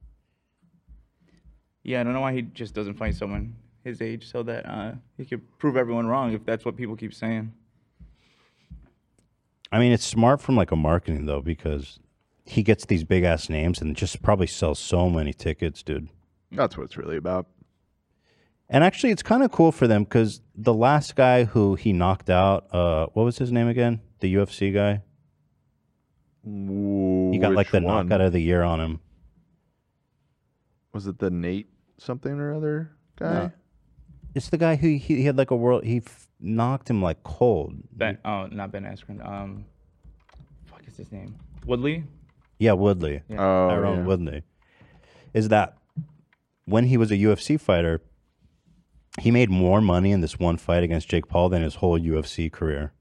Yeah, I don't know why he just doesn't find someone his age so that uh, he could prove everyone wrong if that's what people keep saying. I mean, it's smart from like a marketing though because he gets these big ass names and just probably sells so many tickets, dude. That's what it's really about. And actually, it's kind of cool for them because the last guy who he knocked out, uh, what was his name again? The UFC guy. he got like which the one? knockout of the year on him. Was it the Nate something or other guy? No. It's the guy who he, he had like a world. He f- knocked him like cold. Ben, oh, not Ben Askren. Um, fuck is his name? Woodley. Yeah, Woodley. Yeah. Oh, Tyrone yeah. Woodley. Is that when he was a UFC fighter, he made more money in this one fight against Jake Paul than his whole UFC career.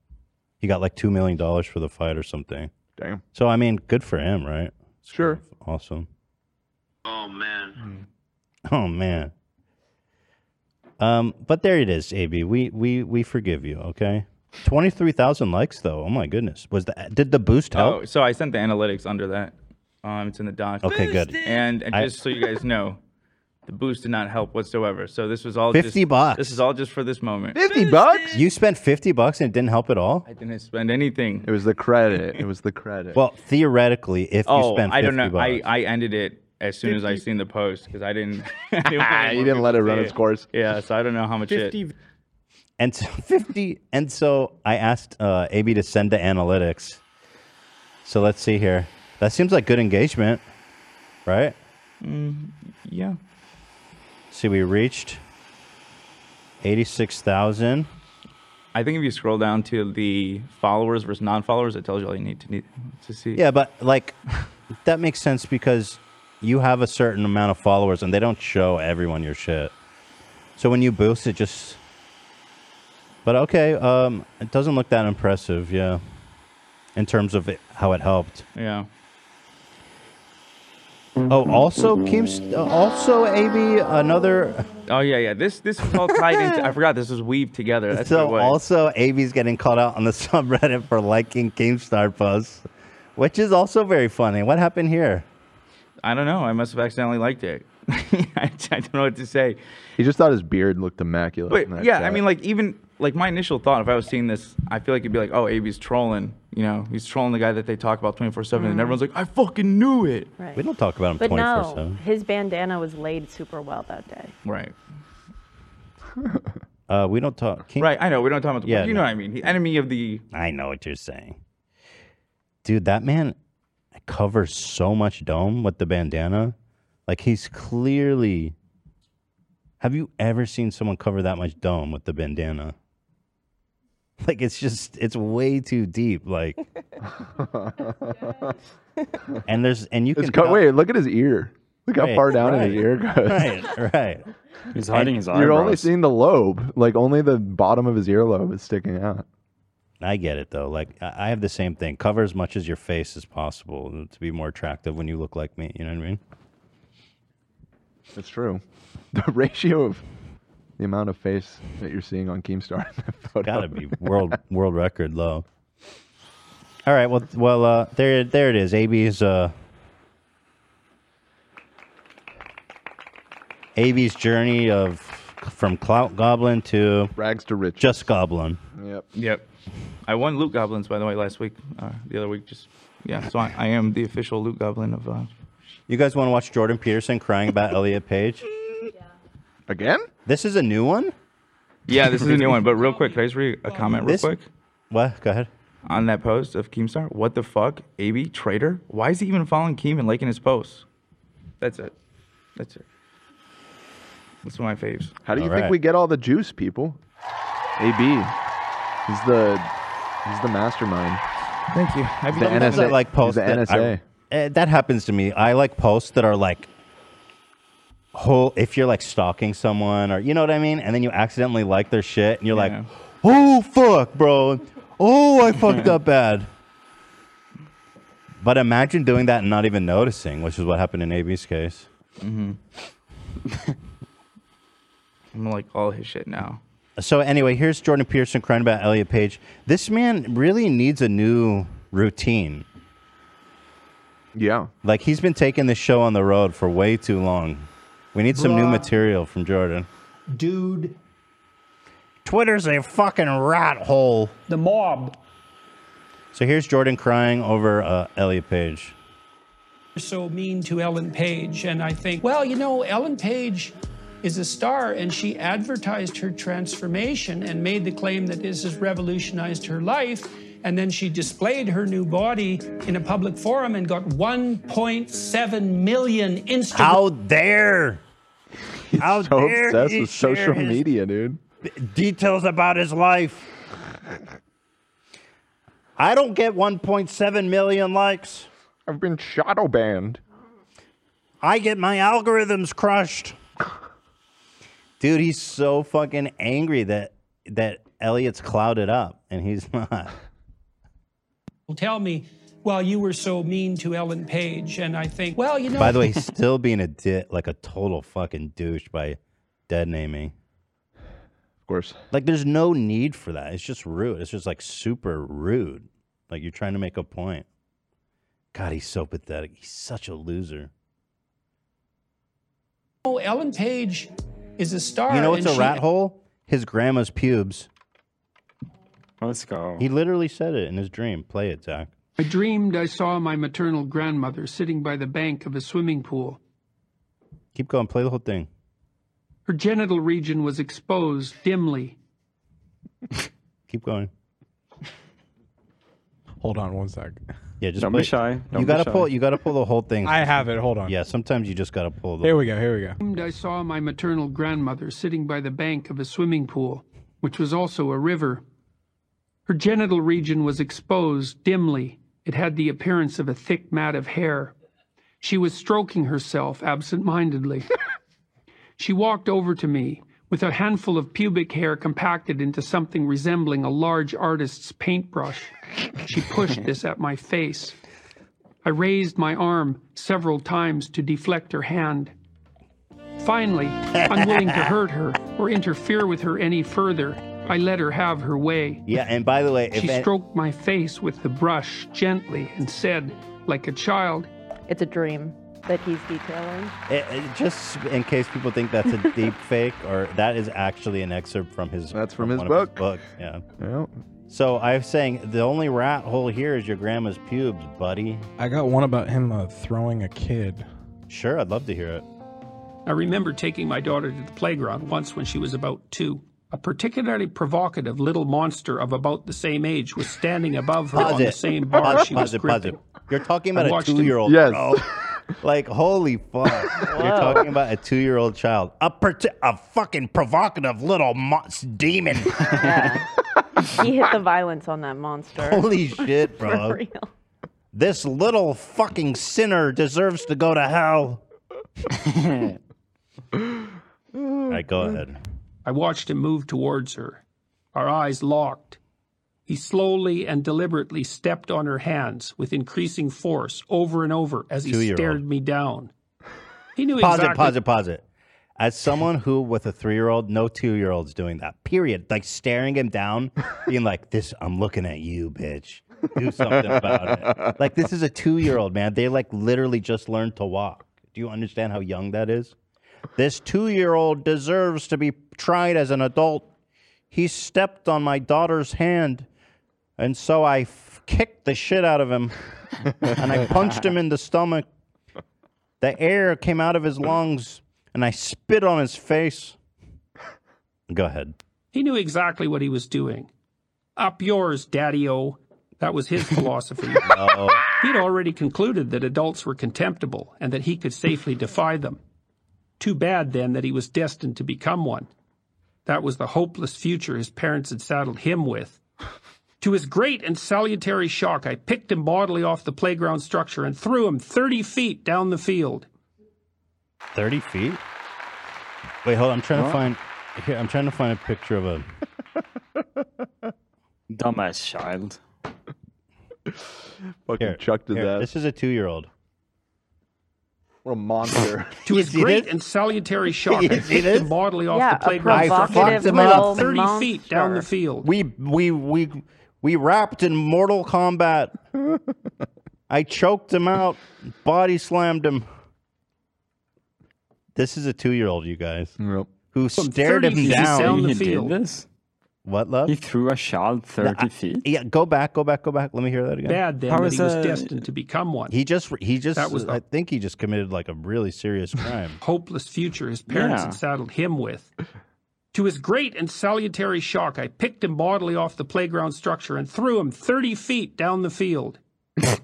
He got like two million dollars for the fight or something. Damn. So I mean, good for him, right? Sure. Awesome. (laughs) Oh man. Oh man. Um, but there it is, AB. We we we forgive you. Okay. Twenty three thousand likes though. Oh my goodness. Was that did the boost help? Oh, so I sent the analytics under that. Um, it's in the doc. Okay, good. Boosted! And, and I- just so you guys know, the boost did not help whatsoever. So this was all 50 just, bucks. This is all just for this moment. Fifty bucks. You spent fifty bucks and it didn't help at all. I didn't spend anything. It was the credit. It was the credit. Well, theoretically, if you oh, spent I fifty don't know. bucks, I, I ended it as soon as I 50 seen the post because I didn't. (laughs) (laughs) You didn't let it run its course. Yeah, so I don't know how much it. and so (laughs) fifty, and so I asked uh, AB to send the analytics. So let's see here. That seems like good engagement, right? Mm, yeah. See, we reached eighty-six thousand. I think if you scroll down to the followers versus non-followers, it tells you all you need to need to see. Yeah, but like that makes sense because you have a certain amount of followers and they don't show everyone your shit. So when you boost it just But okay, um it doesn't look that impressive, yeah. In terms of it, how it helped. Yeah. Oh, also Keems uh, also AB another Oh yeah, yeah. This this is all tied (laughs) into. I forgot this was weaved together. That's what it so was. also AB's getting called out on the (laughs) subreddit for liking Keemstar posts, which is also very funny. What happened here? I don't know. I must have accidentally liked it. (laughs) I, I don't know what to say. He just thought his beard looked immaculate. But in that yeah, I shot. mean, like even like my initial thought, if I was seeing this, I feel like it'd be like, oh, AB's trolling. You know, he's trolling the guy that they talk about 24 seven, and Mm. everyone's like, I fucking knew it. Right. Mm-hmm. We don't talk about him But 24/7. no, his bandana was laid super well that day. Right. Uh, we don't talk. Right. I know. We don't talk about the. Yeah, you no. know what I mean. He- enemy of the. I know what you're saying. Dude, that man covers so much dome with the bandana. Like he's clearly. Have you ever seen someone cover that much dome with the bandana? (laughs) Like it's just it's way too deep. Like, and there's and you It's can co- tell- wait, look at his ear. Look how Right, far down in his right, ear goes. Right, right. He's hiding his You're only eyebrows. seeing the lobe, like only the bottom of his earlobe is sticking out. I get it though. Like I I have the same thing. Cover as much as your face as possible to be more attractive when you look like me. You know what I mean? That's true. (laughs) The ratio of the amount of face that you're seeing on Keemstar in that (laughs) photo. Gotta be world world record low. All right. Well, well, uh, there, there it is. AB's, uh, AB's journey of from clout goblin to rags to riches. Just goblin. Yep. Yep. I won loot goblins by the way last week, uh, the other week. Just yeah. So I, I am the official loot goblin of. Uh, You guys want to watch Jordan Peterson crying (laughs) about Elliot Page? Again? This is a new one. Yeah, this is a new one. But real quick, can I just read a comment real This- quick? What? Go ahead. On that post of Keemstar, what the fuck? AB, traitor? Why is he even following Keem and liking his posts? That's it. That's it. That's one of my faves. How do you All think right. (laughs) we get all the juice, people? AB, he's the he's the mastermind. Thank you. I've He's been- the Sometimes I NSA. like He's posts the that I- NSA. eh, that happens to me. I like posts that are like whole if you're like stalking someone or you know what I mean, and then you accidentally like their shit and you're like, oh fuck, bro. Oh, I fucked up bad. But imagine doing that and not even noticing, which is what happened in AB's case. Mhm. Mm-hmm. I'm like all his shit now. So anyway, here's Jordan Peterson crying about Elliot Page. This man really needs a new routine. Yeah. Like he's been taking this show on the road for way too long. We need some new Bruh. material from Jordan. Dude. Twitter's a fucking rat hole. The mob. So here's Jordan crying over uh, Elliot Page. so mean to Ellen Page. And I think, well, you know, Ellen Page is a star, and she advertised her transformation and made the claim that this has revolutionized her life. And then she displayed her new body in a public forum and got 1.7 million Instagram. How (laughs) dare! How So dare obsessed he with share social his media, dude. details about his life. I don't get 1.7 million likes. I've been shadow banned. I get my algorithms crushed. Dude, he's so fucking angry that that Elliot's clouded up and he's not. People tell me, well, you were so mean to Ellen Page. And I think, well, you know. By the way, he's still being a dit like a total fucking douche by dead naming. Of course. Like there's no need for that. It's just rude. It's just like super rude. Like you're trying to make a point. God, he's so pathetic. He's such a loser. Oh, (laughs) Ellen Page is a star. You know what's and a she- rat hole? His grandma's pubes. Let's go. He literally said it in his dream. Play it, Zach. I dreamed I saw my maternal grandmother sitting by the bank of a swimming pool. Keep going. Play the whole thing. Her genital region was exposed dimly. Keep going. Hold on one sec. Yeah, just Don't be play. shy. Don't you be gotta shy. pull. You gotta pull the whole thing. I have it. Hold on. Yeah, sometimes you just gotta pull. The, Here we go. Here we go. dreamed I saw my maternal grandmother sitting by the bank of a swimming pool, which was also a river. Her genital region was exposed dimly. It had the appearance of a thick mat of hair. She was stroking herself absent-mindedly. she walked over to me with a handful of pubic hair compacted into something resembling a large artist's paintbrush. She pushed this at my face. I raised my arm several times to deflect her hand. Finally, unwilling to hurt her or interfere with her any further, I let her have her way. Yeah, and by the way, if She an- stroked my face with the brush gently and said, like a child, It's a dream that he's detailing. it- it- just in case people think that's a deep fake or that is actually an excerpt from his. That's from, his one of Yeah. So I'm saying the only rat hole here is your grandma's pubes, buddy. I got one about him uh, throwing a kid. Sure, I'd love to hear it. I remember taking my daughter to the playground once when she was about two. A particularly provocative little monster of about the same age was standing above her Pause on the it. same bar Pause she it, pause was it, pause gripping. it. You're talking I about watched a him- two-year-old. Yes. (laughs) bro. like holy fuck. You're talking about a two-year-old child. A parti- a fucking provocative little monster. demon. he hit the violence on that monster. Holy shit, (laughs) For bro. real. This little fucking sinner deserves to go to hell. (laughs) All right, go ahead. I watched him move towards her, our eyes locked. He slowly and deliberately stepped on her hands with increasing force over and over as he Two-year-old. stared me down. He knew Pause exactly it, pause it, pause it. As someone who, with a three-year-old, no two-year-old's doing that. Period. Like staring him down, being like, "This, I'm looking at you, bitch. Do something about it." Like this is a two-year-old man. They like literally just learned to walk. Do you understand how young that is? This two-year-old deserves to be tried as an adult. He stepped on my daughter's hand, and so I f- kicked the shit out of him, and I punched him in the stomach. The air came out of his lungs, and I spit on his face. Go ahead. He knew exactly what he was doing. Up yours, Daddy O. That (laughs) was his philosophy. He'd already concluded that adults were contemptible and that he could safely defy them. Too bad, then, that he was destined to become one. That was the hopeless future his parents had saddled him with. To his great and salutary shock, I picked him bodily off the playground structure and threw him 30 feet down the field. 30 feet? Wait, hold on. I'm trying What? to find. Here, I'm trying to find a picture of a. (laughs) Dumbass child. (laughs) Fucking Here, chucked his here, ass. This is a two-year-old. What a (laughs) monster. To his great and (laughs) salutary shock, I You picked see this? him bodily off Yeah, the a playground structure provocative and threw little him 30 feet down the monster. field. We we we we wrapped in Mortal (laughs) Kombat. I choked him out, body slammed him. This is a two-year-old, you guys, who stared him 30 feet down. down the He did field. this? What love? He threw a shot 30 feet. Yeah, go back, go back, go back. Let me hear that again. Bad then that he was destined to become one. He just he just That was the- I think he just committed like a really serious crime. (laughs) hopeless future his parents Yeah. had saddled him with. To his great and salutary shock, I picked him bodily off the playground structure and threw him 30 feet down the field. So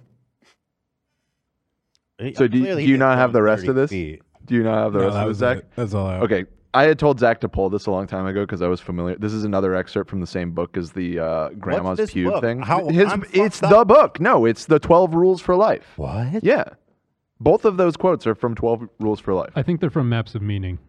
do you, do Clearly you he not didn't have go the rest of 30 this? feet. Do you not have the No, rest that of this, was Zach? it. That's all I have. Okay, I had told Zach to pull this a long time ago because I was familiar. This is another excerpt from the same book as the uh, Grandma's this Pube book? thing. How- His, I'm it's fucked up. the book. No, it's the Twelve Rules for Life. What? Yeah, both of those quotes are from Twelve Rules for Life. I think they're from Maps of Meaning.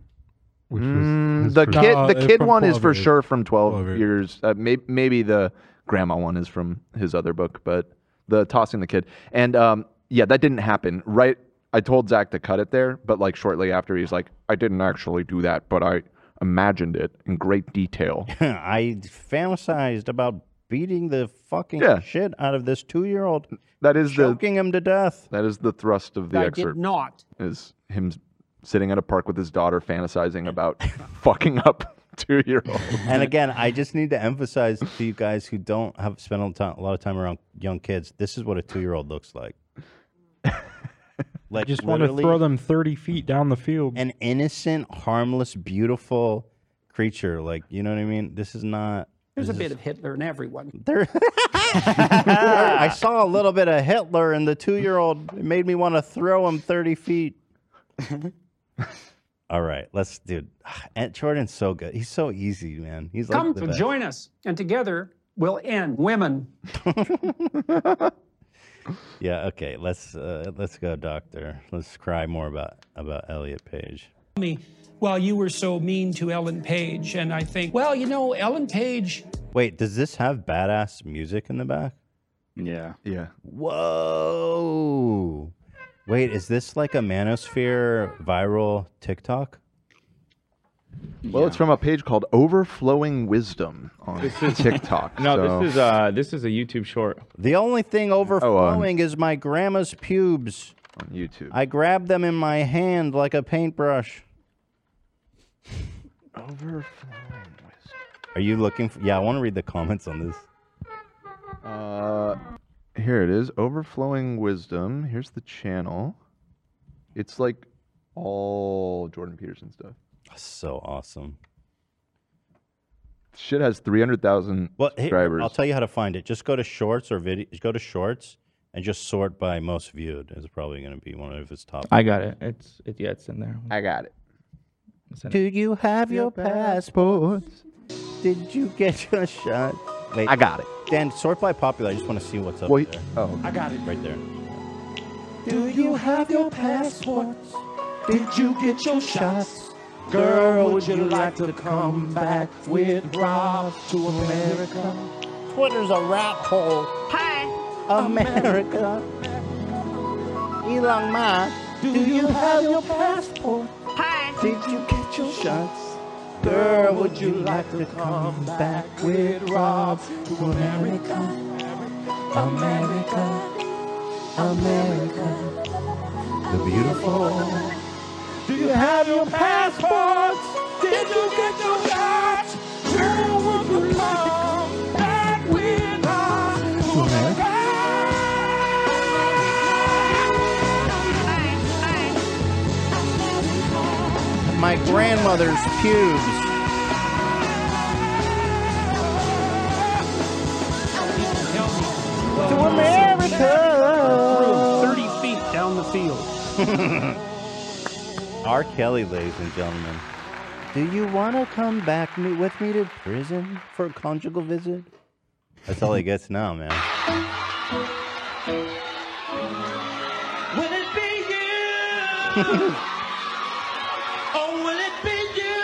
Which was his Mm, the first- kid, the kid one is for sure from Twelve Years. Uh, may, maybe the Grandma one is from his other book, but the tossing the kid and um, yeah, that didn't happen. Right, I told Zach to cut it there, but like shortly after, he's like, I didn't actually do that, but I imagined it in great (laughs) detail. I fantasized about beating the fucking Yeah. shit out of this two year old. That is choking choking him to death. That is the thrust of the I did excerpt. not. Is him sitting at a park with his daughter fantasizing about (laughs) fucking up (laughs) two year old. And again, I just need to emphasize to you guys who don't have spent a, ti- a lot of time around young kids, this is what a two year old looks like. like I just want to literally throw them 30 feet down the field. an innocent, harmless, beautiful creature. Like you know what I mean? This is not. (laughs) There's a this bit is- of Hitler in everyone. There, I saw a little bit of Hitler in the two-year-old. It made me want to throw him thirty (laughs) feet. All right, let's, dude. (sighs) Aunt Jordan's so good. He's so easy, man. He's like Come the to best. join us, and together we'll end women. Yeah. Okay. Let's uh, let's go, Doctor. Let's cry more about about Elliot Page. Me, well, you were so mean to Ellen Page, and I think, well, you know, Ellen Page. Wait, does this have badass music in the back? Yeah. Yeah. Whoa. Wait, is this like a Manosphere viral TikTok? Well, it's from a page called Overflowing Wisdom on (laughs) TikTok. (laughs) No, so- this is uh this is a YouTube short. The only thing overflowing is my grandma's Oh, pubes. uh, On YouTube. I grabbed them in my hand like a paintbrush. Overflowing Are you looking for? Yeah, I want to read the comments on this. Uh, here it is. Overflowing Wisdom. Here's the channel. It's like all Oh. Jordan Peterson stuff. So awesome. Shit has 300,000 Well, hey, subscribers. I'll tell you how to find it. Just go to shorts or video. Go to shorts and just sort by most viewed. Is probably going to be one of his top. I got it. It's it, yeah, it's in there. I got (laughs) it. Do you have your passports? Did you get your shot? Wait, I got it. Dan, sort by popular. I just want to see what's up Well, there. Oh, I got it. right there. Do you have your passports? Did you get your shots? Girl, would you like to come back with Rob to America? Twitter's a rat hole. Hi. America. Elon Musk. Do you have your passport? Hi. Did you get your shots? Girl, would you like to come back with Rob to America? America, America, the beautiful. Do you have your passports? Did you get your shots? Girl, would you come back with us to My grandmother's pubes. To America. Threw him 30 feet down (laughs) the field. R. Kelly, ladies and gentlemen. Do you want to come back me- with me to prison for a conjugal visit? That's all he gets now, man. Will it be (laughs) you? oh, will it be you?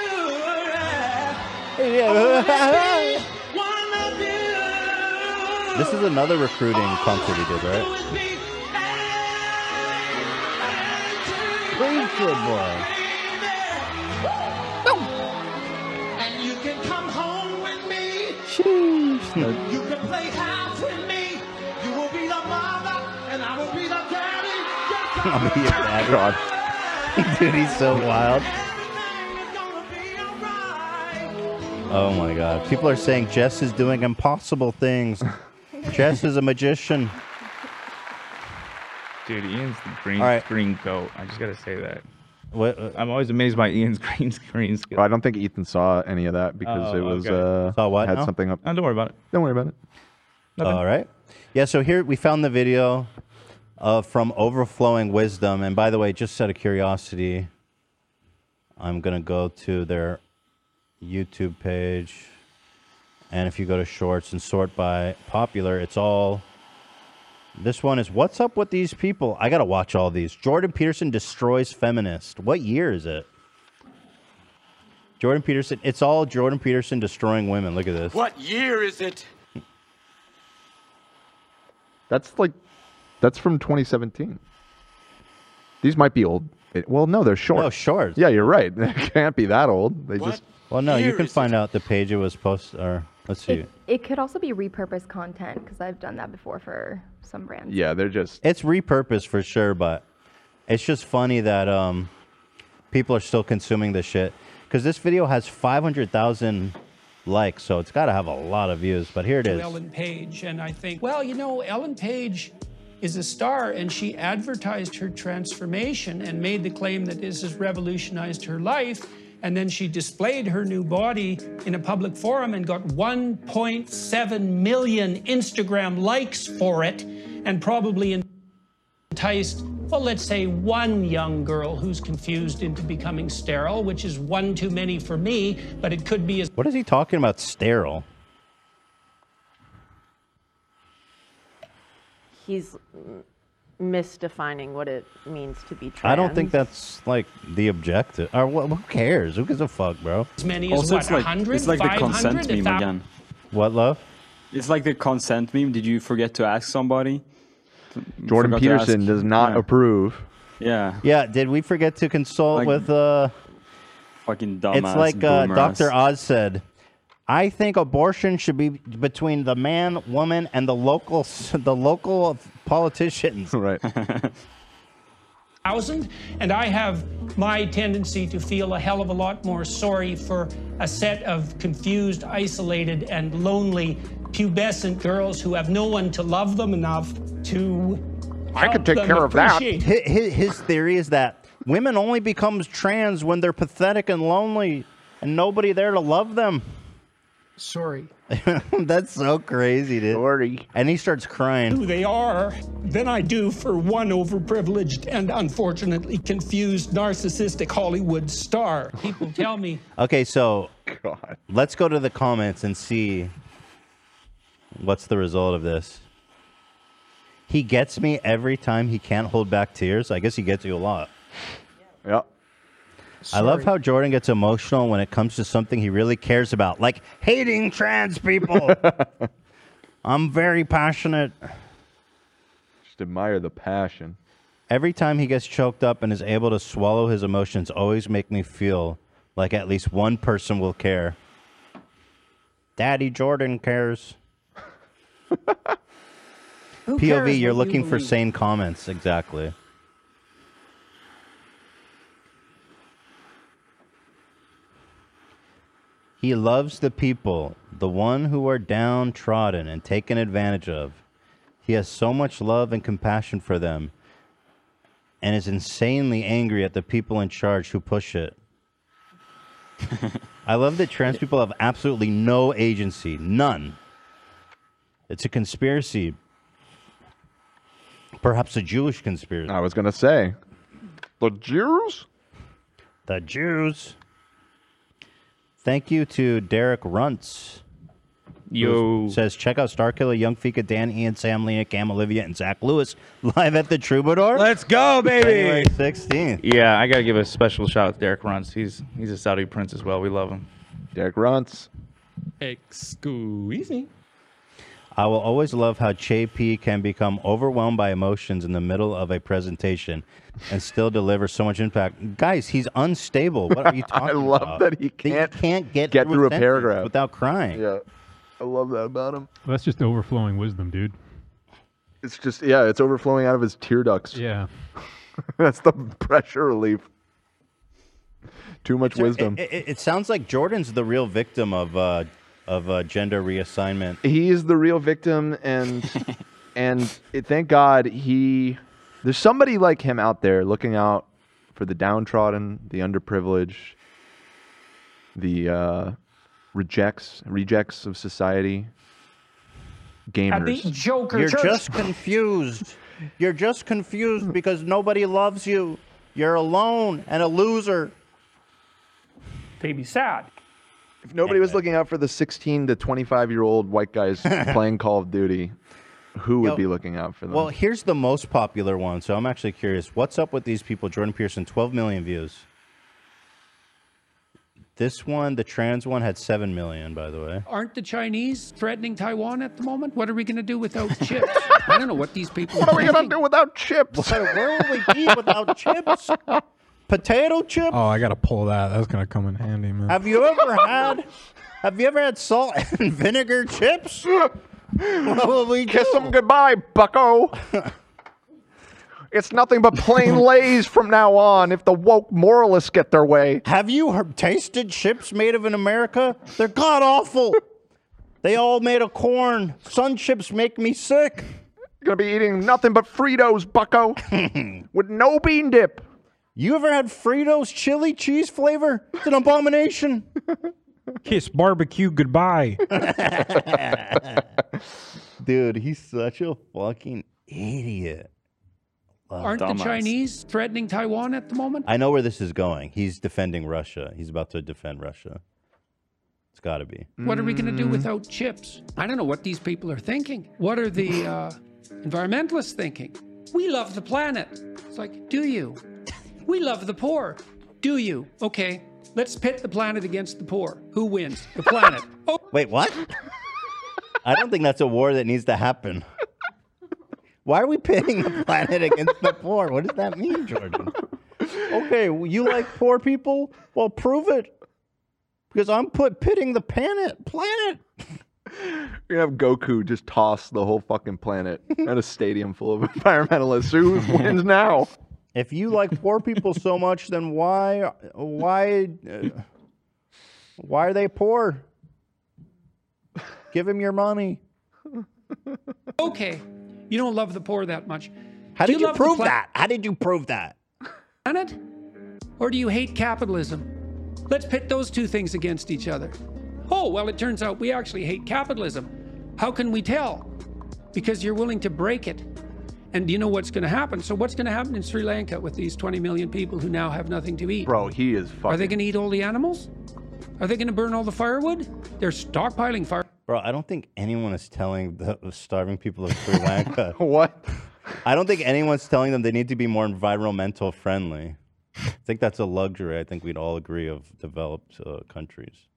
Yeah. (laughs) Oh, will it be one of you? This is another recruiting concert he did, right? Springfield boy. And you can come home with me. (laughs) Sheesh. You can play house with me. You will be the mother, and I will be the daddy. Just I'll be your dad. (laughs) Dude, he's so wild. Oh my God. People are saying Jess is doing impossible things. Jess is a magician. Dude, Ian's the green All right. screen goat. I just gotta say that. What, uh, I'm always amazed by Ian's (laughs) green screen skill. I don't think Ethan saw any of that because Oh, it was okay. uh, Saw what had now? something up. Oh, don't worry about it. Don't worry about it. All right. Yeah, so here we found the video uh, from Overflowing Wisdom. And by the way, just out of curiosity, I'm going to go to their YouTube page. And if you go to shorts and sort by popular, it's all. This one is What's Up with These People? I got to watch all these. Jordan Peterson destroys feminist. What year is it? Jordan Peterson. It's all Jordan Peterson destroying women. Look at this. What year is it? That's like, that's from 2017. These might be old. It- well, no, they're short. Oh, No, short. Yeah, you're right. (laughs) They can't be that old. They just. Well, no, you Here can find out the page it was posted. Or let's see. It could also be repurposed content because I've done that before for some brands. yeah, they're just. It's repurposed for sure, but it's just funny that um, people are still consuming this shit because this video has 500,000 likes, so it's got to have a lot of views. But here it to is. Ellen Page, and I think, well, you know, Ellen Page is a star, and she advertised her transformation and made the claim that this has revolutionized her life. And then she displayed her new body in a public forum and got 1.7 million Instagram likes for it, and probably enticed, well, let's say one young girl who's confused into becoming sterile, which is one too many for me, but it could be as What is he talking about? Sterile. He's mm, misdefining what it means to be trans. I don't think that's like the objective. Or wh- who cares? Who gives a fuck, bro? As many as Also, what, it's like- 100, It's like the 500, consent meme 1000. again. What love? It's like the consent meme. Did you forget to ask somebody? Jordan Forgot to ask- Peterson does not Yeah. approve. Yeah. Yeah. Did we forget to consult Like- with uh? Fucking dumbass. it's like uh, boomer Dr. ass. Oz said, I think abortion should be between the man, woman, and the local s- the local politicians. Right. thousand, and I have my tendency to feel a hell of a lot more sorry for a set of confused, isolated, and lonely pubescent girls who have no one to love them enough to. help them appreciate His, his theory is that women only becomes trans when they're pathetic and lonely, and nobody there to love them. Sorry. (laughs) That's so crazy, dude. Sorry. And he starts crying. who they are than I do for one overprivileged and unfortunately confused narcissistic Hollywood star. People tell me Okay, so let's go to the comments and see what's the result of this. He gets me every time he can't hold back tears. I guess he gets you a lot. Yeah. I love Sorry. how Jordan gets emotional when it comes to something he really cares about, like hating (laughs) trans people. I'm very passionate. Just admire the passion. Every time he gets choked up and is able to swallow his emotions, always make me feel like at least one person will care. Daddy Jordan cares. (laughs) Who cares POV, what you're you looking for believe? sane comments. Exactly. He loves the people, the one who are downtrodden and taken advantage of. He has so much love and compassion for them and is insanely angry at the people in charge who push it. I love that trans people have absolutely no agency, none. It's a conspiracy. Perhaps a Jewish conspiracy. I was gonna say, the Jews. The Jews. Thank you to Derek Runts. Yo. who Says, check out Starkiller, Young Fika, Dan, Ian, Sam, Lena, Cam, Olivia, and Zach Lewis (laughs) live at the Troubadour. Let's go, baby. January 16th. Yeah, I gotta give a special shout out to Derek Runtz. He's he's a Saudi prince as well. We love him. Derek (laughs) Runtz. Excuse me. I will always love how JP can become overwhelmed by emotions in the middle of a presentation and still deliver so much impact. Guys, he's unstable. What are you (laughs) talking I about? love that he can't, can't get, get through through a a sentence paragraph without crying. Yeah, I love that about him. That's just overflowing (laughs) wisdom, dude. It's just yeah, it's (laughs) overflowing out of his tear ducts. Yeah. That's the pressure relief. Too much wisdom. It, it- it sounds like Jordan's the real victim of uh, of uh, gender reassignment. He is the real victim, and and it, thank God he. There's somebody like him out there looking out for the downtrodden, the underprivileged, the uh, rejects rejects of society. Gamers. Joker You're Church. just confused. You're just confused because nobody loves you. You're alone and a loser. Baby sad. If nobody was looking out for the 16 to 25 year old white (laughs) guys playing Call of Duty, who would Yo, be looking out for them? Well, here's the most popular one, so I'm actually curious. What's up with these people? Jordan Pearson, 12 million views. This one, the trans one, had 7 million, by the way. Aren't the Chinese threatening Taiwan at the moment? What are we going to (laughs) do without chips? I don't know what these people. What are we gonna do without chips? where will we be (laughs) without Oh, (laughs) chips? Potato chips? Oh, I gotta pull that. That's gonna come in handy, man. Have you ever had? Have you ever had salt and (laughs) vinegar chips? (laughs) What will we Kiss do? them goodbye, bucko. (laughs) it's nothing but plain lays from now on if the woke moralists get their way. Have you heard, tasted chips made of in America? They're god awful. they all made of corn. Sun chips make me sick. Gonna be eating nothing but Fritos, (laughs) bucko, with no bean dip. You ever had Fritos chili cheese flavor? It's an abomination. (laughs) Kiss barbecue goodbye. (laughs) Dude, he's such a fucking idiot. Love Aren't the dumbass. Chinese threatening Taiwan at the moment? I know where this is going. He's defending Russia. He's about to defend Russia. It's got to be. What are we going to Mm. do without chips? I don't know what these people are thinking. What are the uh, environmentalists thinking? We love the planet. It's like, do you? We love the poor. Do you? Okay, let's pit the planet against the poor. Who wins? (laughs) The planet. Oh, Wait, (laughs) what? I don't think that's a war that needs to happen. Why are we pitting the planet against the poor? What does that mean, Jordan? Okay, well, you like poor people? Well, prove it. Because I'm put pitting (laughs) the planet. Planet. You're gonna have Goku just toss the whole fucking (laughs) planet at a stadium full of (laughs) environmentalists. Who wins now? If you like poor people so much, then why, why, uh, why are they poor? Give him your money. okay, you don't love the poor that much. How Do did you, love the prove pla- that? How did you prove that? Planet? Or do you hate capitalism? Let's pit those two things against each other. Oh, well, it turns out we actually hate capitalism. How can we tell? Because you're willing to break it. And you know what's going to happen. So, what's going to happen in Sri Lanka with these 20 million people who now have nothing to eat? Bro, he is fucking. Are they going to eat all the animals? Are they going to burn all the firewood? They're stockpiling fire. Bro, I don't think anyone is telling the starving people of Sri (laughs) Lanka. what? I don't think anyone's telling them they need to be more environmental friendly. I think that's a luxury. I think we'd all agree of developed uh, countries.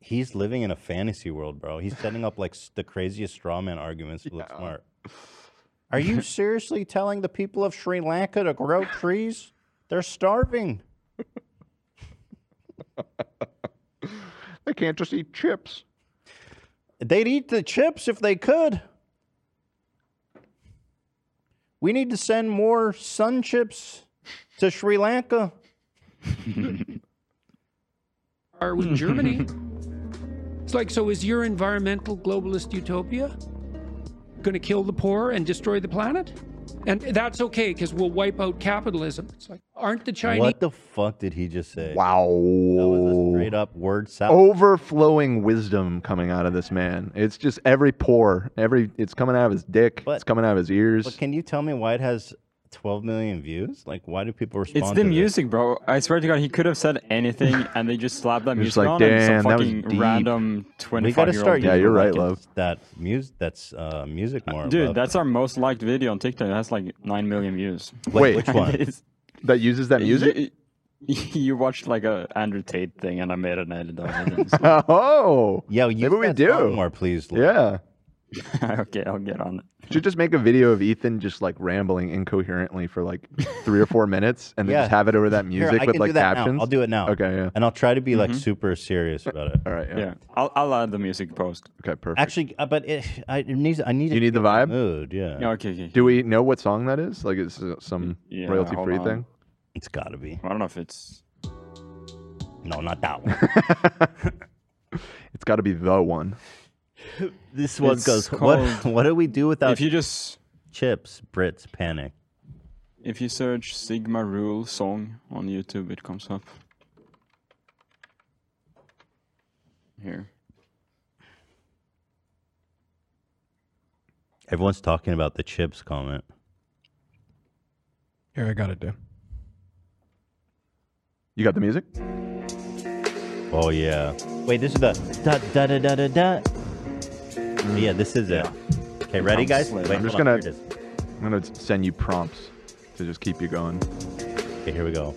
He's living in a fantasy world, bro. He's setting up like s- the craziest straw man arguments to look smart. Are you seriously telling the people of Sri Lanka to grow trees? They're starving. (laughs) They can't just eat chips. They'd eat the chips if they could. We need to send more sun chips to Sri Lanka. Are we in Germany? (laughs) It's like, so is your environmental globalist utopia going to kill the poor and destroy the planet? And that's okay because we'll wipe out capitalism. It's like, aren't the Chinese? What the fuck did he just say? Wow. Straight up word salad. Overflowing wisdom coming out of this man. It's just every pore, every it's coming out of his dick. it's coming out of his (laughs) ears. But can you tell me why it has 12 million views? Like, why do people respond? It's to the this? music, bro. I swear to God, he could have said anything, and they just slapped that You're just music like, on "Damn, and some that was fucking deep." random We gotta twenty-five-year-old. start. using like it's That music. That's uh, music more. Dude, love. that's our most liked video on TikTok. That's like nine million views. Like, Wait. which (laughs) one? It's- that uses that music? You, you (laughs) watched like a Andrew Tate thing, and I made an edit of it. oh. Yeah, use maybe we that do. song more, please. Yeah. (laughs) (laughs) okay, I'll get on it. Should just make a video of Ethan just like rambling incoherently for like three or four minutes and then just Yeah. have it over that Here, music I with can like do that now. captions. I'll do it now. Okay, yeah. And I'll try to be like Mhm. super serious about it. All right. Mm-hmm. Yeah, I'll, I'll add the music post. Okay, perfect. Actually, uh, but it, I it needs. I need. You need the vibe? Mood, yeah. Yeah, okay, okay. Do we know what song that is? Like, it's uh, some Yeah, royalty free hold on. thing? It's got to be. I don't know if it's. No, not that one. (laughs) It's got to be the one. This one It's goes. What? called- (laughs) What do we do without? If you just chips, Brits panic. If you search Sigma Rule song on YouTube, it comes up. Here. Everyone's talking about the chips comment. Here, I got it, dude. You got the music? Oh yeah. Wait, this is the da da da da da da. Yeah, this is it. Okay, ready, guys? Wait, I'm just hold on, gonna. I'm gonna send you prompts to just keep you going. Okay, here we go.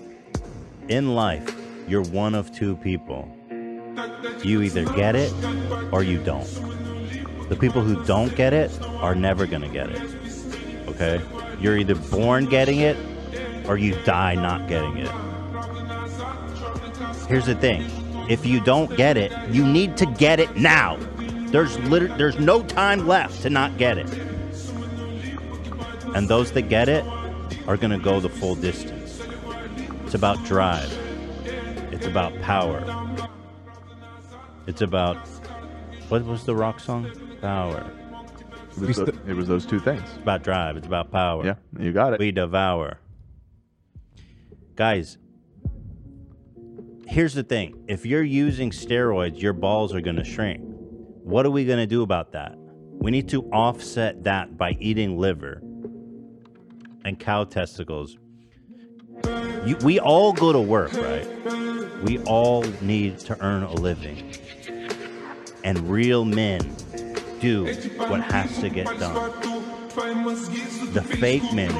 In life, you're one of two people. You either get it or you don't. The people who don't get it are never going to get it. Okay? You're either born getting it or you die not getting it. Here's the thing. If you don't get it, you need to get it now. There's liter- there's no time left to not get it. And those that get it are going to go the full distance. It's about drive. It's about power. It's about what was the rock song? Power. It was, tho- it was those two things. It's about drive. It's about power. Yeah, you got it. We devour. Guys, here's the thing. If you're using steroids, your balls are going to shrink. What are we going to do about that? We need to offset that by eating liver and cow testicles. You, we all go to work, right? We all need to earn a living. And real men do what has to get done. The fake men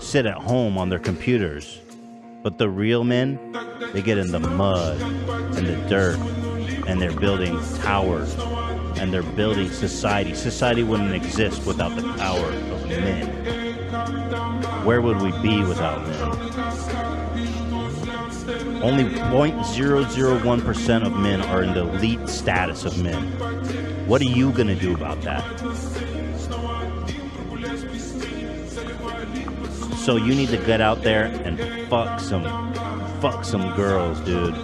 sit at home on their computers, but the real men, they get in the mud and the dirt, and they're building towers and they're building society. Society wouldn't exist without the power of men. Where would we be without men? Only 0.001% of men are in the elite status of men. What are you going to do about that? So you need to get out there and fuck some fuck some girls, dude.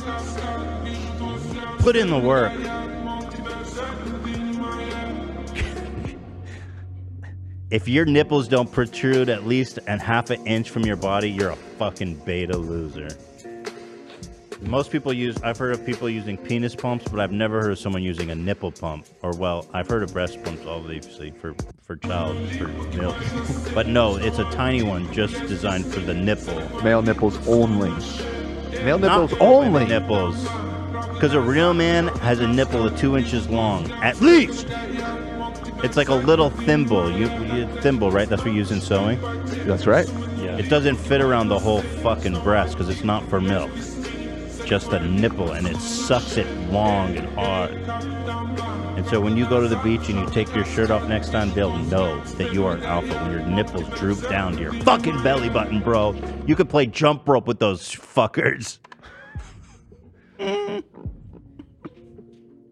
Put in the work. If your nipples don't protrude at least an half an inch from your body, you're a fucking beta loser. Most people use I've heard of people using penis pumps, but I've never heard of someone using a nipple pump. Or well, I've heard of breast pumps obviously for for child for milk. but no, it's a tiny one just designed for the nipple. Male nipples only. Male Not nipples only. women nipples. Because a real man has a nipple of two inches long, at least. It's like a little thimble. You, you thimble, right? That's what you use in sewing. That's right. Yeah. It doesn't fit around the whole fucking breast because it's not for milk. Just a nipple, and it sucks it long and hard. And so when you go to the beach and you take your shirt off next time, they'll know that you are an alpha when your nipples droop down to your fucking belly button, bro. You could play jump rope with those fuckers.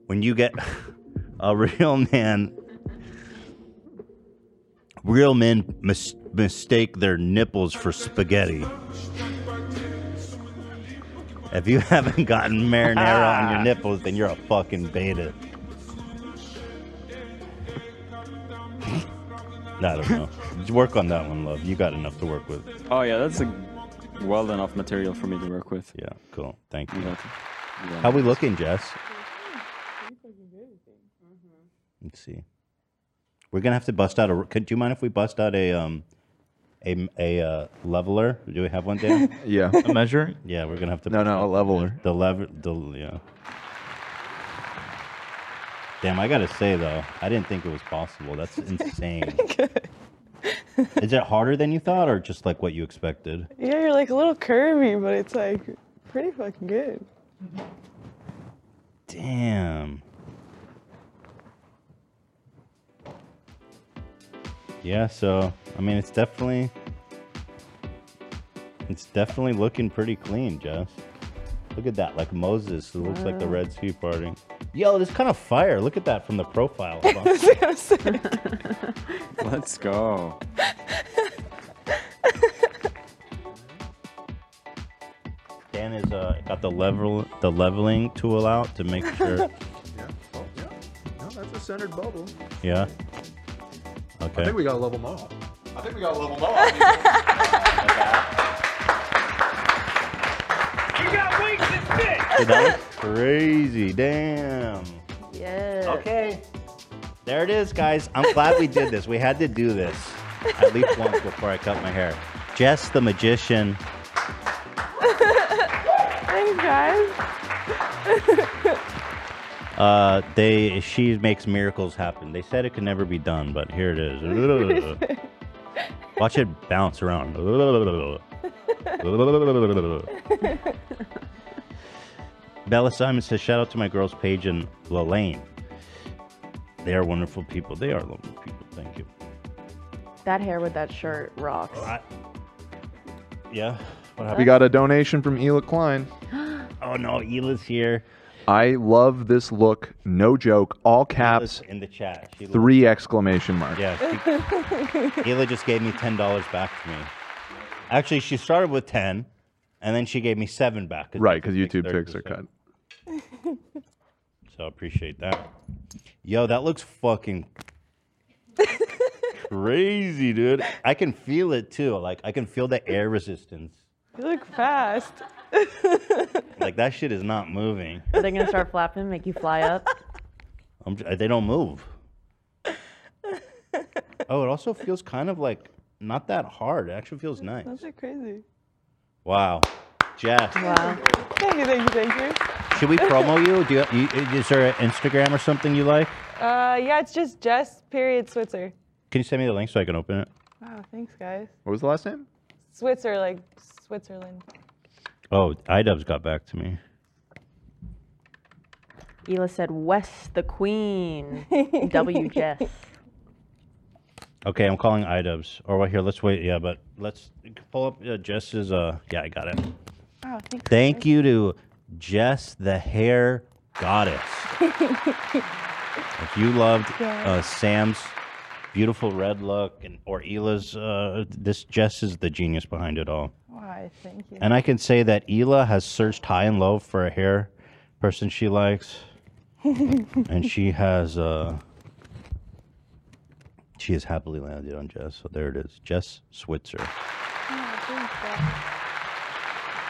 when you get (laughs) a real man, real men mis- mistake their nipples for spaghetti. If you (laughs) haven't gotten marinara on your nipples, then you're a fucking beta. (laughs) I don't know. Just work on that one, love. You got enough to work with. Oh yeah, that's a well enough material for me to work with. Yeah, cool. Thank you. Yeah. How we looking, Jess? Mm-hmm. Let's see. We're gonna have to bust out a. Could do you mind if we bust out a um, a a uh, leveler? Do we have one, Dan? (laughs) Yeah. A measure? Yeah, we're gonna have to. No, no, a leveler. The level. The yeah. Damn, I gotta say though, I didn't think it was possible. That's insane. Is it harder than you thought, or just like what you expected? Yeah, you're like a little curvy, but it's like pretty fucking good. Damn. Yeah, so I mean, it's definitely it's definitely looking pretty clean, Jeff. Look at that, like Moses. It looks like the Wow. Red Sea parting. Yo, this kind of fire. Look at that from the profile. (laughs) Let's go. Dan is It's uh, it got the level the leveling tool out to make (laughs) (laughs) sure. No, that's a centered bubble. yeah. Okay. I think we got to level them off. I think we got a level more. you got wings and Dude, that was crazy. Damn. Yeah. Okay. There it is, guys. I'm glad we did this. We had to do this (laughs) at least once before I cut my hair. Jess the magician. Thanks, guys. Uh, they she makes miracles happen. They said it could never be done, but here it is. (laughs) Watch it bounce around. (laughs) Bella Simon says, "Shout out to my girls, Paige and Lalaine. They are wonderful people. They are lovely people. Thank you." That hair with that shirt rocks. Yeah. What We got a donation from Ela Klein. (gasps) Oh no, Ela's here. I love this look. No joke. All caps. Ela's in the chat. She Three exclamation marks. Yeah. She, Hila just gave me ten dollars back to me. Actually, she started with ten, and then she gave me seven back. Right, 'cause YouTube picks are cut. So I appreciate that. Yo, that looks fucking crazy, dude. I can feel it too. Like I can feel the air resistance. you look fast. Like that shit is not moving. Are they gonna start flapping, make you fly (laughs) up? I'm, j- they don't move. Oh, it also feels kind of like not that hard. It actually feels nice. That's like crazy. Wow. Jess. Thank you, thank you, thank you. Should we promo you? Do you, you is there an Instagram or something you like? (laughs) Uh, yeah, it's just Jess period Switzer. Can you send me the link so I can open it? Wow, thanks guys. What was the last name? Switzer, like Switzerland. Oh, iDubbbz got back to me. Ela said, West the (laughs) Queen. W Jess. Okay, I'm calling iDubbbz. Or right here, let's wait. Yeah, but let's pull up uh, Jess's. Uh, yeah, I got it. Wow, thanks. Thank you to Jess the Hair (laughs) Goddess. If you loved uh, Sam's beautiful red look, and or Ela's, uh, this Jess is the genius behind it all. Why, thank you. And I can say that Ela has searched high and low for a hair person she likes, (laughs) and she has uh, she has happily landed on Jess. So there it is, Jess Switzer. Oh, thanks, (laughs) guys.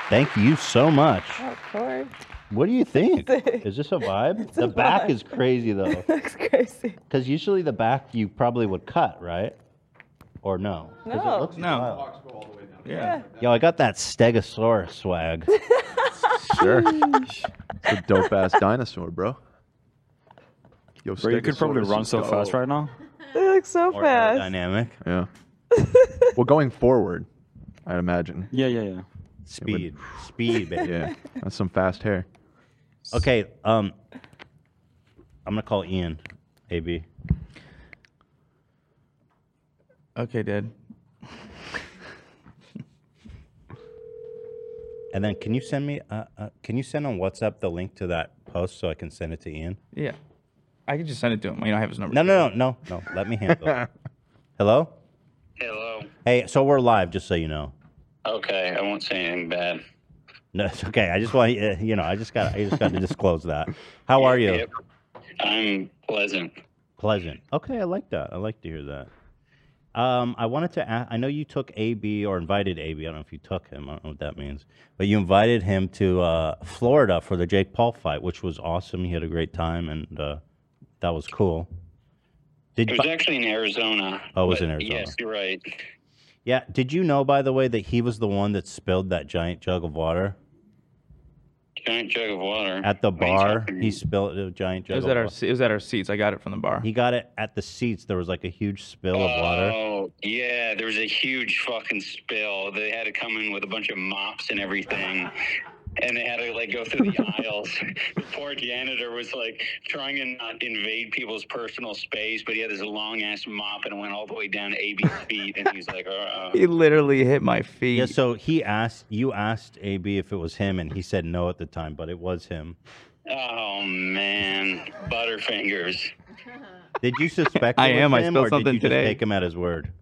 Thank you so much. Oh, of course. What do you think? Is this a vibe? the a back vibe. is crazy (laughs) though, That's crazy. because usually the back you probably would cut, right? Or no? 'Cause it No. looks wild. Yeah. Yo, I got that Stegosaurus (laughs) swag. Sure. it's a dope ass dinosaur, bro. Yo, Bro, you could probably Stegosaurus run is so dope. fast right now. They look so fast. Dynamic. (laughs) Yeah. well, going forward, I'd imagine. Yeah, yeah, yeah. Speed, speed, baby. (laughs) Yeah, that's some fast hair. Okay, um, I'm gonna call Ian, AB. Okay, Dad. And then can you send me, uh, uh, can you send on WhatsApp the link to that post so I can send it to Ian? Yeah. I could just send it to him. You know, I have his number. No, no, no, no, no. Let me handle (laughs) it. Hello? Hello. Hey, so we're live, just so you know. Okay, I won't say anything bad. No, it's okay. I just want uh, you know, I just got, I just got to disclose that. How are you? Yep. I'm pleasant. Pleasant. Okay, I like that. I like to hear that. Um, I wanted to ask, I know you took AB or invited AB. I don't know if you took him. I don't know what that means. But you invited him to uh, Florida for the Jake Paul fight, which was awesome. He had a great time, and uh, that was cool. Did It was actually in Arizona. Oh, it was but in Arizona. Yes, you're right. yeah? Did you know, by the way, that he was the one that spilled that giant jug of water Giant jug of water. at the bar? He spilled a giant It jug. was, of at our, water. se- it was at our seats. I got it from the bar. He got it at the seats. There was like a huge spill of water. Oh, yeah, there was a huge fucking spill. They had to come in with a bunch of mops and everything. And they had to like go through (laughs) the aisles. The poor janitor was like trying to not invade people's personal space, but he had this long ass mop and it went all the way down to AB's feet. And he's like, uh, He literally hit my feet. Yeah, so he asked, you asked AB if it was him, and he said no at the time, but it was him. oh man, Butterfingers. Did you suspect? (laughs) I it was am. I him, spilled or something did you today. Just take him at his word.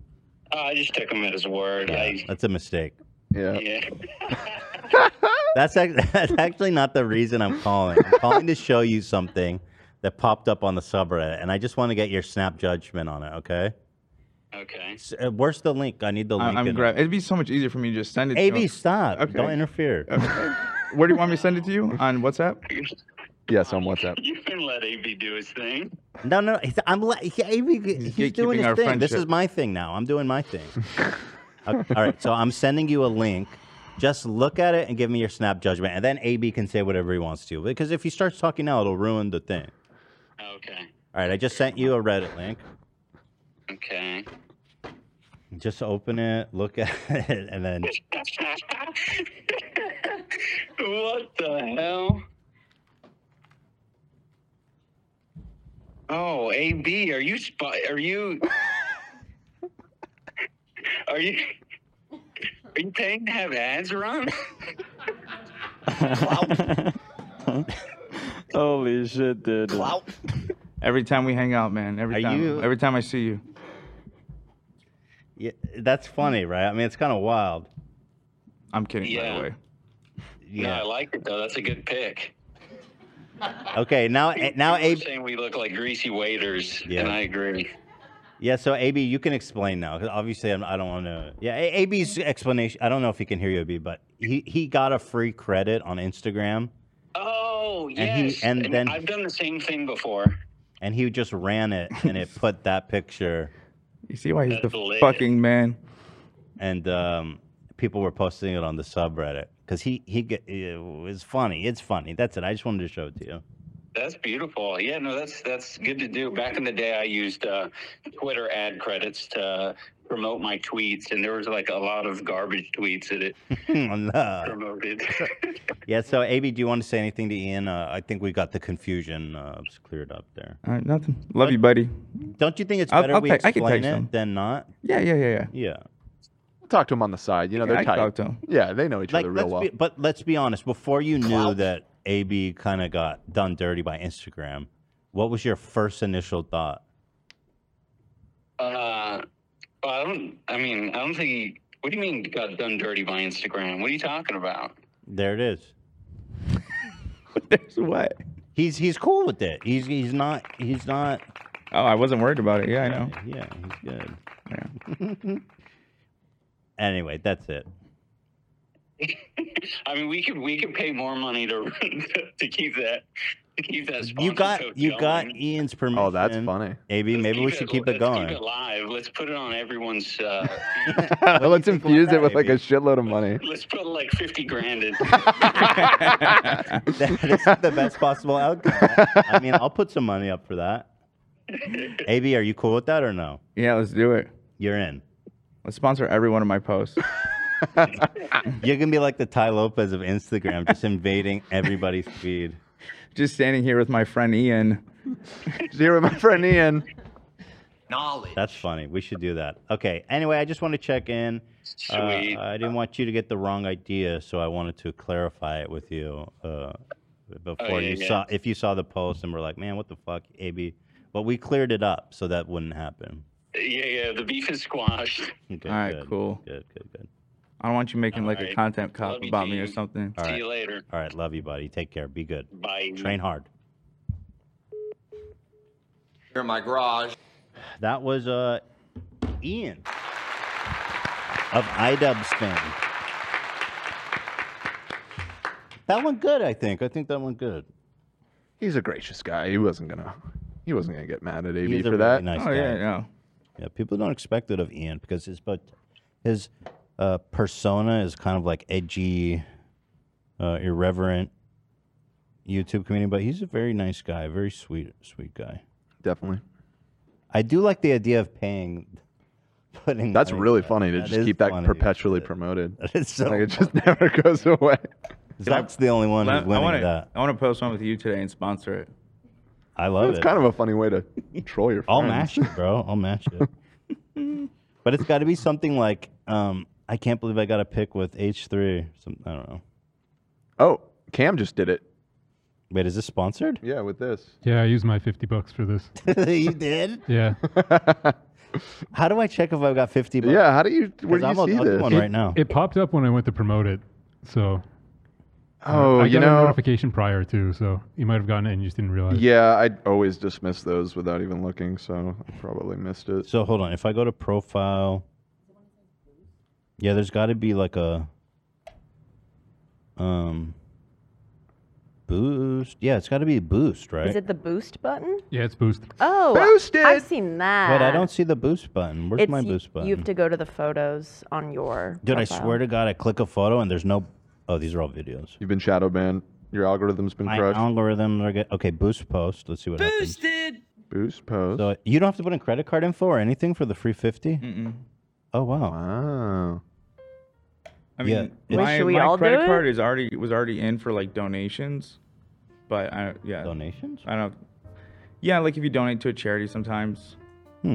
Oh, I just took him at his word. I, That's a mistake. Yeah. yeah. That's actually, (laughs) that's actually not the reason I'm calling. I'm calling to show you something that popped up on the subreddit, and I just want to get your snap judgment on it. Okay. uh, Okay. where's the link? I need the link. I, am in grabbing. It'd be so much easier for me to just send it. to AB, him. stop. Okay. Don't interfere. Okay. Where do you want me to send it to you? On WhatsApp? Yes, on WhatsApp. You can let AB do his thing. No, no, he's, I'm le- he, AB, he's, gatekeeping doing his our thing. This friendship. is my thing now. I'm doing my thing. (laughs) Okay, all right, so I'm sending you a link. Just look at it and give me your snap judgment, and then AB can say whatever he wants to. Because if he starts talking now, it'll ruin the thing. Okay. All right, I just sent you a Reddit link. Okay. Just open it, look at (laughs) it, and (laughs) then (laughs) What the hell? Oh, AB, are you spy? Are (laughs) you? (laughs) Are you? Are you paying to have ads run? (laughs) Holy shit, dude. Every time we hang out, man. Every Are time. you- Every time I see you. yeah, that's funny, right? I mean, it's kind of wild. I'm kidding, by the Yeah. way. No, Yeah. I like it though. That's a good pick. Okay, now eh, now People are AB. saying we look like greasy waiters, and Yeah. I agree. Yeah, so AB, you can explain now. 'cause Obviously, I'm, I don't want to. Yeah, A- AB's explanation. I don't know if he can hear you, AB, but he, he got a free credit on Instagram, Oh And he- yes, and then- I've done the same thing before. and he just ran it, and it put that picture. You see why he's the That's lit. fucking man? And um, people were posting it on the subreddit because he he get, it was funny. It's funny. That's it. I just wanted to show it to you. (laughs) That's beautiful. Yeah, no, that's that's good to do. Back in the day, I used uh, Twitter ad credits to promote my tweets, and there was like a lot of garbage tweets (laughs) that it No. promoted. (laughs) Yeah. So AB, do you want to say anything to Ian? Uh, I think we got the confusion uh, cleared up there. All right, nothing. Love you, buddy. Don't you think it's I'll- better I'll we text- I can explain text it him. than not? Yeah, yeah, yeah, yeah. Yeah. Talk to him on the side. You know, Yeah, they're I tight. talk to 'em. Yeah, they know each Like, other let's real well. be, but let's be honest. Before you knew that AB kind of got done dirty by Instagram, what was your first initial thought? Uh, well, I don't. I mean, I don't think. He, what do you mean got done dirty by Instagram? What are you talking about? (laughs) There it is. (laughs) There's what? He's he's cool with it. He's he's not he's not. Oh, I wasn't worried about it. Yeah, I know. Yeah, he's good. Yeah. (laughs) Anyway, that's it. I mean, we could we could pay more money to (laughs) to keep that to keep that. You sponsor code got you got going. Ian's permission. Oh, that's funny. AB, maybe we Keep should keep let's it going. Keep (laughs) it live. Let's put it on everyone's. (laughs) Uh, let's infuse it with like a shitload of money. (laughs) let's put like fifty grand (laughs) in. that is the best possible outcome. I mean, I'll put some money up for that. AB, are you cool with that or no? Yeah, let's do it. You're in. Let's sponsor every one of my posts. (laughs) You're gonna be like the Ty Lopez of Instagram, just invading everybody's feed. Just standing here with my friend Ian. Zero, my friend Ian. Knowledge. That's funny. We should do that. Okay. Anyway, I just want to check in. Uh, Sweet. I didn't want you to get the wrong idea, so I wanted to clarify it with you uh, before Oh, yeah, you yeah. saw if you saw the post and were like, "Man, what the fuck, AB?" But we cleared it up, so that wouldn't happen. yeah, yeah. The beef is squashed. Okay, All right, good. cool. Good, good, good. I don't want you making like a right. content cop Love you, about me or Gene. something. All See right. you later. All right, love you, buddy. Take care. Be good. Bye. Train hard. Here in my garage. That was uh, Ian of iDub Spin. That went good, I think. I think that went good. He's a gracious guy. He wasn't gonna. He wasn't gonna get mad at AB He's a for really that. nice guy. Yeah, people don't expect it of Ian because his but his uh, persona is kind of like edgy, uh, irreverent YouTube comedian. But he's a very nice guy, very sweet, sweet guy. Definitely. I do like the idea of paying, (laughs) putting. That's money really back. funny to just is keep that funny. perpetually promoted. It's (laughs) so like it just never goes away. Zach's the only one Let- who's winning I wanna, that. I want to post one with you today and sponsor it. I love It's it. kind of a funny way to (laughs) troll your I'll friends. match it, bro. I'll match (laughs) it. but it's got to be something like um, I can't believe I got a pick with H three. Some I don't know. Oh, Cam just did it. Wait, is this sponsored? Yeah, with this. Yeah, I used my 50 bucks (laughs) for this. you did? Yeah. How do I check if I've got fifty bucks? Yeah, how do you? Where 'Cause do you I'm a- see I'll do this? one It- right now. It popped up when I went to promote it. So Oh, I you got a know- notification prior to, so you might have gotten it and you just didn't realize. Yeah, I always dismiss those without even looking, so I probably missed it. So hold on. If I go to profile, yeah, there's got to be like a um boost. Yeah, it's got to be boost, right? Is it the boost button? yeah, it's boost. Oh, boosted. I've seen that. But I don't see the boost button. Where's Ah. It's my y- boost button? You have to go to the photos on your. Dude, I profile. swear to God, I click a photo and there's no. Oh, these are all videos. You've been shadow banned. Your algorithm's been My crushed. algorithms are get okay. Boost post. Let's see what Boosted. Boost post. So you don't have to put in credit card info or anything for the free fifty. Mm-mm. Oh wow. Wow. I mean, my, my credit card is already was already in for like donations, but I yeah donations. I don't. Yeah, like if you donate to a charity, sometimes. Hmm.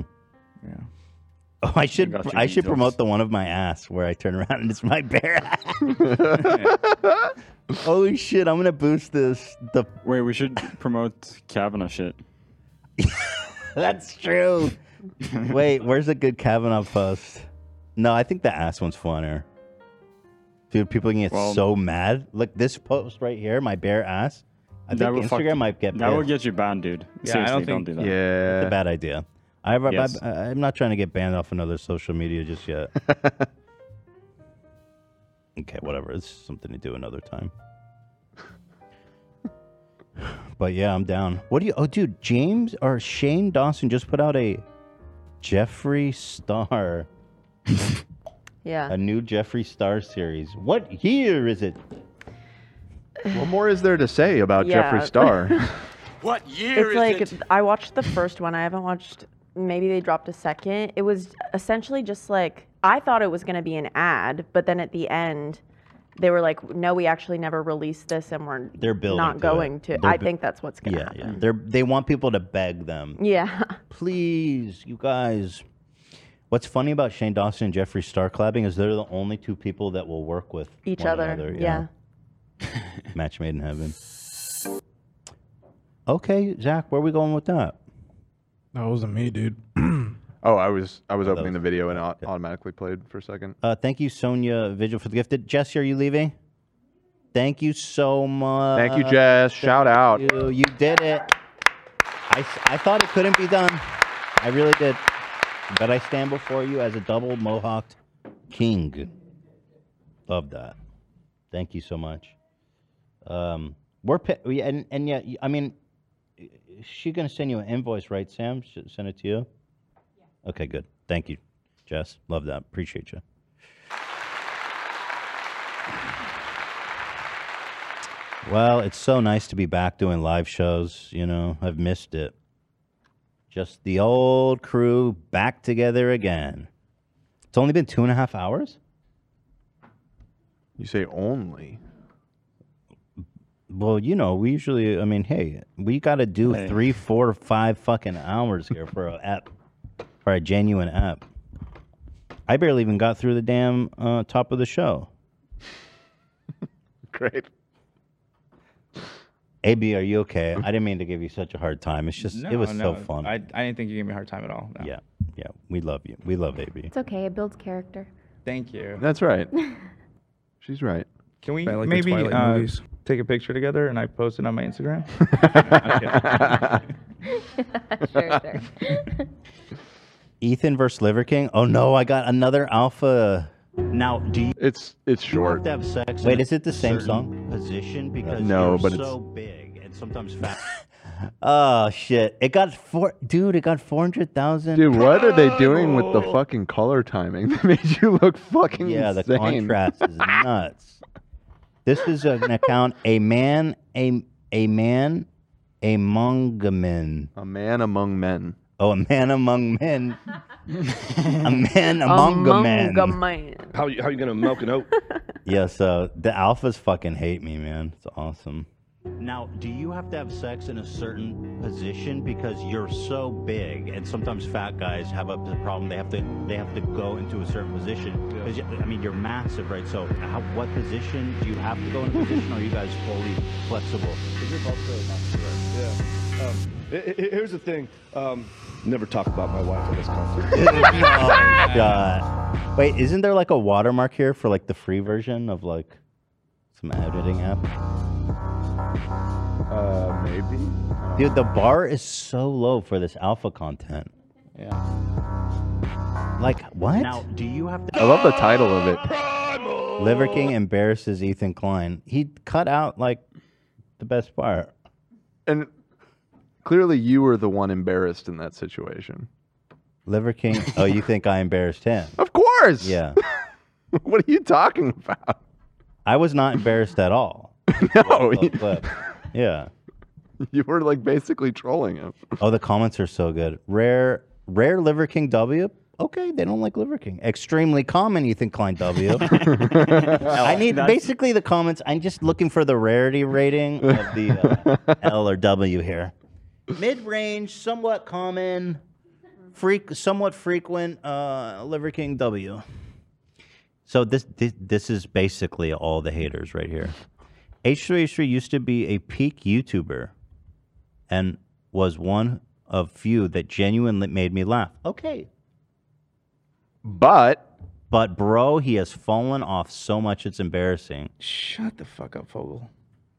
Yeah. Oh, I should got your I should details. promote the one of my ass where I turn around and it's my bare (laughs) ass. (laughs) Holy shit! I'm gonna boost this. (laughs) The wait, we should promote Kavanaugh shit. (laughs) That's true. Wait, where's a good Kavanaugh post? No, I think the ass one's funner. Dude, people can get Well- so mad. Look, this post right here, my bare ass. I That think would fuck Instagram you- might get that would pissed. get you banned, dude. Yeah, I Seriously, don't don't, think- do that. Yeah. It's a bad idea. I, I- Yes. I, am not trying to get banned off another social media just yet. okay, whatever. It's something to do another time. (laughs) but yeah, I'm down. What do you? Oh, dude, James or Shane Dawson just put out a Jeffree Star, Yeah. a new Jeffree Star series. What year is it? What more is there to say about Yeah. Jeffree (laughs) Star? What year it's is like, I watched the first one. I haven't watched. Maybe they dropped a second. It was essentially just like I thought it was going to be an ad, but then at the end, they were like, "No, we actually never released this, and we're They're building. not to going it. to." They're I bu- think that's what's going to yeah, happen. yeah. They're they want people to beg them. Yeah. please, you guys. What's funny about Shane Dawson and Jeffree Star collabing is they're the only two people that will work with Each one other, (laughs) Match made in heaven. Okay, Zach, where are we going with that? That wasn't me, dude. oh, I was I was opening the video and it au- automatically played for a second. Uh, thank you, Sonia Vigil, for the gift. Did- Jesse, are you leaving? Thank you so much. Thank you, Jess. Shout out. You, you did it. I, s- I thought it couldn't be done. I really did. But I stand before you as a double mohawked king. Love that. Thank you so much. Um, we're pi- we- and and yeah, I mean, is she gonna send you an invoice, right, Sam? Should send it to you. Okay, good. Thank you, Jess. Love that. Appreciate you. Well, it's so nice to be back doing live shows. You know, I've missed it. Just the old crew back together again. It's only been two and a half hours. You say only. Well, you know, we usually, I mean, hey, we got to do Hey. three, four, five fucking hours here for a app, for a genuine app. I barely even got through the damn uh, top of the show. Great. AB, are you okay? Mm-hmm. I didn't mean to give you such a hard time. It's just, it No, was no, so fun. I, I didn't think you gave me a hard time at all. No. Yeah. Yeah, we love you. We love AB. It's okay. It builds character. Thank you. That's right. She's right. Can we I like the maybe Twilight uh, movies. take a picture together and I post it on (laughs) my Instagram? sure, (laughs) sure. Ethan versus Liver King. Oh no, I got another alpha. Now, do you? It's it's short. You have to have sex Wait, in is it the same certain song? Position because No, you're but it's- so big and sometimes fat. (laughs) oh shit! It got four, dude. It got four hundred thousand. Dude, what are they doing with the fucking color timing? (laughs) They made you look fucking Yeah, the insane. (laughs) contrast is nuts. This is an account. A man, a a man, among men. A man among men. Oh, a man among men. (laughs) (laughs) a man among, men. How you how you gonna milk an oat? Yeah, so the alphas fucking hate me, man. It's awesome. Now, do you have to have sex in a certain position because you're so big, and sometimes fat guys have a the problem. They have to they have to go into a certain position. 'Cause you- I mean, you're massive, right? So, how, what position do you have to go in a position? or are you guys fully (laughs) flexible? Yeah. Um, he- he- here's the thing. Um, never talk about my wife on this (laughs) (laughs) Oh, conference. God. God. Wait, isn't there like a watermark here for like the free version of like Some editing app. Uh, maybe. Dude, the bar is so low for this alpha content. Yeah. Like what? Now, do you have to- I love the title of it. Liver King embarrasses Ethan Klein. He cut out like the best part. And clearly, you were the one embarrassed in that situation. (laughs) Liver King. oh, you think I embarrassed him? Of course. Yeah. (laughs) what are you talking about? (laughs) I was not embarrassed at all. no. Yeah. You were like basically trolling him. Oh, the comments are so good. Rare, rare Liver King W. Okay, they don't like Liver King. Extremely common Ethan Klein W. I need that's- basically the comments. I'm just looking for the rarity rating of the uh, L or W here. Mid range, somewhat common, freak, somewhat frequent. Uh, Liver King W. So this, this this is basically all the haters right here. H3H3 used to be a peak YouTuber and was one of few that genuinely made me laugh. Okay. But but bro, he has fallen off so much it's embarrassing. Shut the fuck up, Fogel.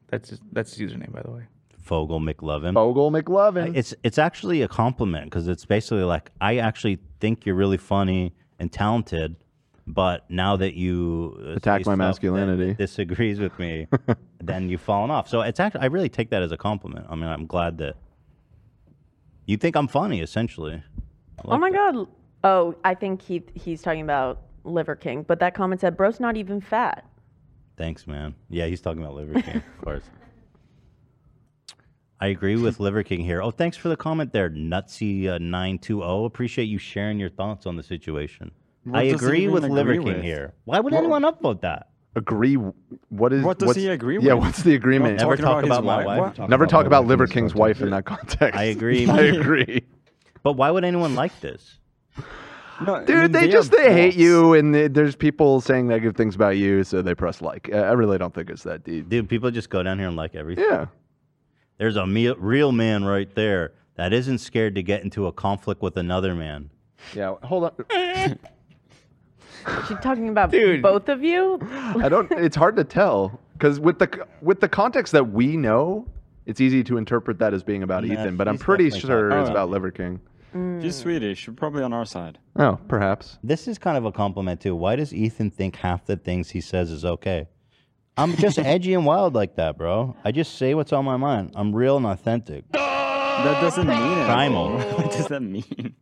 That's his, that's his username, by the way. Fogel McLovin. Fogel McLovin. It's it's actually a compliment because it's basically like I actually think you're really funny and talented, but now that you uh, Attack say my stuff that- masculinity. that disagrees with (laughs) me, then you've fallen off. So it's actually I really take that as a compliment. I mean, I'm glad that you think I'm funny, essentially. (laughs) oh my god. Oh, I think he he's talking about Liver King, but that comment said, "Bro's not even fat." Thanks, man. Yeah, he's talking about Liver King, of course. I agree with Liver King here. Oh, thanks for the comment there, uh, Nutsy920. oh. Appreciate you sharing your thoughts on the situation. What I does he agree even with Liver agree King with? here. Why would What- anyone upvote that? Agree. What is? What does what's- he agree Yeah. with? What's the agreement? Never talk about, my wife. Never talk about Liver King's wife in that context. I (laughs) agree. I (laughs) agree. But why would anyone like this? Dude, they, just they hate you, and they, there's people saying negative things about you, so they press like. I I really don't think it's that deep. Dude, people just go down here and like everything. Yeah. There's a me- real man right there that isn't scared to get into a conflict with another man. Yeah. Oh, Hold (laughs) on. Is she talking about Dude. both of you? I don't. It's hard to tell because with the c- with the context that we know, it's easy to interpret that as being about Yeah, Ethan. But I'm he's pretty definitely sure talking it's about- about Liver King. She's Swedish. You're probably on our side. Oh, perhaps. This is kind of a compliment too. Why does Ethan think half the things he says is okay? I'm (laughs) just edgy and wild like that, bro. I just say what's on my mind. I'm real and authentic. That doesn't mean anything. Primal. (laughs) What does that mean?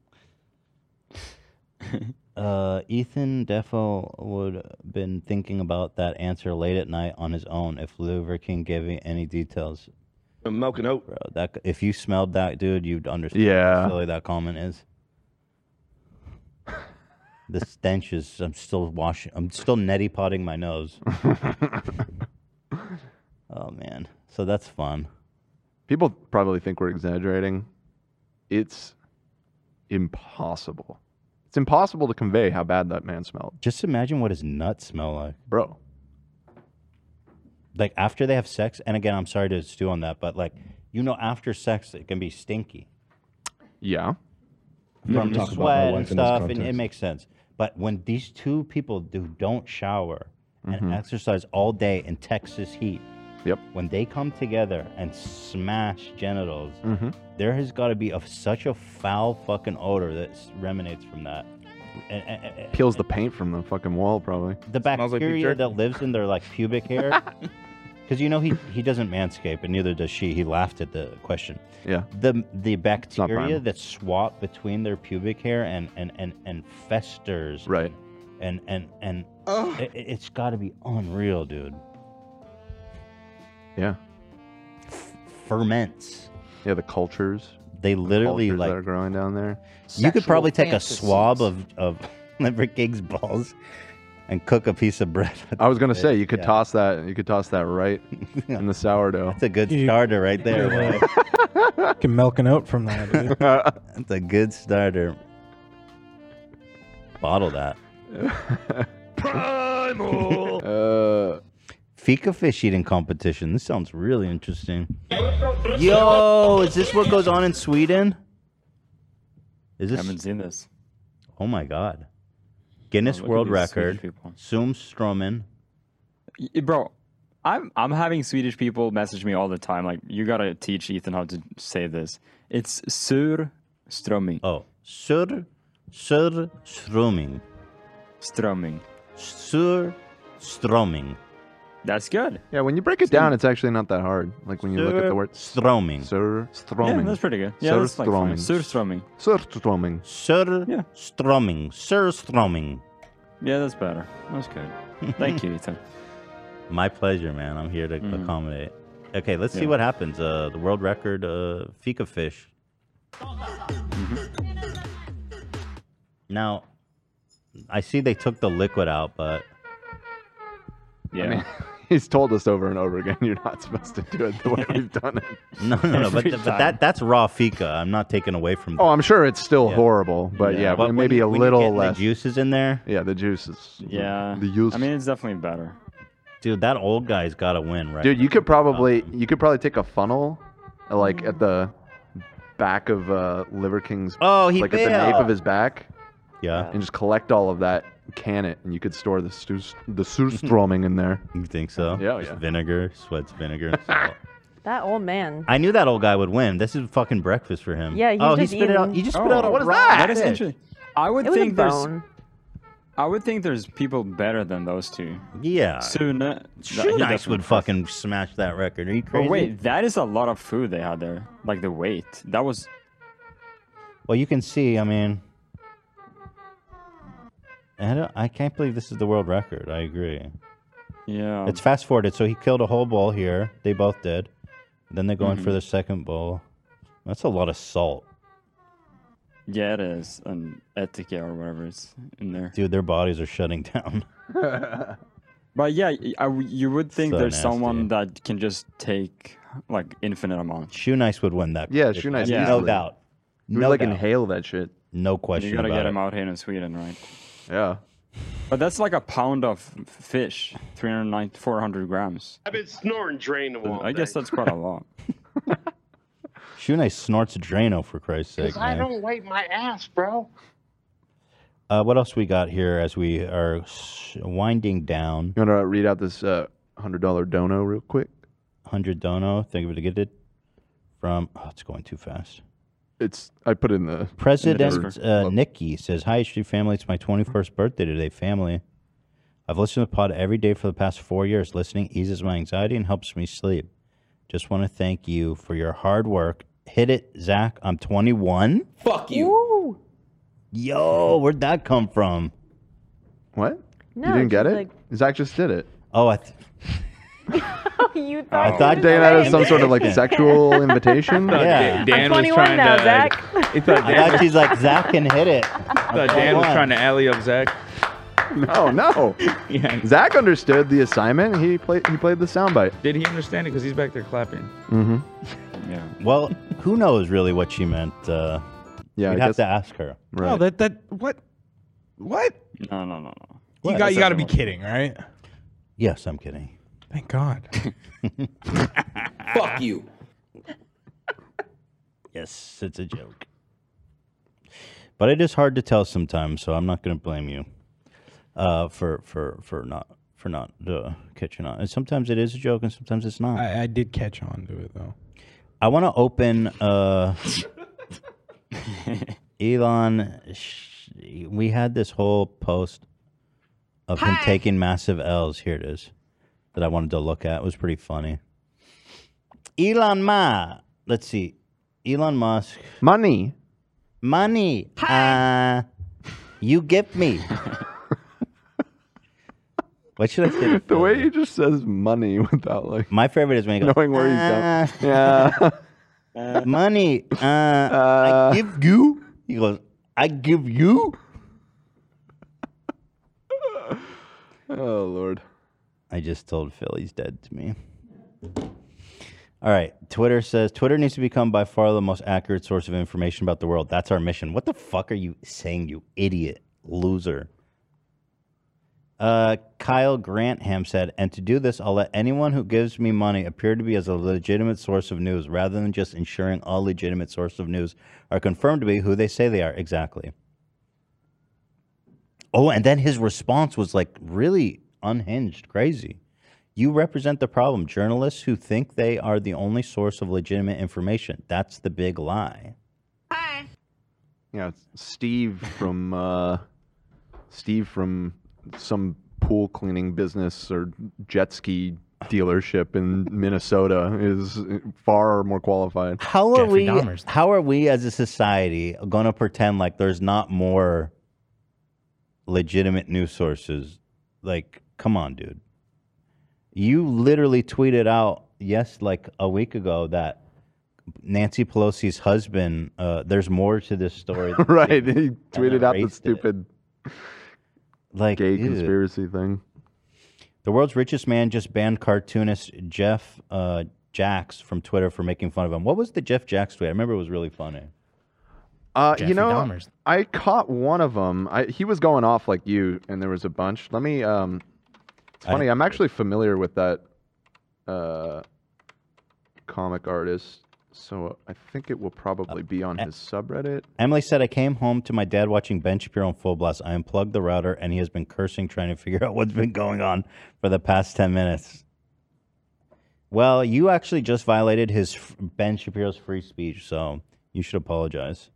Uh, Ethan Defo would been thinking about that answer late at night on his own if Liver King gave me any details. Milk and oat. Bro, that if you smelled that, dude, you'd understand Yeah. how silly that comment is. the stench is. I'm still washing. I'm still neti potting my nose. oh man, so that's fun. People probably think we're exaggerating. It's impossible. It's impossible to convey how bad that man smelled, Just imagine what his nuts smell like. bro. Like after they have sex, and again, I'm sorry to stew on that, but like you know, after sex, it can be stinky. Yeah. from the sweat and stuff, and it makes sense. But when these two people do don't shower and Mhm. exercise all day in Texas heat, yep, when they come together and smash genitals, Mhm. there has got to be a, such a foul fucking odor that s- emanates from that. And- and- and- Peels the paint from the fucking wall, probably. the bacteria that lives in their like pubic hair. (laughs) Because you know he he doesn't manscape, and neither does she. He laughed at the question. Yeah. The the not primal. bacteria that swap between their pubic hair and and and and festers. Right. And and and it, it's got to be unreal, dude. Yeah. Ferments. Yeah, the cultures. They literally cultures like that are growing down there. you could Sexual probably take fantasies. a swab of of (laughs) liver king's balls and cook a piece of bread. I was gonna with it. say you could Yeah. toss that. You could toss that (laughs) right in the sourdough. That's a good starter right there. boy. uh, You (laughs) can milk an oat (laughs) from that. Dude. (laughs) That's a good starter. Bottle that. (laughs) Primal. uh, Fika fish eating competition. This sounds really interesting. Yo, is this what goes on in Sweden? Is this? haven't seen this. Oh my god! Guinness look at World these Swedish Record. people. Zoom Stroman. Y- Bro, I'm I'm having Swedish people message me all the time. Like, you gotta teach Ethan how to say this. It's sur strömming. Oh, sur sur strömming. Strömming. Sur strömming. That's good. Yeah, when you break it down, it's actually not that hard. Like when you look at the word Surströmming. Sur stroming. Yeah, that's pretty good. Yeah, that's like fine. Surströmming. Surströmming. Sur strömming. Sur strömming. Yeah, that's better. That's good. (laughs) Thank you, Ethan. My pleasure, man. I'm here to Mhm. accommodate. Okay, let's see Yeah. what happens. Uh, the world record uh, fika fish. Mm-hmm. Now, I see they took the liquid out, but yeah, (laughs) he's told us over and over again you're not supposed to do it the way we've done it. (laughs) no, no, no. But, Every but time. that that's raw fika. I'm not taking away from. Oh, I'm sure it's still Yeah. horrible, but yeah, But when maybe you- a when you little get, like, less. juices in there. Yeah, the juices. Yeah. the juice. I mean, it's definitely better. Dude, that old guy's got to win, right? Dude, you could probably you could probably take a funnel, uh, like at the back of uh, Liver King's. Oh, he like at the nape bailed. of his back. Yeah. And just collect all of that, can it, and you could store the stu- the (laughs) surstroming in there. You think so? Yeah, Just yeah. Vinegar, sweats, vinegar. and salt. (laughs) That old man. I knew that old guy would win. This is fucking breakfast for him. Yeah, he's oh, just he spit it out. eating- He just spit out a What is raw that? That is fish. interesting. I would It was a think there's. bone. I would think there's people better than those two. Yeah. Soon. Shoe Nice would fucking smash that record. Are you crazy? But wait, that is a lot of food they had there. Like the weight. That (laughs) was. Well, you can see. I mean, I don't. I can't believe this is the world record. I agree. Yeah. It's fast forwarded. So he killed a whole bull here. They both did. Then they go in for Mhm. their second bull. That's a lot of salt, Yeah, it is. An etiquette or whatever it's in there. dude. Their bodies are shutting (laughs) down. But yeah, y- I w- you would think So there's someone that can just take like infinite amount. Shoe Nice would win that. Yeah, if- Shoe Nice no easily. doubt. He would, No like, doubt. inhale that shit. No question you gotta about get it. him out here in Sweden, right? Yeah. But that's like a pound of f- fish, 390, 400 grams. I've been snoring drain the So wall. I guess that's quite a lot. Shoe Nice snorts Drano for Christ's sake, Because I man. don't wipe my ass, bro. Uh, what else we got here as we are s- winding down? You want to read out this uh, hundred dollar dono real quick? Hundred dono. Think of it get it from. Oh, it's going too fast. It's I put in the (laughs) President uh, Nikki says, "Hi, Street family. It's my 21st birthday today, family. I've listened to the pod every day for the past four years. Listening eases my anxiety and helps me sleep. Just want to thank you for your hard work. Hit it, Zach. I'm 21. Fuck you. Yo, where'd that come from? What? No, you didn't get it? just like- Zach just did it. Oh, I. Th- you I thought. thought Dan had some sort of like (laughs) sexual invitation. thought Yeah. Dan- Dan I'm 21 now, Zach. uh, He thought I Dan, thought was, she's like Zach can hit it. I thought Dan was trying to alley up Zach. No, (laughs) no. Zach understood the assignment. He played. He played the soundbite. Did he understand it? Because he's back there clapping. Mm-hmm. (laughs) Yeah. Well, who knows really what she meant? Uh, yeah, we'd I have guess- to ask her. No, that that what what? No, no, no, no. You got you got to be kidding, right? Yes, (laughs) I'm kidding. Thank God. Fuck you. Yes, it's a joke. But it is hard to tell sometimes, so I'm not going to blame you uh, for for for not for not uh, catching on. And sometimes it is a joke, and sometimes it's not. I, I did catch on to it (laughs) though. I want to open uh, Elon. sh- We had this whole post of him taking massive L's. Here it is that I wanted to look at. It was pretty funny. Elon Ma. Let's see. Elon Musk. Money. Money. Uh, you (laughs) give me. what should I say? The way he just says money without like my favorite is when he goes, knowing where "Ah." he's going. Yeah. (laughs) Uh. money. Uh, I give you. He goes, I give you. oh Lord. I just told Phil he's dead to me. All right. Twitter says Twitter needs to become by far the most accurate source of information about the world. That's our mission. What the fuck are you saying, you idiot loser? Uh, Kyle Grantham said, and to do this, I'll let anyone who gives me money appear to be as a legitimate source of news rather than just ensuring all legitimate sources of news are confirmed to be who they say they are. Exactly. Oh, and then his response was like really unhinged, crazy. You represent the problem. Journalists who think they are the only source of legitimate information. That's the big lie. Yeah, it's Steve from uh, Steve from some pool cleaning business or jet ski dealership in Minnesota is far more (laughs) qualified. How are we? How are we as a society going to pretend like there's not more legitimate news sources? Like, come on, dude. You literally tweeted out yes, like a week ago, that Nancy Pelosi's husband. Uh, there's more to this (laughs) story. than- right? He and tweeted out the erased it. stupid like gay dude. conspiracy thing. The world's richest man just banned cartoonist Jeff uh, Jacks from Twitter for making fun of him. What was the Jeff Jacks tweet? I remember it was really funny. Uh, Jeffrey you know, Dahmer's. I caught one of them. I, he was going off like you, and there was a bunch. Let me. Um, it's I funny. I'm actually familiar with that uh, comic artist, so I think it will probably be Uh, on his eh. subreddit. Emily said, I came home to my dad watching Ben Shapiro on Full Blast. I unplugged the router and he has been cursing, trying to (laughs) figure out what's been going on for the past 10 minutes. Well, you actually just violated his f- Ben Shapiro's free speech, so you should apologize.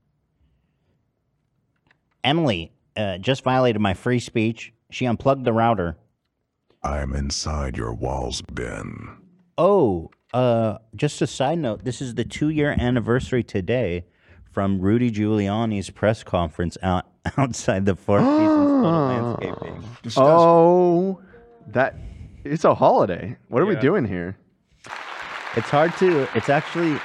Emily uh, just violated my free speech. She unplugged the router. I'm inside your walls, Ben. Oh, uh, just a side note. This is the two-year anniversary today from Rudy Giuliani's press conference out (laughs) outside the Four Seasons Total Landscaping. Oh, that it's a holiday. What are we Yeah. doing here? It's hard to. It's actually.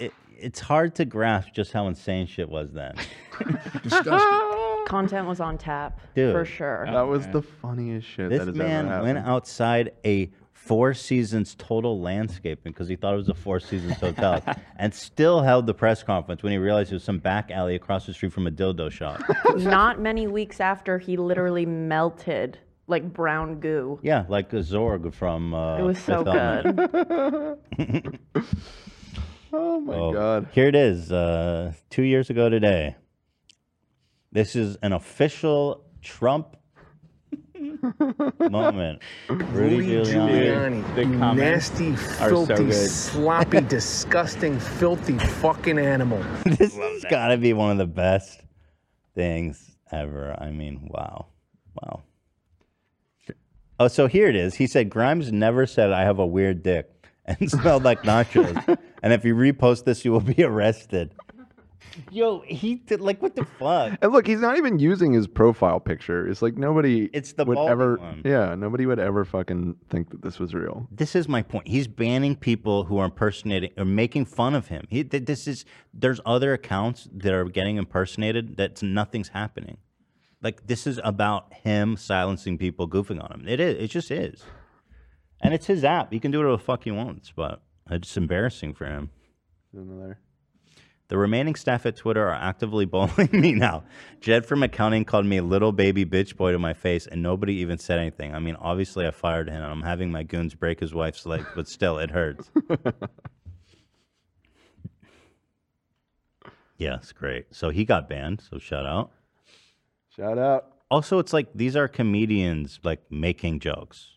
It, it's hard to grasp just how insane shit was then. Content was on tap Dude, for sure. That was the funniest shit This that has man ever happened. went outside a Four Seasons total landscaping because he thought it was a Four Seasons hotel, and still held the press conference when he realized it was some back alley across the street from a dildo shop. (laughs) Not many weeks after he literally melted like brown goo. Yeah, like a Zorg from. Uh, it was so Fifth Element. good. oh my Oh, god. Here it is. Uh, two years ago today. This is an official Trump moment. Rudy, Giuliani. The comments nasty, are so filthy, (laughs) good. sloppy, disgusting, filthy fucking animal. this has got to be one of the best things ever. I mean, wow. Wow. Oh, so here it is. He said Grimes never said I have a weird dick (laughs) and smelled like nachos. and if you repost this, you will be (laughs) arrested. Yo, he did like what the fuck? And look, he's not even using his profile picture. It's like nobody It's the would balding ever one. Yeah, nobody would ever fucking think that this was real. This is my point. He's banning people who are impersonating or making fun of him. He, th- this is there's other accounts that are getting impersonated that nothing's happening. Like this is about him silencing people goofing on him. It is. It just is. And it's his app. He can do whatever the fuck he wants, but it's embarrassing for him. Another. The remaining staff at Twitter are actively (laughs) bullying me now. Jed from accounting called me little baby bitch boy to my face, and nobody even said anything. I mean, obviously, I fired him. I'm having my goons break his wife's leg, but still, it hurts. yes, great. So he got banned, so shout out. Shout out. Also, it's like these are comedians like making jokes.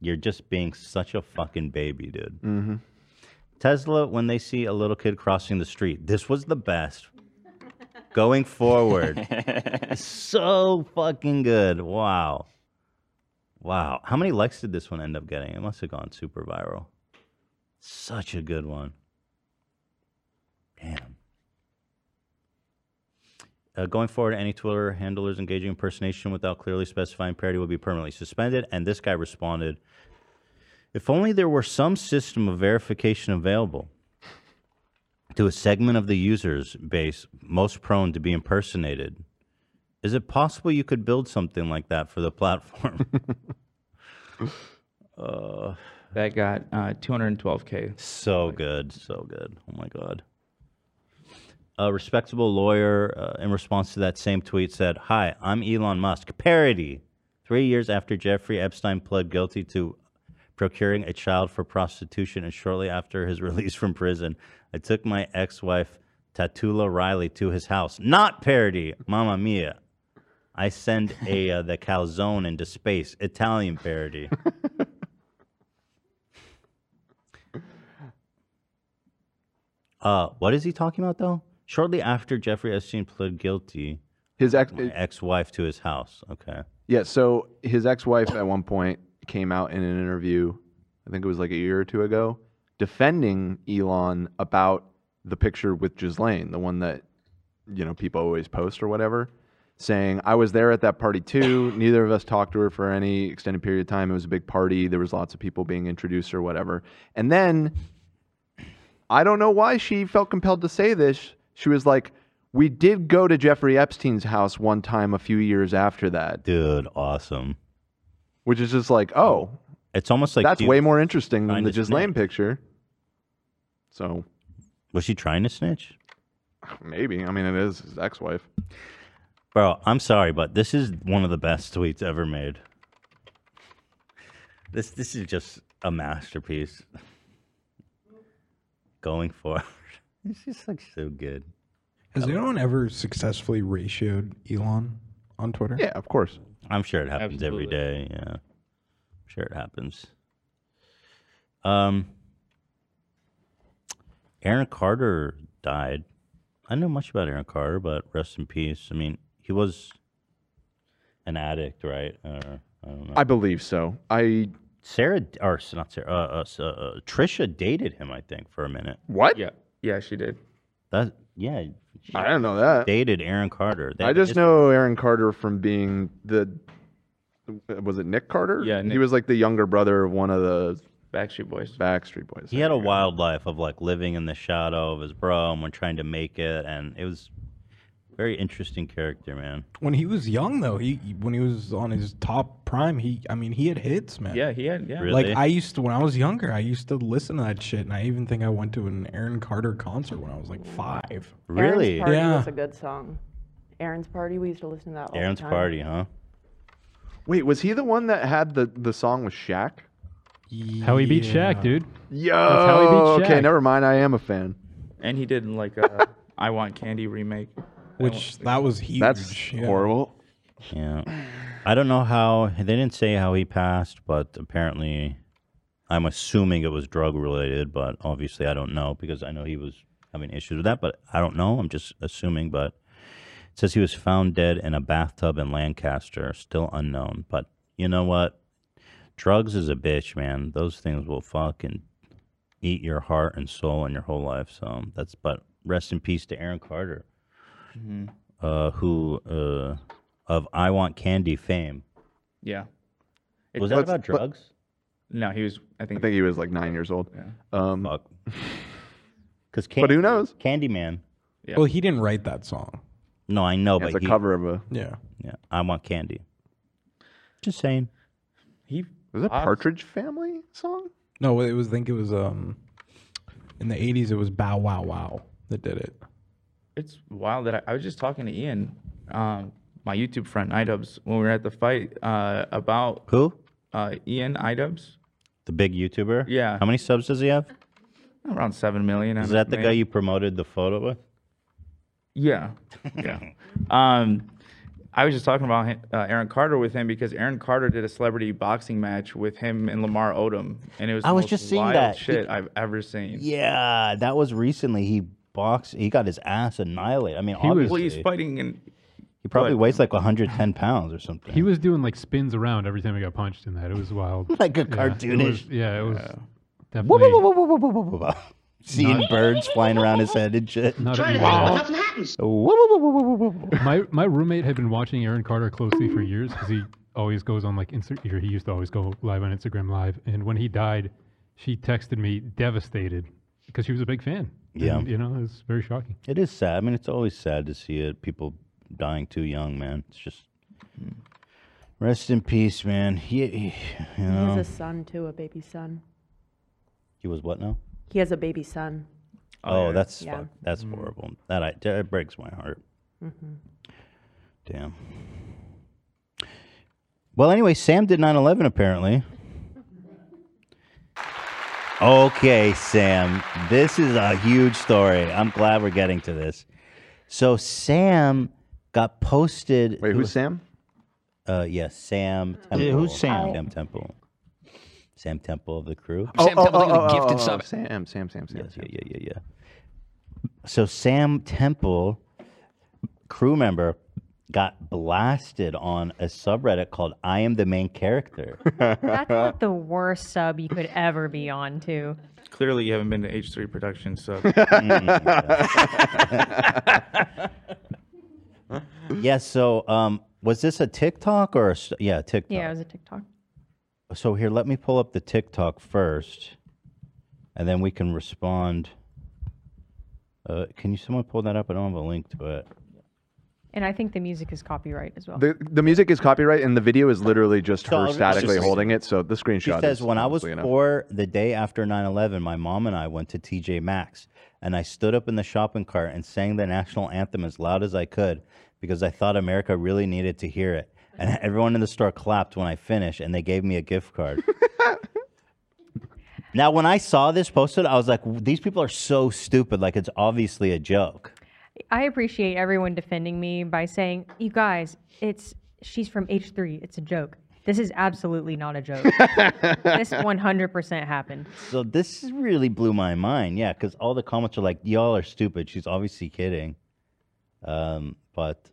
You're just being such a fucking baby, dude. Mm-hmm. Tesla, when they see a little kid crossing the street, this was the best. (laughs) Going forward, so fucking good. Wow. Wow. How many likes did this one end up getting? It must have gone super viral. Such a good one. Uh, going forward, any Twitter handlers engaging in impersonation without clearly specifying parody will be permanently suspended. And this guy responded, if only there were some system of verification available to a segment of the users base most prone to be impersonated. Is it possible you could build something like that for the (laughs) platform? uh, that got uh, 212k. So good, so good. Oh my god. A respectable lawyer, uh, in response to that same tweet, said, "Hi, I'm Elon Musk." Parody. Three years after Jeffrey Epstein pled guilty to procuring a child for prostitution, and shortly after his (laughs) release from prison, I took my ex-wife Tatula Riley to his house. Not parody, Mamma Mia. I send a uh, the calzone into space Italian parody. uh, what is he talking about though? Shortly after Jeffrey Epstein pled guilty, his ex wife to his house. Okay, Yeah, so his ex-wife at one point came out in an interview, I think it was like a year or two ago, defending Elon about the picture with Ghislaine, the one that you know people always post or whatever, saying I was there at that party too. Neither of us talked to her for any extended period of time. It was a big party. There was lots of people being introduced or whatever. And then I don't know why she felt compelled to say this. She was like, "We did go to Jeffrey Epstein's house one time a few years after that." Dude, awesome. Which is just like, oh, it's almost like that's you- way more interesting than trying the to Ghislaine picture. So was she trying to snitch? maybe. I mean, it is his ex-wife. Bro, I'm sorry, but this is one of the best tweets ever made. This this is just a masterpiece. Going forward. (laughs) This is like so good. Has anyone ever successfully ratioed Elon on Twitter? Yeah, of course. I'm sure it happens every day. Yeah, I'm sure it happens. Um, Aaron Carter died. I know much about Aaron Carter, but rest in peace. I mean, he was an addict, right? Or, I don't know. I believe so. I Sarah or s- not Sarah. Uh, uh, s- uh, uh, Trisha dated him, I think, for a minute. What? Yeah, yeah, she did. That yeah. I don't know that. Dated Aaron Carter. They I have a just history. know Aaron Carter from being the was it Nick Carter? Yeah, he Nick. was like the younger brother of one of the Backstreet Boys. Backstreet Boys. he had a wild life of like living in the shadow of his bro and when trying to make it and it was very interesting character man When he was young, though, he when he was on his top prime, he I mean, he had hits, man. Yeah, he had- yeah. Like Really? I used to when I was younger, I used to listen to that shit, and I even think I went to an Aaron Carter concert when I was like five. Aaron's Party was a good song. Aaron's Party, we used to listen to that all the Aaron's time. party huh Wait, was he the one that had the the song with Shaq? How he beat Shaq, dude. Yo, That's how he beat Shaq. okay, never mind. I am a fan. And he did (laughs) like a I Want Candy remake. Which that was huge. That's horrible. yeah i don't know how they didn't say how he passed but apparently i'm assuming it was drug related but obviously i don't know because i know he was having issues with that but i don't know i'm just assuming but it says he was found dead in a bathtub in lancaster still unknown but you know what drugs is a bitch man those things will fucking eat your heart and soul and your whole life so that's but rest in peace to aaron carter Mm-hmm. Mhm. uh, who uh, of I Want Candy fame. Yeah. Was that does- about drugs? No, he was. I I think. think he was like nine years old. Um, (laughs) Because but who knows? Candyman. Well, he didn't write that song. No, I know, Yeah, but it's a he- cover of a- Yeah. yeah. I Want Candy. Just saying. He was that Partridge Family song? No, it was. I think it was um, in the '80s. It was Bow Wow Wow that did it. It's wild that I, I was just talking to Ian, um, my YouTube friend Idubs, when we were at the fight uh, about who? Uh, Ian Idubs. The big YouTuber. Yeah. How many subs does he have? Around seven million. I Is don't that the think. guy you promoted the photo with? (laughs) Yeah. Yeah. um, I was just talking about him, uh, Aaron Carter with him because Aaron Carter did a celebrity boxing match with him and Lamar Odom, and it was I the was most just seeing wild that. He- shit I've ever seen. Yeah, that was recently. He boxed. He got his ass annihilated. I mean, He was- obviously, Well, he's fighting in. He probably but- weighs like 110 pounds or something. He was doing like spins around every time he got punched in that. It was wild. (laughs) Like a Yeah, it was, cartoonish- yeah, it was Whoa, whoa, whoa, definitely. whoa, whoa, whoa, whoa, whoa, whoa. Seeing Not- birds flying around his head and shit. Not Try to anymore. do it, nothing happens. Whoa, whoa, whoa, whoa, whoa, whoa. my my roommate had been watching Aaron Carter closely for years because he always goes on like Insta- or he used to always go live on Instagram Live. And when he died, she texted me devastated because she was a big fan. Yeah. And, you know, it's very shocking. It is sad. I mean, it's always sad to see it. People dying too young, man. It's just rest in peace, man. He, he you He know, has a son too, a baby son. he was what now? He has a baby son. Oh, that's Yeah. fuck- that's horrible. That I, that breaks my heart. hmm Damn. Well, anyway, Sam did 9/11 apparently. Okay, Sam, this is a huge story. I'm glad we're getting to this. So Sam got posted. Wait, who's Sam? Uh, yeah, Sam Temple. Yeah, who's Sam? Sam Temple. Sam Temple of the crew. Oh, oh, oh, oh, oh, oh, Sam, Sam, Sam, Sam. Yeah, yeah, yeah, yeah. So Sam Temple, crew member, got blasted on a subreddit called "I am the main character." That's like the worst sub you could ever be on to. Clearly, you haven't been to H3 Productions, (laughs) so. Mm. (laughs) yeah. So, um, was this a TikTok or a s- yeah TikTok? Yeah, it was a TikTok. So here, let me pull up the TikTok first, and then we can respond. Uh, can you someone pull that up? I don't have a link to it. And I think the music is copyright as well. The, the music is copyright, and the video is literally just So her it's statically just- holding it. So the She screenshot. says, is when I was obviously enough. four, the day after 9-11, my mom and I went to TJ Maxx, and I stood up in the shopping cart and sang the national anthem as loud as I could because I thought America really needed to hear it. And (laughs) everyone in the store clapped when I finished, and they gave me a gift card. now, when I saw this posted, I was like, these people are so stupid. Like, it's obviously a joke. I appreciate everyone defending me by saying, "You guys, it's she's from H3. It's a joke. This is absolutely not a joke. this 100% happened." So this really blew my mind. Yeah, because all the comments are like, "Y'all are stupid." She's obviously kidding. Um, but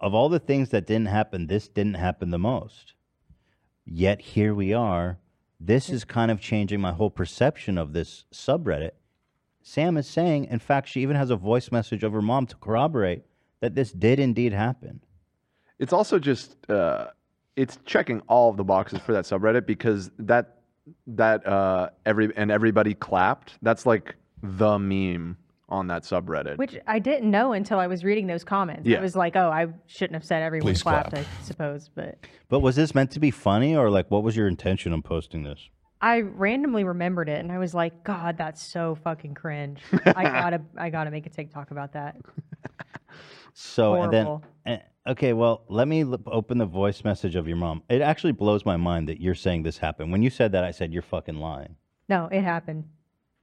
of all the things that didn't happen, this didn't happen the most. Yet here we are. This is kind of changing my whole perception of this subreddit. Sam is saying, in fact, she even has a voice message of her mom to corroborate that this did indeed happen. It's also just uh, it's checking all of the boxes for that subreddit because that that uh, every and everybody clapped. That's like the meme on that subreddit. Which I didn't know until I was reading those comments. Yeah. I was like, "Oh, I shouldn't have said everyone Please clapped, clap. I suppose, but But was this meant to be funny, or like, what was your intention on posting this? I randomly remembered it and I was like, "God, that's so fucking cringe. (laughs) I got to I got to make a TikTok about that." So Horrible. and then eh, okay, well, let me l- open the voice message of your mom. It actually blows my mind that you're saying this happened. When you said that, I said you're fucking lying. No, it happened.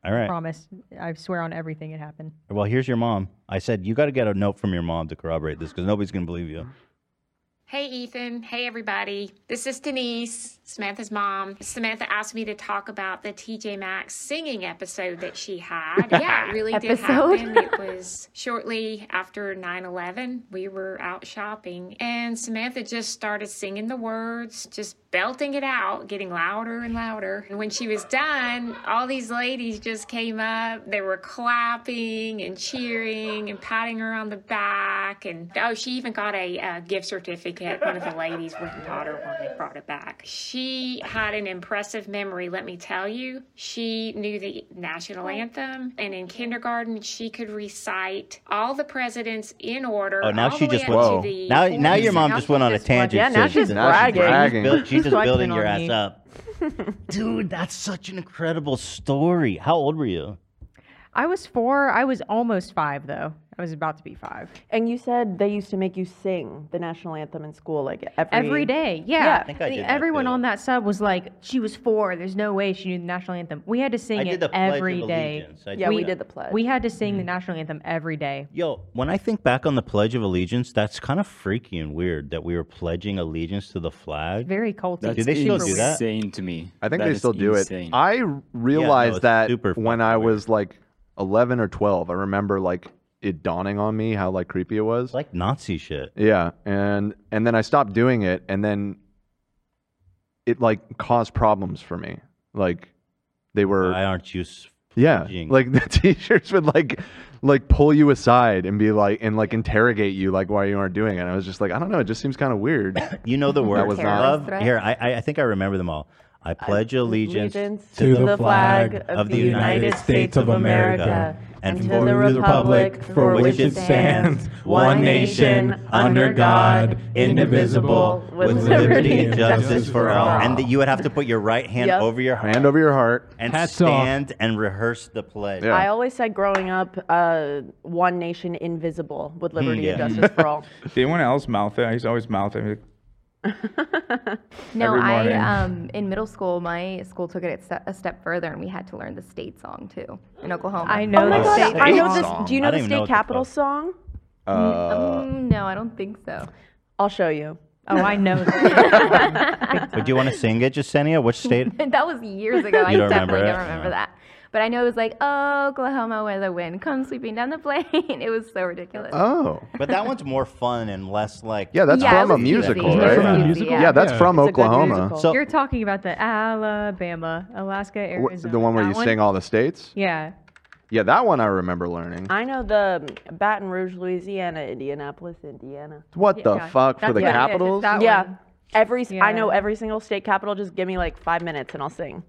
All right. Promise. I swear on everything it happened. Well, here's your mom. I said you got to get a note from your mom to corroborate this because nobody's gonna believe you. Hey, Ethan. Hey, everybody. This is Denise, Samantha's mom. Samantha asked me to talk about the TJ Maxx singing episode that she had. Yeah, it really did Episode? happen. It was shortly after 9 11. We were out shopping, and Samantha just started singing the words, just belting it out, getting louder and louder. And when she was done, all these ladies just came up. They were clapping and cheering and patting her on the back. And oh, she even got a uh, gift certificate. One of the ladies went and got her one. They brought it back. She had an impressive memory, let me tell you. She knew the national anthem, and in kindergarten, she could recite all the presidents in order. Oh, now all she the way just up went. to the Now, now your 40s. mom just went on a tangent. Yeah, now so she's she's bragging. bragging. She's, buil- she's She's just building flexing your on ass me. up. (laughs) Dude, that's such an incredible story. How old were you? I was 4. I was almost 5 though. I was about to be 5. And you said they used to make you sing the national anthem in school, like every Every day, yeah. Yeah. I think I The- did that, Everyone on that sub was like, "She was four. There's no way she knew the national anthem." We had to sing I it did the Pledge of every day. Allegiance. I Yeah, did we that. did the pledge. We had to sing Mm-hmm. the national anthem every day. Yo, when I think back on the Pledge of Allegiance, that's kind of freaky and weird that we were pledging allegiance to the flag. Very culty. do they still do that? Insane to me. I think That they is still do insane. it. I realized it's that when I was like 11 or 12, I remember like it dawning on me how like creepy it was. Like Nazi shit. Yeah, and and then I stopped doing it and then it like caused problems for me. Like they were Why aren't you s- yeah, pledging? like (laughs) the teachers would like like pull you aside and be like and like interrogate you like why you aren't doing it. And I was just like, I don't know, it just seems kind of weird. you know the word That was not love. Here, I, I- I think I remember them all. I pledge allegiance, allegiance to the flag of the United States of America and to the republic for which it stands, one nation, under God, indivisible, with liberty and justice for all. And that you would have to put your right hand Yep. over your heart hand over your heart and Hats off. stand and rehearse the pledge. I always said growing up, uh, one nation invisible with Hmm, liberty and justice (laughs) for all. Mm, (laughs) Did anyone else mouth it? I used to always mouth it. No, Every I morning. um in middle school, my school took it a step, a step further, and we had to learn the state song too in Oklahoma. I know Oh my the God, state I know song. this. Do you know the state capitol song? Uh, Mm, no, mm, I don't think so. I'll show you. Oh, (laughs) I know. But do you want to sing it, Jasenia? Which state? (laughs) that was years ago. I You don't definitely remember it? don't remember that. But I know it was like, oh, Oklahoma, where the wind comes sweeping down the (laughs) plain. It was so ridiculous. Oh. (laughs) But that one's more fun and less like. Oh. Yeah, that's Yeah, from it a was musical, easy. right? That's from a musical? Yeah, that's Yeah. from It's a good Oklahoma. musical. So You're talking about the Alabama, Alaska, Wh- Arizona. the one where That you sing all the states. Yeah. Yeah, that one I remember learning. (laughs) I know the um, Baton Rouge, Louisiana, Indianapolis, Indiana. What the Yeah, fuck, for that's the what it is, it's capitals? that yeah. one. Every s- I know Yeah. every single state capital. Just give me like five minutes and I'll sing.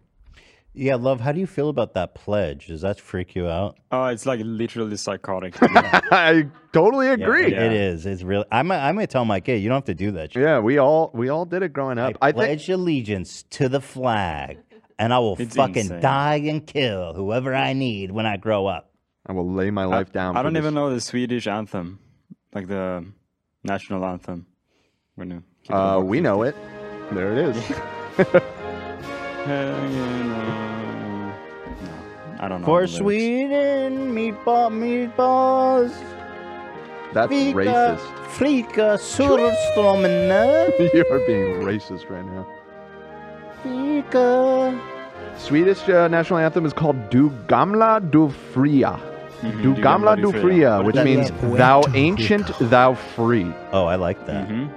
yeah, love. How do you feel about that pledge? Does that freak you out? Oh, it's like literally (laughs) psychotic. (laughs) I totally agree. it is. It's really. I'm. I may tell my kid, you don't have to do that. Shit. Yeah, we all we all did it growing up. I, pledge allegiance to the flag, and I will It's fucking insane. die and kill whoever I need when I grow up. I will lay (laughs) my life down. I don't even know the Swedish anthem, like the national anthem. We know. Uh, we know it. There it is. I don't know. the For lyrics. Sweden, meatball, meatballs. That's Frika, racist. Frika, surströmmingen. you are being racist right now. Frika. Swedish uh, national anthem is called Du Gamla Du Fria. Du Mm-hmm. Du Gamla Gamla Du Du Fria. Fria, which That means means thou Puerto ancient, thou free. Oh, I like (laughs) that. Mm-hmm.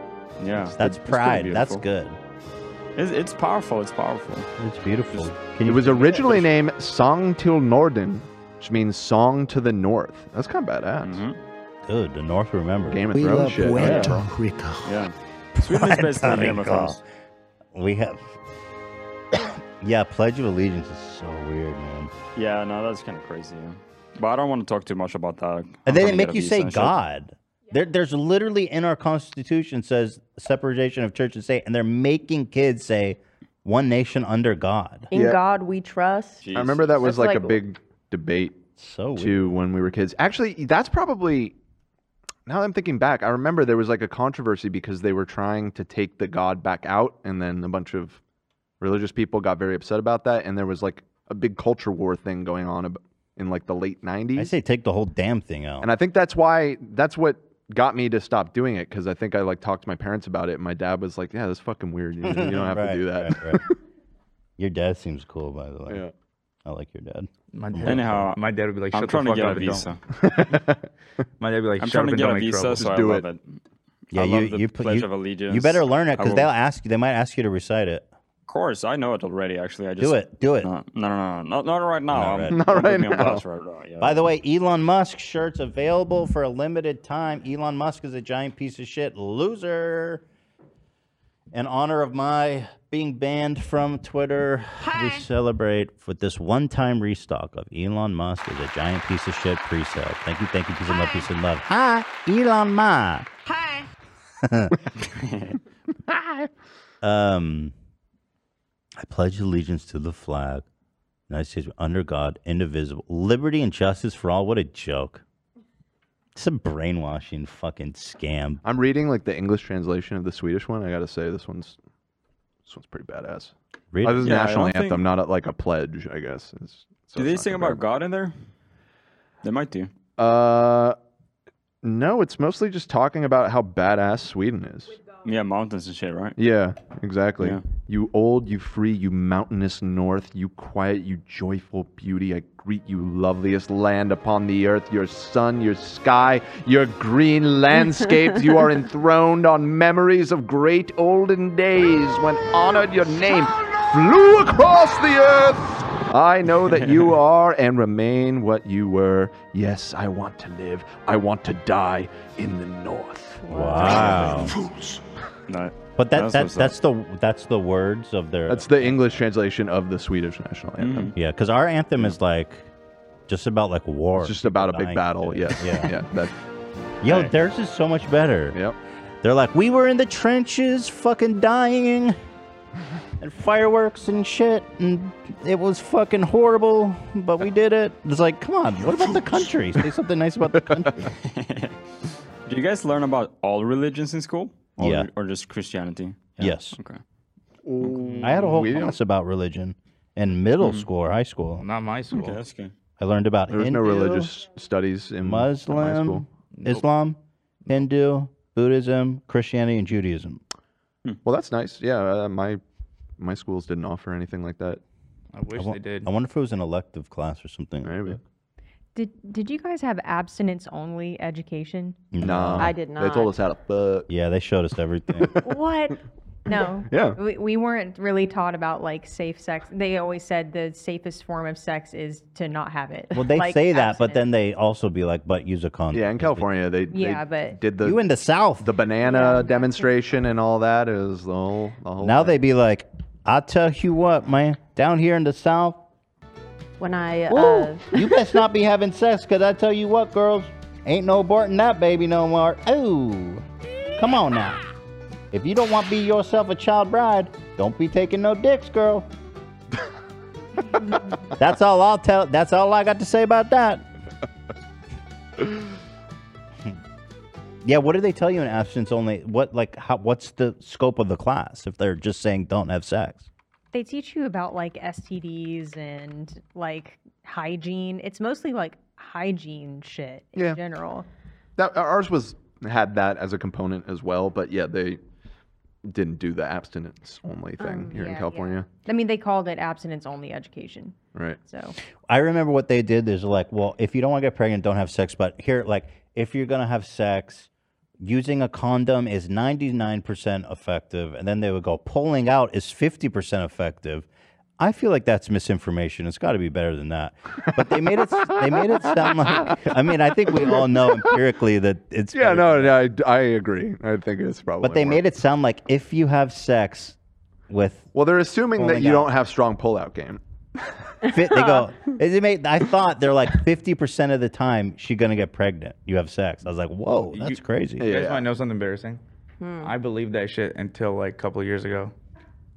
Yeah, That's pretty pride. That's good. beautiful. It's, it's powerful. It's powerful. It's beautiful. Can It was originally named Song Till Norden, which means Song to the North. That's kind of badass. Dude, Mm-hmm. the North remembers. Game of We Thrones love Oh, shit. Puerto yeah. Rico. Yeah. Sweden is basically Game of Thrones. We have. (coughs) yeah, Pledge of Allegiance is so weird, man. Yeah, no, that's kind of crazy. yeah. But I don't want to talk too much about that. I'm And gonna then they get make you abused say and shit. God. There, there's literally in our Constitution says separation of church and state, and they're making kids say one nation under God. In God we trust. I remember that was That's like, a big debate so too when we were kids. Actually, that's probably now that I'm thinking back, I remember there was like a controversy because they were trying to take the God back out, and then a bunch of religious people got very upset about that, and there was like a big culture war thing going on ab- in like the late '90s. I say take the whole damn thing out. And I think that's why that's what got me to stop doing it because I think I like talked to my parents about it, and my dad was like, "Yeah, that's fucking weird. You, you don't (laughs) have Right, to do that." (laughs) right, right. Your dad seems cool, by the way. Yeah. I like your dad. My I'm dad- like Anyhow, that. My dad would be like, I'm "Shut the trying to fuck get a up and (laughs) visa. My dad would be like, I'm trying "Shut up to get and don't a make visa, trouble." so I love it. Yeah, I you love the you put Pledge you, of Allegiance. you better learn it I because will- they'll ask you. They might ask you to recite it. Of course, I know it already. Actually, I just Do it. Do it. No, no, no, no, not, not right now. right I'm- don't now. Not put right me on blast now. right now, yeah. By the way, Elon Musk shirts available for a limited time. Elon Musk is a giant piece of shit loser. In honor of my being banned from Twitter, we celebrate with this one-time restock of Elon Musk is a giant piece of shit pre-sale. Thank you, thank you, peace and love, peace and love. Hi, Elon Musk. (laughs) Hi. Um, I pledge allegiance to the flag, United States under God, indivisible, liberty and justice for all. What a joke! It's a brainwashing fucking scam. I'm reading like the English translation of the Swedish one. I gotta say, this one's this one's pretty badass. Read Oh, it. this is Yeah, I national don't anthem, think- not a, like a pledge, I guess. It's- so do it's they not sing about God in there? They might do. Uh, no, it's mostly just talking about how badass Sweden is. Yeah, mountains and shit, right? Yeah, exactly. Yeah. You old, you free, you mountainous north, you quiet, you joyful beauty, I greet you, loveliest land upon the earth, your sun, your sky, your green landscapes. you are enthroned on memories of great olden days when honored your name flew across the earth. I know that you are and remain what you were. Yes, I want to live. I want to die in the north. Wow. No, But That's that, that what's up. that's the that's the words of their That's the English translation of the Swedish national anthem. yeah. Because our anthem is like just about like war. It's just about a big Dying battle. shit. Yeah. yeah. yeah that, Yo, theirs is so much better. Yep. They're like, we were in the trenches, fucking dying, and fireworks and shit, and it was fucking horrible, but we did it. It's like, come on, what about the country? Say something nice about the country. (laughs) Do you guys learn about all religions in school? Or, Yeah. Or just Christianity? Yes. Okay. I had a whole We don't- class about religion in Hmm. middle school or high school. Not my school. Okay, that's good. I learned about there was no Hindu, religious studies in in high Muslim, school. Islam, Hindu, Buddhism, Christianity, and Judaism. Well, that's nice. Yeah, uh, my my schools didn't offer anything like that. I wish wo- I wonder if it was an elective class or something. Maybe. Did Did you guys have abstinence only education? Nah, I did They told not. us how to fuck. Mm. Yeah, they showed us (laughs) everything. (laughs) What? No. Yeah. We, we weren't really taught about like safe sex. They always said the safest form of sex is to not have it. Well, they Like, say that, but abstinence. then they also be like, "But use a condom." Yeah, in California they, they Yeah, but- did the You in the South the banana demonstration and all that is the whole the whole. Now they be like, "I tell you what, man, down here in the South, When I Woo! uh, you best not be having sex, cause I tell you what, girls, ain't no aborting that baby no more. Ooh, come on now. If you don't want to be yourself a child bride, don't be taking no dicks, (laughs) girl. that's all I'll tell. That's all I got to say about that. yeah, what do they tell you in abstinence only? What like how, what's the scope of the class if they're just saying don't have sex? they teach you about like STDs and like hygiene. It's mostly like hygiene shit in Yeah. general. That ours was had that as a component as well, but yeah, they didn't do the abstinence only Oh, thing here in California. Um, I mean, they called it abstinence only education. Right. So I remember what they did is like, well, if you don't want to get pregnant, don't have sex. But here, like, if you're gonna have sex, using a condom is 99% effective, and then they would go pulling out is 50% effective. I feel like that's misinformation. It's got to be better than that. But they made it. they made it sound like. I mean, I think we all know empirically that it's. Oh, Yeah, no, no, I, I agree. I think it's probably. But they more- made it sound like if you have sex with. Well, they're assuming that Pulling you out. don't have strong pullout game. Fit, they go. (laughs) They made, I thought they're like fifty percent of the time she's gonna get pregnant. You have sex. I was like, whoa, that's crazy. You guys want to know something embarrassing? Hmm. I believed that shit until like a couple of years ago.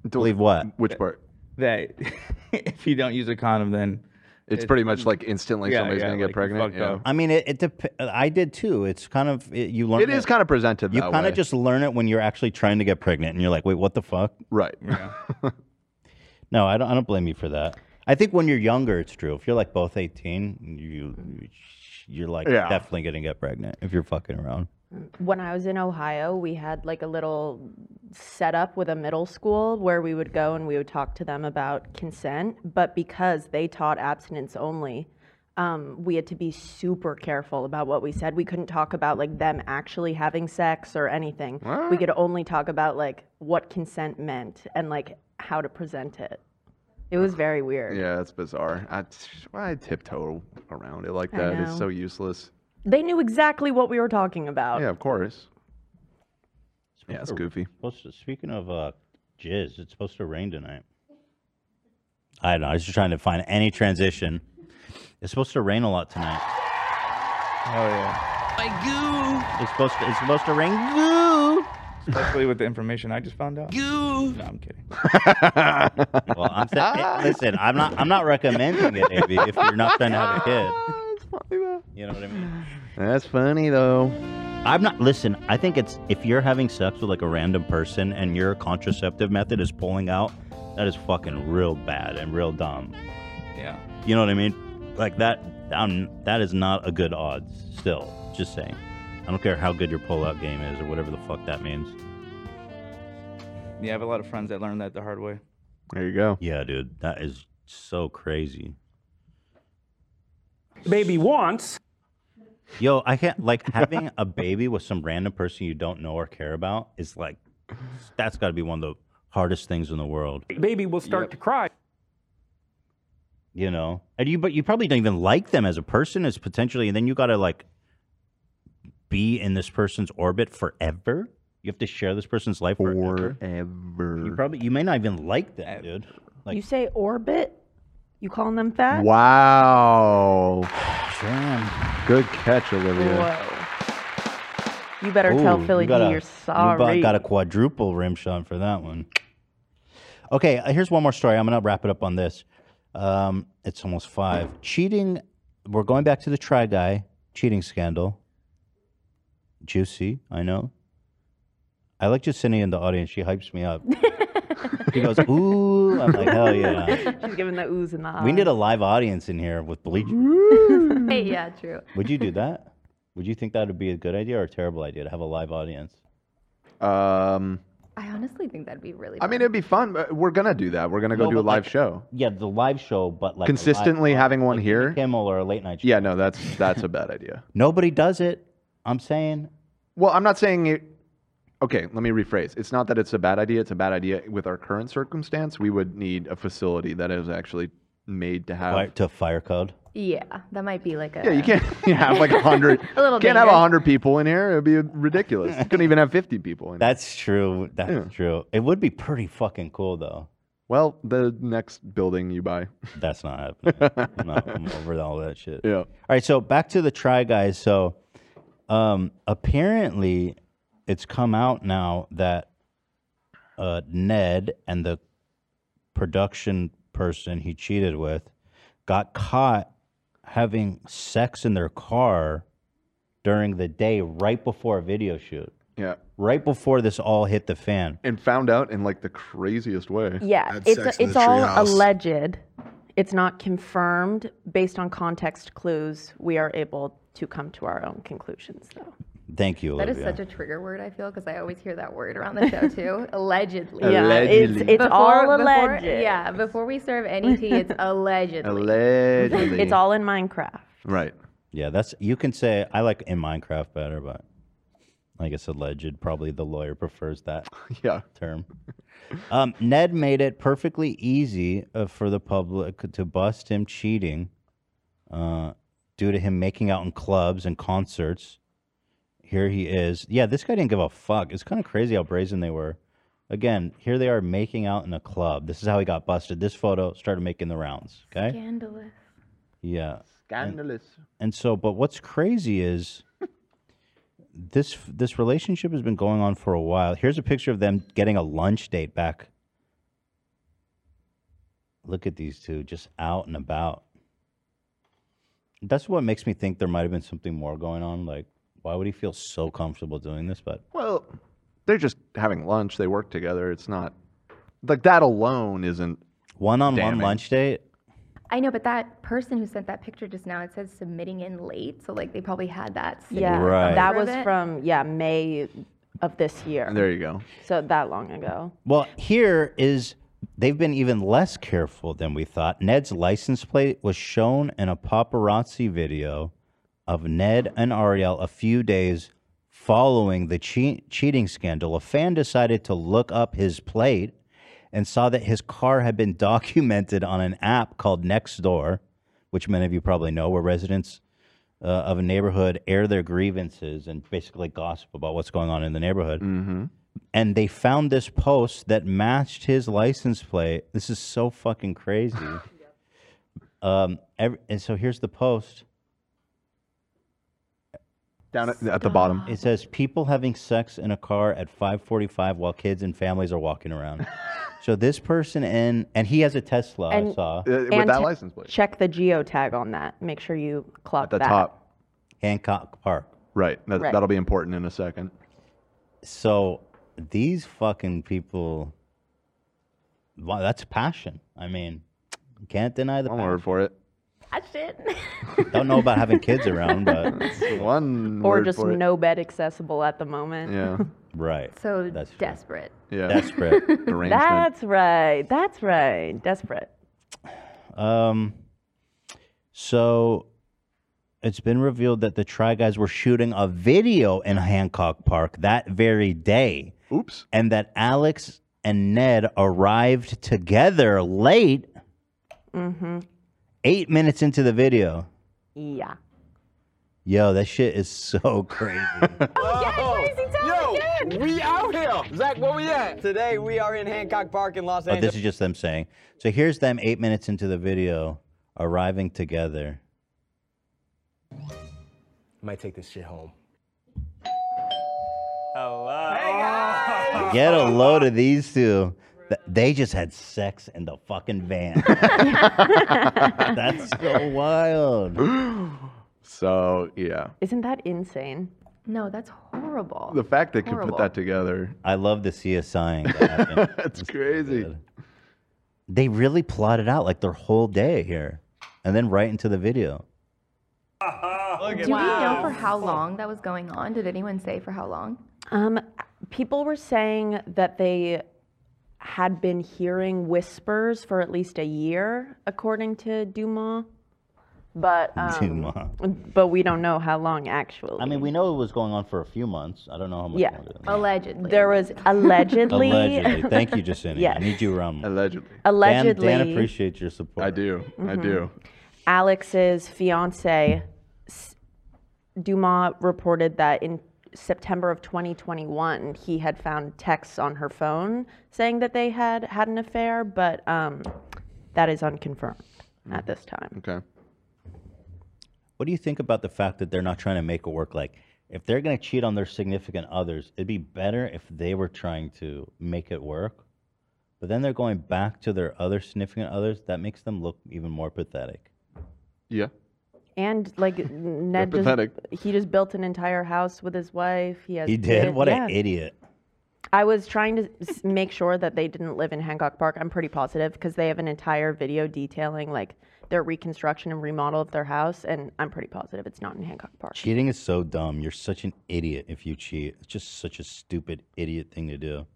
Believe what? Which part? That (laughs) if you don't use a condom, then It's pretty much like instantly Yeah, somebody's yeah, gonna get like, pregnant. fucked yeah. up. I mean, it, it dep- I did too. It's kind of it, you learn. It is kind of presented. You that kind way. of just learn it when you're actually trying to get pregnant, and you're like, wait, what the fuck? Right. (laughs) no, I don't. I don't blame you for that. I think when you're younger, it's true. If you're like both 18, you you're like Yeah. definitely gonna get pregnant if you're fucking around. when I was in Ohio, we had like a little setup with a middle school where we would go and we would talk to them about consent. But because they taught abstinence only, um, we had to be super careful about what we said. We couldn't talk about like them actually having sex or anything. We could only talk about like what consent meant and like how to present it. It was very weird. Yeah, it's bizarre. I, I tiptoe around it like I that. It's know. so useless. They knew exactly what we were talking about. Yeah, of course. Yeah, it's goofy. Supposed to, speaking of uh, jizz, it's supposed to rain tonight. I don't know. I was just trying to find any transition. It's supposed to rain a lot tonight. Oh yeah. My It's supposed to. It's supposed to rain. Especially with the information I just found out. Goo. No, I'm kidding. well, I'm saying, Ah. eh, listen, I'm not, I'm not recommending it, AB, if you're not trying to have a kid. You know what I mean? That's funny though. I'm not. Listen, I think it's if you're having sex with like a random person and your contraceptive method is pulling out, that is fucking real bad and real dumb. Yeah. You know what I mean? Like that. I'm, that is not a good odds. Still, just saying. I don't care how good your pull-out game is or whatever the fuck that means. Yeah, I have a lot of friends that learned that the hard way. There you go. Yeah, dude, that is so crazy. Baby wants. Yo, I can't like having a baby with some random person you don't know or care about is like that's got to be one of the hardest things in the world. Baby will start to cry. You know, and you but you probably don't even like them as a person as potentially, and then you got to like be in this person's orbit forever. You have to share this person's life forever. Forever. You probably you may not even like them, dude. Like you say orbit? You calling them fat? Wow. Damn. Good catch, Olivia. You better tell Ooh, Philly you D got a- you're You bu- sorry. got a quadruple rim shot for that one. Okay, uh, here's one more story. I'm gonna wrap it up on this. Um, it's almost five. Cheating. We're going back to the try guy cheating scandal. Juicy, I know. I like Jacinia in the audience. She hypes me (laughs) up. he goes, "Ooh!" I'm like, "Hell yeah!" (laughs) She's giving the oohs and the ahs. We need a live audience in here with bleachers. Hey, yeah, true. Would you do that? Would you think that would be a good idea or a terrible idea to have a live audience? Um, I honestly think that'd be really. I mean, it'd be fun. but We're gonna do that. We're gonna go No, do a but, live like, show. Yeah, the live show, but like a live- Consistently having one like here. Kimmel or a late night show. Yeah, no, that's that's a bad idea. (laughs) Nobody does it. I'm saying Well, I'm not saying it. Okay, let me rephrase. It's not that it's a bad idea. It's a bad idea with our current circumstance. We would need a facility that is actually made to have. fire, to fire code. Yeah, that might be like a. Yeah, you can't (laughs) you have like a hundred. (laughs) A little Can't have dangerous. a hundred people in here. (laughs) It'd be (laughs) ridiculous. You couldn't even have fifty people in. here. That's true. That's true. It would be pretty fucking cool though. Well, the next building you buy. (laughs) That's not happening. I'm, not, I'm over all that shit. Yeah. All right. So back to the try guys. So um, apparently, it's come out now that uh, Ned and the production person he cheated with got caught having sex in their car during the day right before a video shoot. Yeah. Right before this all hit the fan. And found out in like the craziest way. Yeah, it's it's all alleged. It's not confirmed. Based on context clues, we are able to come to our own conclusions. Though Thank you, That Olivia. is such a trigger word, I feel, because I always hear that word around the (laughs) show too. Allegedly. Yeah, it's- Allegedly. it's all alleged. yeah, before we serve any (laughs) tea, it's allegedly. Allegedly. it's all in Minecraft. Right. Yeah, that's you can say I like in Minecraft better, but I guess alleged. Probably the lawyer prefers that (laughs) yeah. term. Um, Ned made it perfectly easy uh, for the public to bust him cheating uh, due to him making out in clubs and concerts. Here he is. Yeah, this guy didn't give a fuck. It's kind of crazy how brazen they were. Again, here they are making out in a club. This is how he got busted. This photo started making the rounds. Okay. Scandalous. Yeah. Scandalous. And so, but what's crazy is (laughs) this this relationship has been going on for a while. Here's a picture of them getting a lunch date back. Look at these two just out and about. That's what makes me think there might have been something more going on. Like, why would he feel so comfortable doing this? But Well, they're just having lunch. They work together. It's not like that alone isn't one on damning. one lunch date. I know, but that person who sent that picture just now, it says submitting in late, so like they probably had that. sitting Yeah, in the Right. that corner of was it. from yeah May of this year. There you go. So that long ago. Well, here is they've been even less careful than we thought. Ned's license plate was shown in a paparazzi video of Ned and Ariel a few days following the che- cheating scandal. A fan decided to look up his plate and saw that his car had been (laughs) documented on an app called Nextdoor, which many of you probably know, where residents uh, of a neighborhood air their grievances and basically gossip about what's going on in the neighborhood. Mm-hmm. And they found this post that matched his license plate. This is so fucking crazy. um, every, and so here's the post. Down at, at the bottom. It says people having sex in a car at 5:45 while kids and families are walking around. so this person in and he has a Tesla. Uh, I Uh, saw and te- Check the geotag on that. Make sure you clock At the that. top. Hancock Park. Right. That, Right. That'll be important in a second. So these fucking people, wow, that's passion. I mean, you can't deny the. One word for it. Passion. Don't know about having kids around, but (laughs) one Or just no bed accessible at the moment. (laughs) right. So desperate. Yeah. Desperate. (laughs) That's right. That's right. Desperate. Um, so it's been revealed that the Try Guys were shooting a video in Hancock Park that very day. Oops. And that Alex and Ned arrived together late, Mm-hmm. eight minutes into the video. Yeah. Yo, that shit is so (laughs) crazy. Yo, we out here. Zach, where we at? Today we are in Hancock Park in Los oh, Angeles. this is just them saying. So here's them eight minutes into the video arriving together. Might take this shit home. Hello. Get a load of these two. Th- They just had sex in the fucking (laughs) van. That's so wild. (gasps) So, yeah. Isn't that insane? No, that's horrible. The fact they could put that together. I love the CSIing. (laughs) That happened. That's crazy. they really plotted out like their whole day here and then right into the video. Do we know for how long that was going on? Did anyone say for how long? Um, people were saying that they had been hearing whispers for at least a year, according to Dumas. But um, Dumas. but we don't know how long actually. I mean, we know it was going on for a few months. I don't know how much yeah, longer. allegedly there was allegedly. (laughs) Allegedly. Thank you, Jacinia. Yes. I need you around more. Allegedly. Allegedly. Dan, Dan appreciates your support. I do. Mm-hmm. Mhm. Alex's fiance, S- Dumas reported that in September of 2021, he had found texts on her phone saying that they had had an affair, but um, that is unconfirmed at this time. Okay. What do you think about the fact that they're not trying to make it work? Like, if they're going to cheat on their significant others, it'd be better if they were trying to make it work. But then they're going back to their other significant others. That makes them look even more pathetic. Yeah. And like Ned, pathetic. just, he just built an entire house with his wife. He has He did? kids. What yeah. an idiot. I was trying to s- make sure that they didn't live in Hancock Park. I'm pretty positive because they have an entire video detailing like their reconstruction and remodel of their house, and I'm pretty positive it's not in Hancock Park. Cheating is so dumb. You're such an idiot if you cheat. It's just such a stupid, idiot thing to do.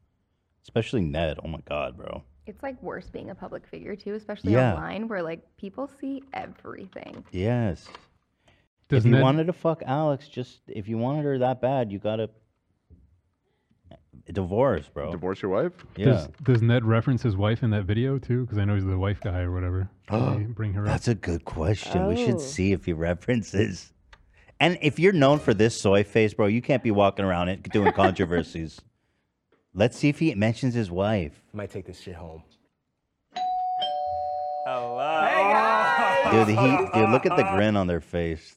Especially Ned. Oh my God, bro. It's like worse being a public figure too, especially Yeah. online where like people see everything. Yes. Does if you Ned- wanted to fuck Alex, just if you wanted her that bad, you gotta divorce, bro. Divorce your wife? (gasps) Yeah. Does, does Ned reference his wife in that video too? Because I know he's the wife guy or (gasps) whatever. They bring her That's a good question. We Oh. should see if he references. And if you're known for this soy face, bro, you can't be walking around it doing controversies. Let's see if he mentions his wife. Might take this shit home. Hello. Dude, he, (laughs) dude, look at (laughs) the grin on their face.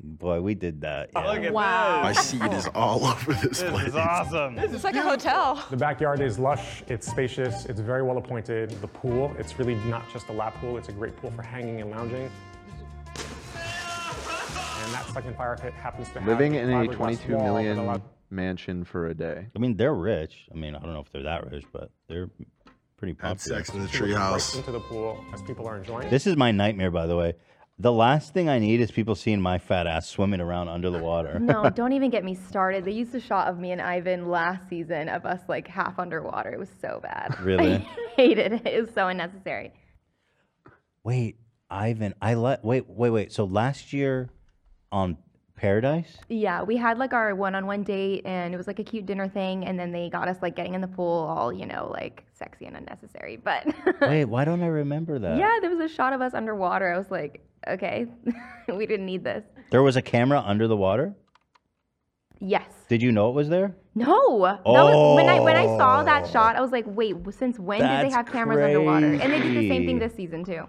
Boy, we did that. Yeah. Look at Wow. this. My seed is all (laughs) over this This is awesome. It's like a hotel. The backyard is lush, it's spacious, it's very well appointed. The pool, it's really not just a lap pool, it's a great pool for hanging and lounging. And that second fire pit happens to have Living in a fiberglass 22 wall that million allows- mansion for a day. I mean, they're rich. I mean, I don't know if they're that rich, but they're pretty popular. She looks Right into the pool as people are enjoying. This is my nightmare, by the way. The last thing I need is people seeing my fat ass swimming around under the water. (laughs) (laughs) No, don't even get me started. They used a shot of me and Ivan last season of us like half underwater. It was so bad. (laughs) Really? I hated it. It was so unnecessary. Wait, Ivan, I let wait, wait, wait. So last year on (laughs) Paradise, Yeah, we had like our one-on-one date and it was like a cute dinner thing and then they got us like getting in the pool all, you know, like sexy and unnecessary. But (laughs) wait, why don't I remember that? yeah, there was a shot of us underwater. I was like, okay, (laughs) we didn't need this. There was a camera under the water. Yes. Did you know it was there? No. That was when I when I saw that shot, I was like, wait, since when did That's they have cameras underwater? And they did the same crazy. thing this season too.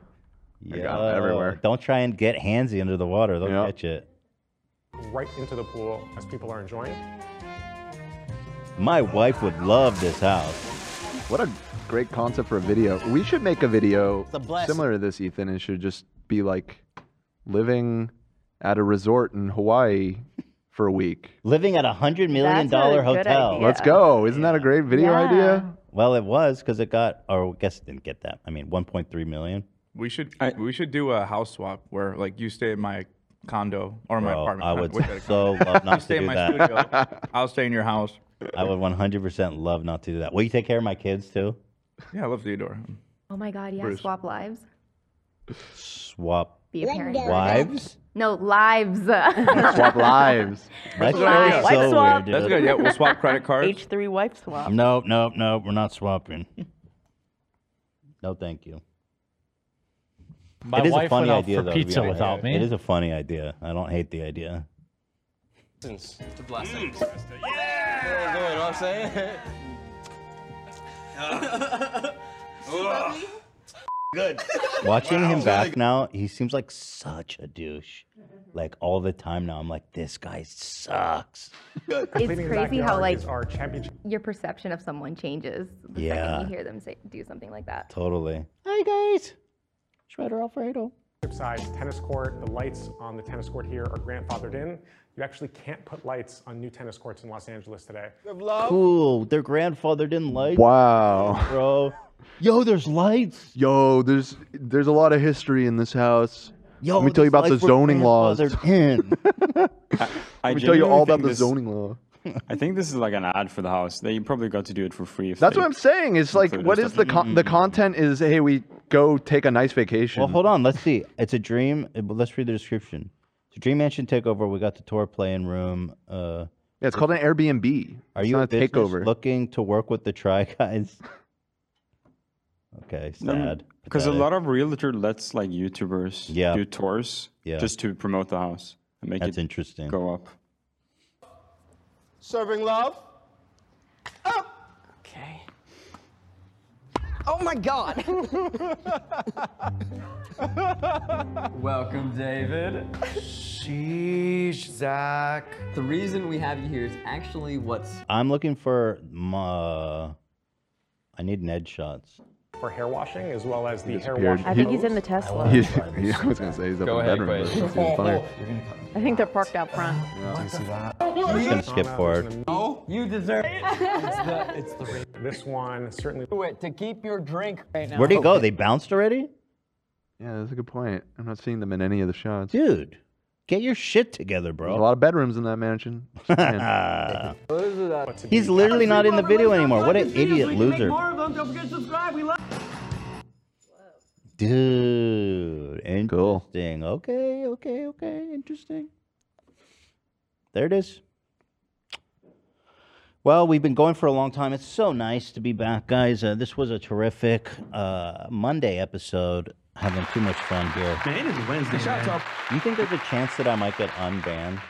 Yeah, everywhere. Don't try and get handsy under the water. They'll catch it. Right into the pool as people are enjoying. My wife would love this house. What a great concept for a video. We should make a video a blessing. similar to this, Ethan. It should just be like living at a resort in Hawaii for a week. Living at a hundred That's million a dollar good hotel. idea. Let's go. Isn't that a great video Yeah. idea? Well, it was because it got, or I guess it didn't get that. I mean, 1.3 million. We should we should do a house swap where like you stay at my condo or my Bro, apartment. I con- would what did I so (laughs) call it? love you not stay to in do my that. (laughs) studio. I'll stay in your house. I would 100% love not to do that. Will you take care of my kids too? Yeah, I love Theodore. Oh my god, yeah, Bruce. swap lives. Swap Be a parent. wives. No, lives. (laughs) Swap lives. That's Lives. so Wife swap. weird, dude. That's good, yeah, we'll swap credit H three wife swap. No, no, no. We're not swapping. (laughs) no, thank you. My it is a wife funny went out idea, for though, to be pizza honest. without me. It is a funny idea. I don't hate the idea. Blessings. The blessings. Mm. Yeah! You know what I'm saying? (laughs) Ugh. Good. Watching him Wow. back now, he seems like such a douche. Like all the time now, I'm like, this guy sucks. It's Completing the crazy how backyard like is our championship. your perception of someone changes the Yeah. second you hear them say, do something like that. Totally. Hi guys. Shredder Alfredo. Size tennis court. The lights on the tennis court here are grandfathered in. You actually can't put lights on new tennis courts in Los Angeles today. Cool. Their grandfather didn't like. Wow. (laughs) Bro. Yo, there's lights. Yo, there's there's a lot of history in this house. Yo, Let me tell you there's about the lights (laughs) were zoning laws. grandfathered in. Let me tell you all about the zoning law. I think this is like an ad for the house. They probably got to do it for free. If That's they- what I'm saying. It's like, included what stuff. is the con- the content? Is hey, we go take a nice vacation. Well, hold on. Let's see. It's a dream. uh, but Let's read the description. It's a dream mansion takeover. We got the tour playing room. Uh, Yeah, it's called an Airbnb. Are It's you not a a business takeover. looking to work with the Try (laughs) Guys? Okay, sad. Because a pathetic. lot of realtor lets like YouTubers Yeah. do tours Yeah. just to promote the house and make That's it interesting. go up. Serving love. Okay. Oh my (laughs) God. Welcome, David. Sheesh, Zach. The reason we have you here is actually what's I'm looking for. Ma- I need Ned shots. for hair washing as well as the hair disappeared. washing. I think he's in the hose. Tesla. He- he- (laughs) I was gonna say he's up Go in ahead, the bedroom. Grace. but it's even (laughs) funnier. I think they're parked out front. I'm just gonna skip forward. No, Oh, you deserve it. It's the, it's the ring. This one certainly. Do it to keep your drink right now. Oh. Where'd he go? They bounced already? Yeah, that's a good point. I'm not seeing them in any of the shots. Dude, get your shit together, bro. There's a lot of bedrooms in that (laughs) mansion. Just saying. He's literally not in the video anymore. What an idiot loser. More of them. Don't forget to subscribe. We love. Dude, interesting. Okay, okay, okay, interesting. There it is. Well, we've been going for a long time. It's so nice to be back, guys. Uh, this was a terrific uh, Monday episode. Having too much fun here. Man, it is Wednesday. Shout man. You think there's a chance that I might get unbanned?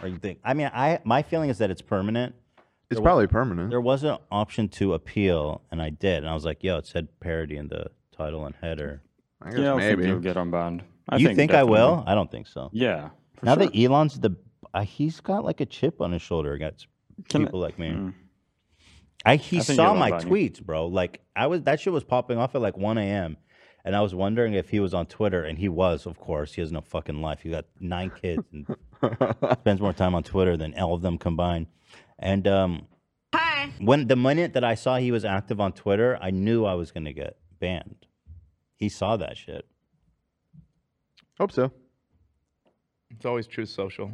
Or you think? I mean, I my feeling is that it's permanent. It's There wa- probably permanent. There was an option to appeal, and I did. And I was like, "Yo, it said parody in the title and header." I yeah, I think you'll get unbound. I you think, think, I will? definitely. I don't think so. Yeah, for Now sure. that Elon's the, uh, he's got like a chip on his shoulder against people like me. I he I think saw Elon my got you. tweets, bro. Like I was that shit was popping off at like 1 a.m. And I was wondering if he was on Twitter, and he was, of course. He has no fucking life. He got nine kids and spends more time on Twitter than all of them combined. And um, Hi. when the minute that I saw he was active on Twitter, I knew I was gonna get banned. He saw that shit. Hope so. It's always true social.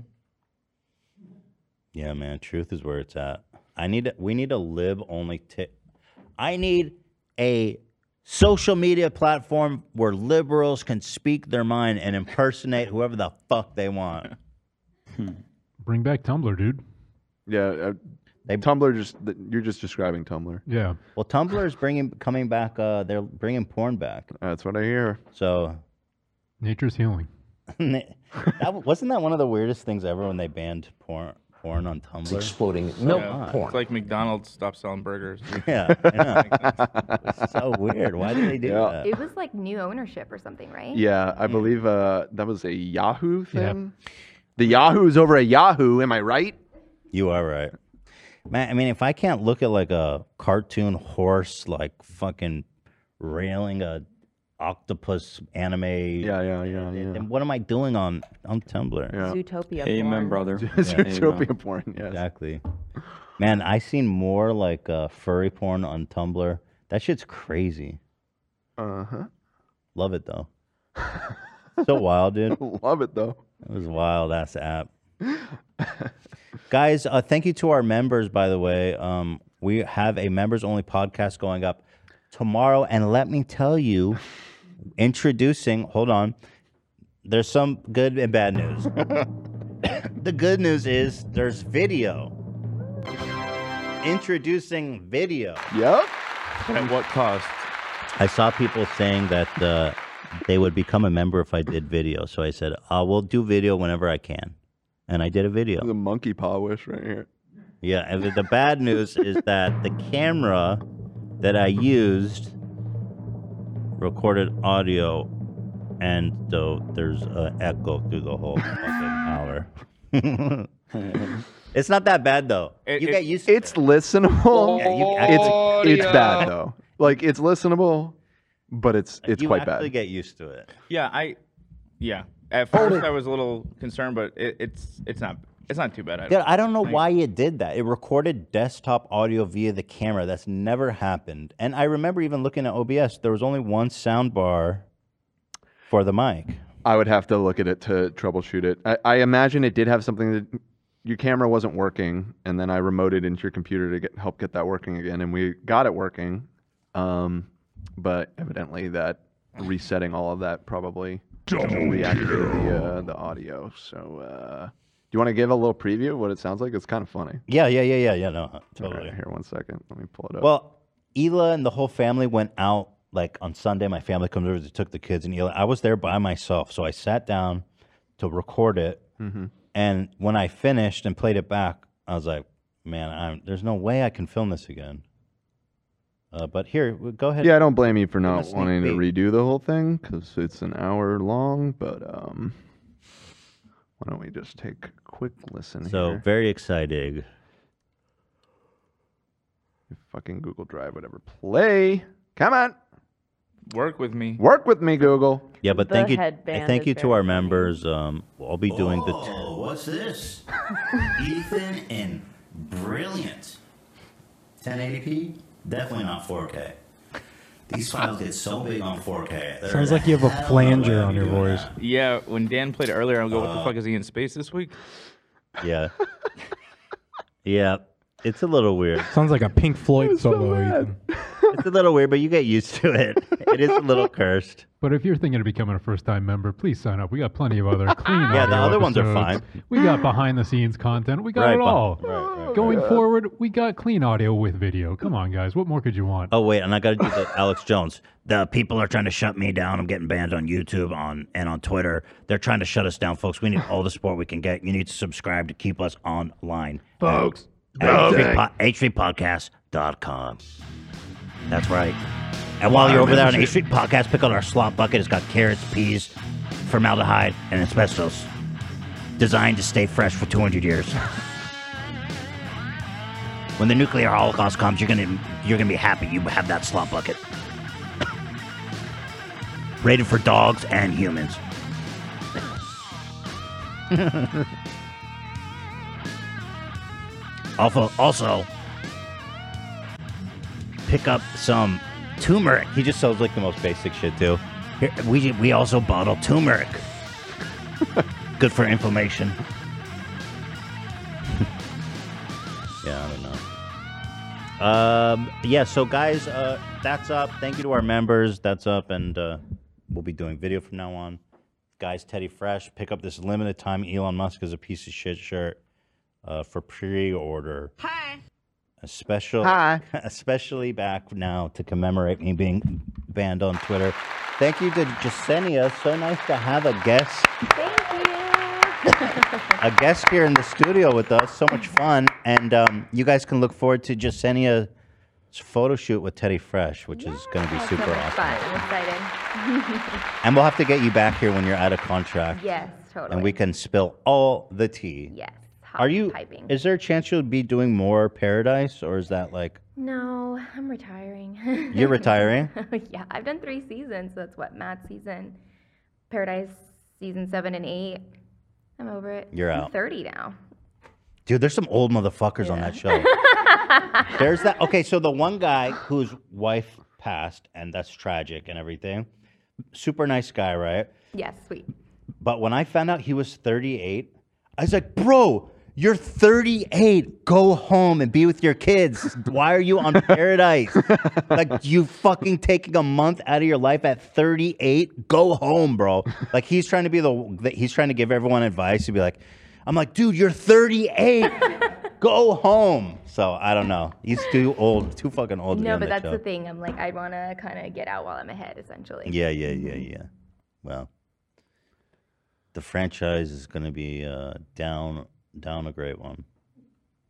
Yeah, man, truth is where it's at. I need we need a lib only tick. I need a social media platform where liberals can speak their mind and impersonate whoever the fuck they want. Bring back Tumblr, dude. (laughs) Yeah, uh, Tumblr just th- you're just describing Tumblr. Yeah. Well, Tumblr is bringing coming back. Uh, they're bringing porn back. That's what I hear. So (laughs) Nature's healing. that, wasn't that one of the weirdest things ever when they banned porn porn on Tumblr? exploding. No Yeah, It's like McDonald's stopped selling burgers. (laughs) Yeah, yeah. It's so weird. Why (laughs) did they do Yeah. that? It was like new ownership or something, right? Yeah, I believe uh, that was a Yahoo thing. The Yahoo's over at Yahoo. Am I right? You are right. Man, I mean, if I can't look at like a cartoon horse, like fucking railing a octopus anime, yeah, yeah, yeah, yeah. Then what am I doing on on Tumblr? Zootopia. porn. (laughs) Zootopia porn. Yes. Exactly. Man, I seen more like uh, furry porn on Tumblr. That shit's crazy. Uh huh. Love it though. so wild, dude. (laughs) Love it though. It was a wild ass app. Guys, uh, thank you to our members, by the way. Um, we have a members only podcast going up tomorrow. And let me tell you, introducing, hold on, there's some good and bad news. (laughs) the good news is there's video. Introducing video. Yep. At what cost? I saw people saying that uh, they would become a member if I did video. So I said, I will do video whenever I can. And I did a video. The monkey paw wish right here. Yeah, and the- the bad news is that the camera that I used recorded audio, and so there's an echo through the whole (laughs) fucking (laughs) hour. it's not that bad though. you get used. It's listenable. Yeah, you- it's it's bad (laughs) Audio. though. Like it's listenable, but it's it's you quite have to bad. get used to it. Yeah, I. Yeah. At first, I was a little concerned, but it, it's it's not it's not too bad. Dude, I don't know think. why you did that. It recorded desktop audio via the camera. That's never happened. And I remember even looking at OBS. There was only one sound bar for the mic. I would have to look at it to troubleshoot it. I, I imagine it did have something to your camera wasn't working, and then I remoted into your computer to get help get that working again, and we got it working. Um, but evidently, that resetting all of that probably reactivated the, uh, the audio. So, uh, do you want to give a little preview of what it sounds like? It's kind of funny. Yeah, yeah, yeah, yeah, yeah. No, totally. here, one second. Let me pull it up. Well, Ela and the whole family went out like on Sunday. My family comes over, they took the kids, and Ela. I was there by myself, so I sat down to record it. Mhm. And when I finished and played it back, I was like, "Man, I'm, there's no way I can film this again." Uh, but here, w- go ahead. yeah, I don't blame you for Give a not sneak wanting to peek. redo the whole thing because it's an hour long. But um, why don't we just take a quick listen So here? very exciting. Fucking Google Drive, whatever. Play. Come on. Work with me. Work with me, Google. Yeah, but The thank you, headband thank is you to very our members. Um, I'll be doing the. t- Oh, what's this? Ethan and brilliant. 1080p? Definitely not 4K. These files get so big on 4K. they're Sounds like you have a flanger on your voice. Yeah, when Dan played it earlier, I'll go, what the Uh, fuck is he in space this week? yeah, yeah, it's a little (laughs) weird. Sounds like a (laughs) Pink Floyd solo. Ethan. It's a little weird, but you get used to it. It is a little cursed. But if you're thinking of becoming a first-time member, please sign up. We got plenty (laughs) of other clean. Yeah, the audio other ones are episodes. fine. We got behind-the-scenes content. We got Right, it beh- all. right, right, Going right. forward, we got clean audio with video. Come on, guys. What more could you want? Oh wait, and I got to do the Alex Jones. The people are trying to shut me down. I'm getting banned on YouTube on and on Twitter. They're trying to shut us down, folks. We need all the support we can get. You need to subscribe to keep us online, Folks, At folks. HVPod- HVPodcast.com. That's right. And while you're over there on H Street Podcast, pick out our slot bucket. It's got carrots, peas, formaldehyde, and asbestos. Designed to stay fresh for 200 years. when the nuclear holocaust comes, you're gonna you're gonna be happy you have that slot bucket. Rated for dogs and humans. Also, also pick up some turmeric. He just sells like the most basic shit too. Here, we we also bottle turmeric. Good for inflammation. yeah, I don't know. Um, yeah. So guys, uh, that's up. Thank you to our members. That's up, and uh, we'll be doing video from now on. Guys, Teddy Fresh, pick up this limited time Elon Musk is a piece of shit shirt uh, for pre-order. Hi. A special, Hi. (laughs) especially back now to commemorate me being banned on Twitter. Thank you to Jasenia. So nice to have a guest, (laughs) a guest here in the studio with us. So much fun, and um, you guys can look forward to Jasenia's photo shoot with Teddy Fresh, which is going to be super awesome. Fun. I'm excited. And we'll have to get you back here when you're out of contract. (laughs) yes, totally. And we can spill all the tea. Yes. hot Are you? piping. Is there a chance you'll be doing more Paradise, or is that like No, I'm retiring. (laughs) You're retiring? yeah, I've done three seasons. That's what Matt's season, Paradise season seven and eight. I'm over it. You're I'm out. Thirty now. Dude, there's some old motherfuckers on that show. (laughs) there's that. Okay, so the one guy whose wife passed, and that's tragic and everything. Super nice guy, right? Yes, sweet. But when I found out he was 38, I was like, bro, you're 38. Go home and be with your kids. Why are you on paradise? like, you fucking taking a month out of your life at 38? Go home, bro. Like, he's trying to be the, the- he's trying to give everyone advice to be like, I'm like, dude, you're 38. Go home. So I don't know. He's too old, too fucking old. to be no, on but that that's show. the thing. I'm like, I want to kind of get out while I'm ahead, essentially. Yeah, yeah, yeah, yeah. Well, the franchise is going to be uh, down, down a great one,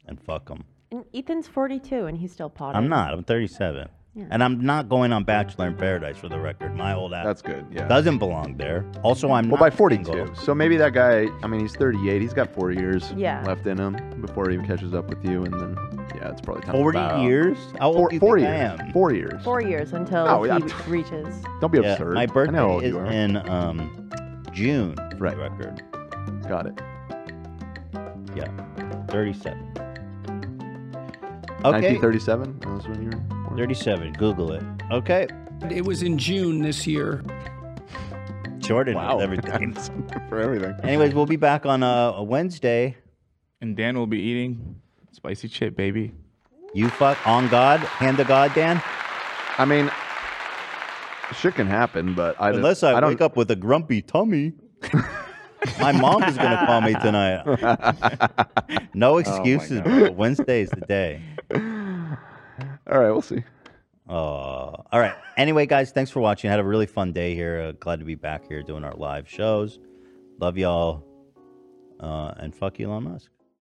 and fuck them. And Ethan's 42 and he's still potted. I'm not. I'm 37, Yeah. and I'm not going on Bachelor in Paradise for the record. My old ass. That's good. Yeah. Doesn't belong there. Also, I'm well by not 42. single. So maybe that guy. I mean, he's 38. He's got four years Yeah. left in him before he catches up with you, and then yeah, it's probably time. 40 years? How old four, do you four think I years. am? Four years. Four years until Oh, No, he yeah. reaches. Don't be Yeah, absurd. My I know how old birthday is you are. in um, June. for the Right. record. Got it. Yeah. 37. Okay. 1937. That was when you were. born? 37. Google it. Okay. It was in June this year. Jordan with everything. (laughs) For everything. Anyways, we'll be back on uh, a Wednesday. And Dan will be eating spicy shit, baby. You fuck on God, hand to God, Dan. I mean, shit can happen, but I unless I, wake up with a grumpy tummy, (laughs) my mom is gonna call me tonight. Oh no my excuses, God. bro. Wednesday's the day. (sighs) All right, we'll see. Uh, all right. Anyway, guys, thanks for watching. had a really fun day here. Uh, glad to be back here doing our live shows. Love y'all. Uh, and fuck Elon Musk.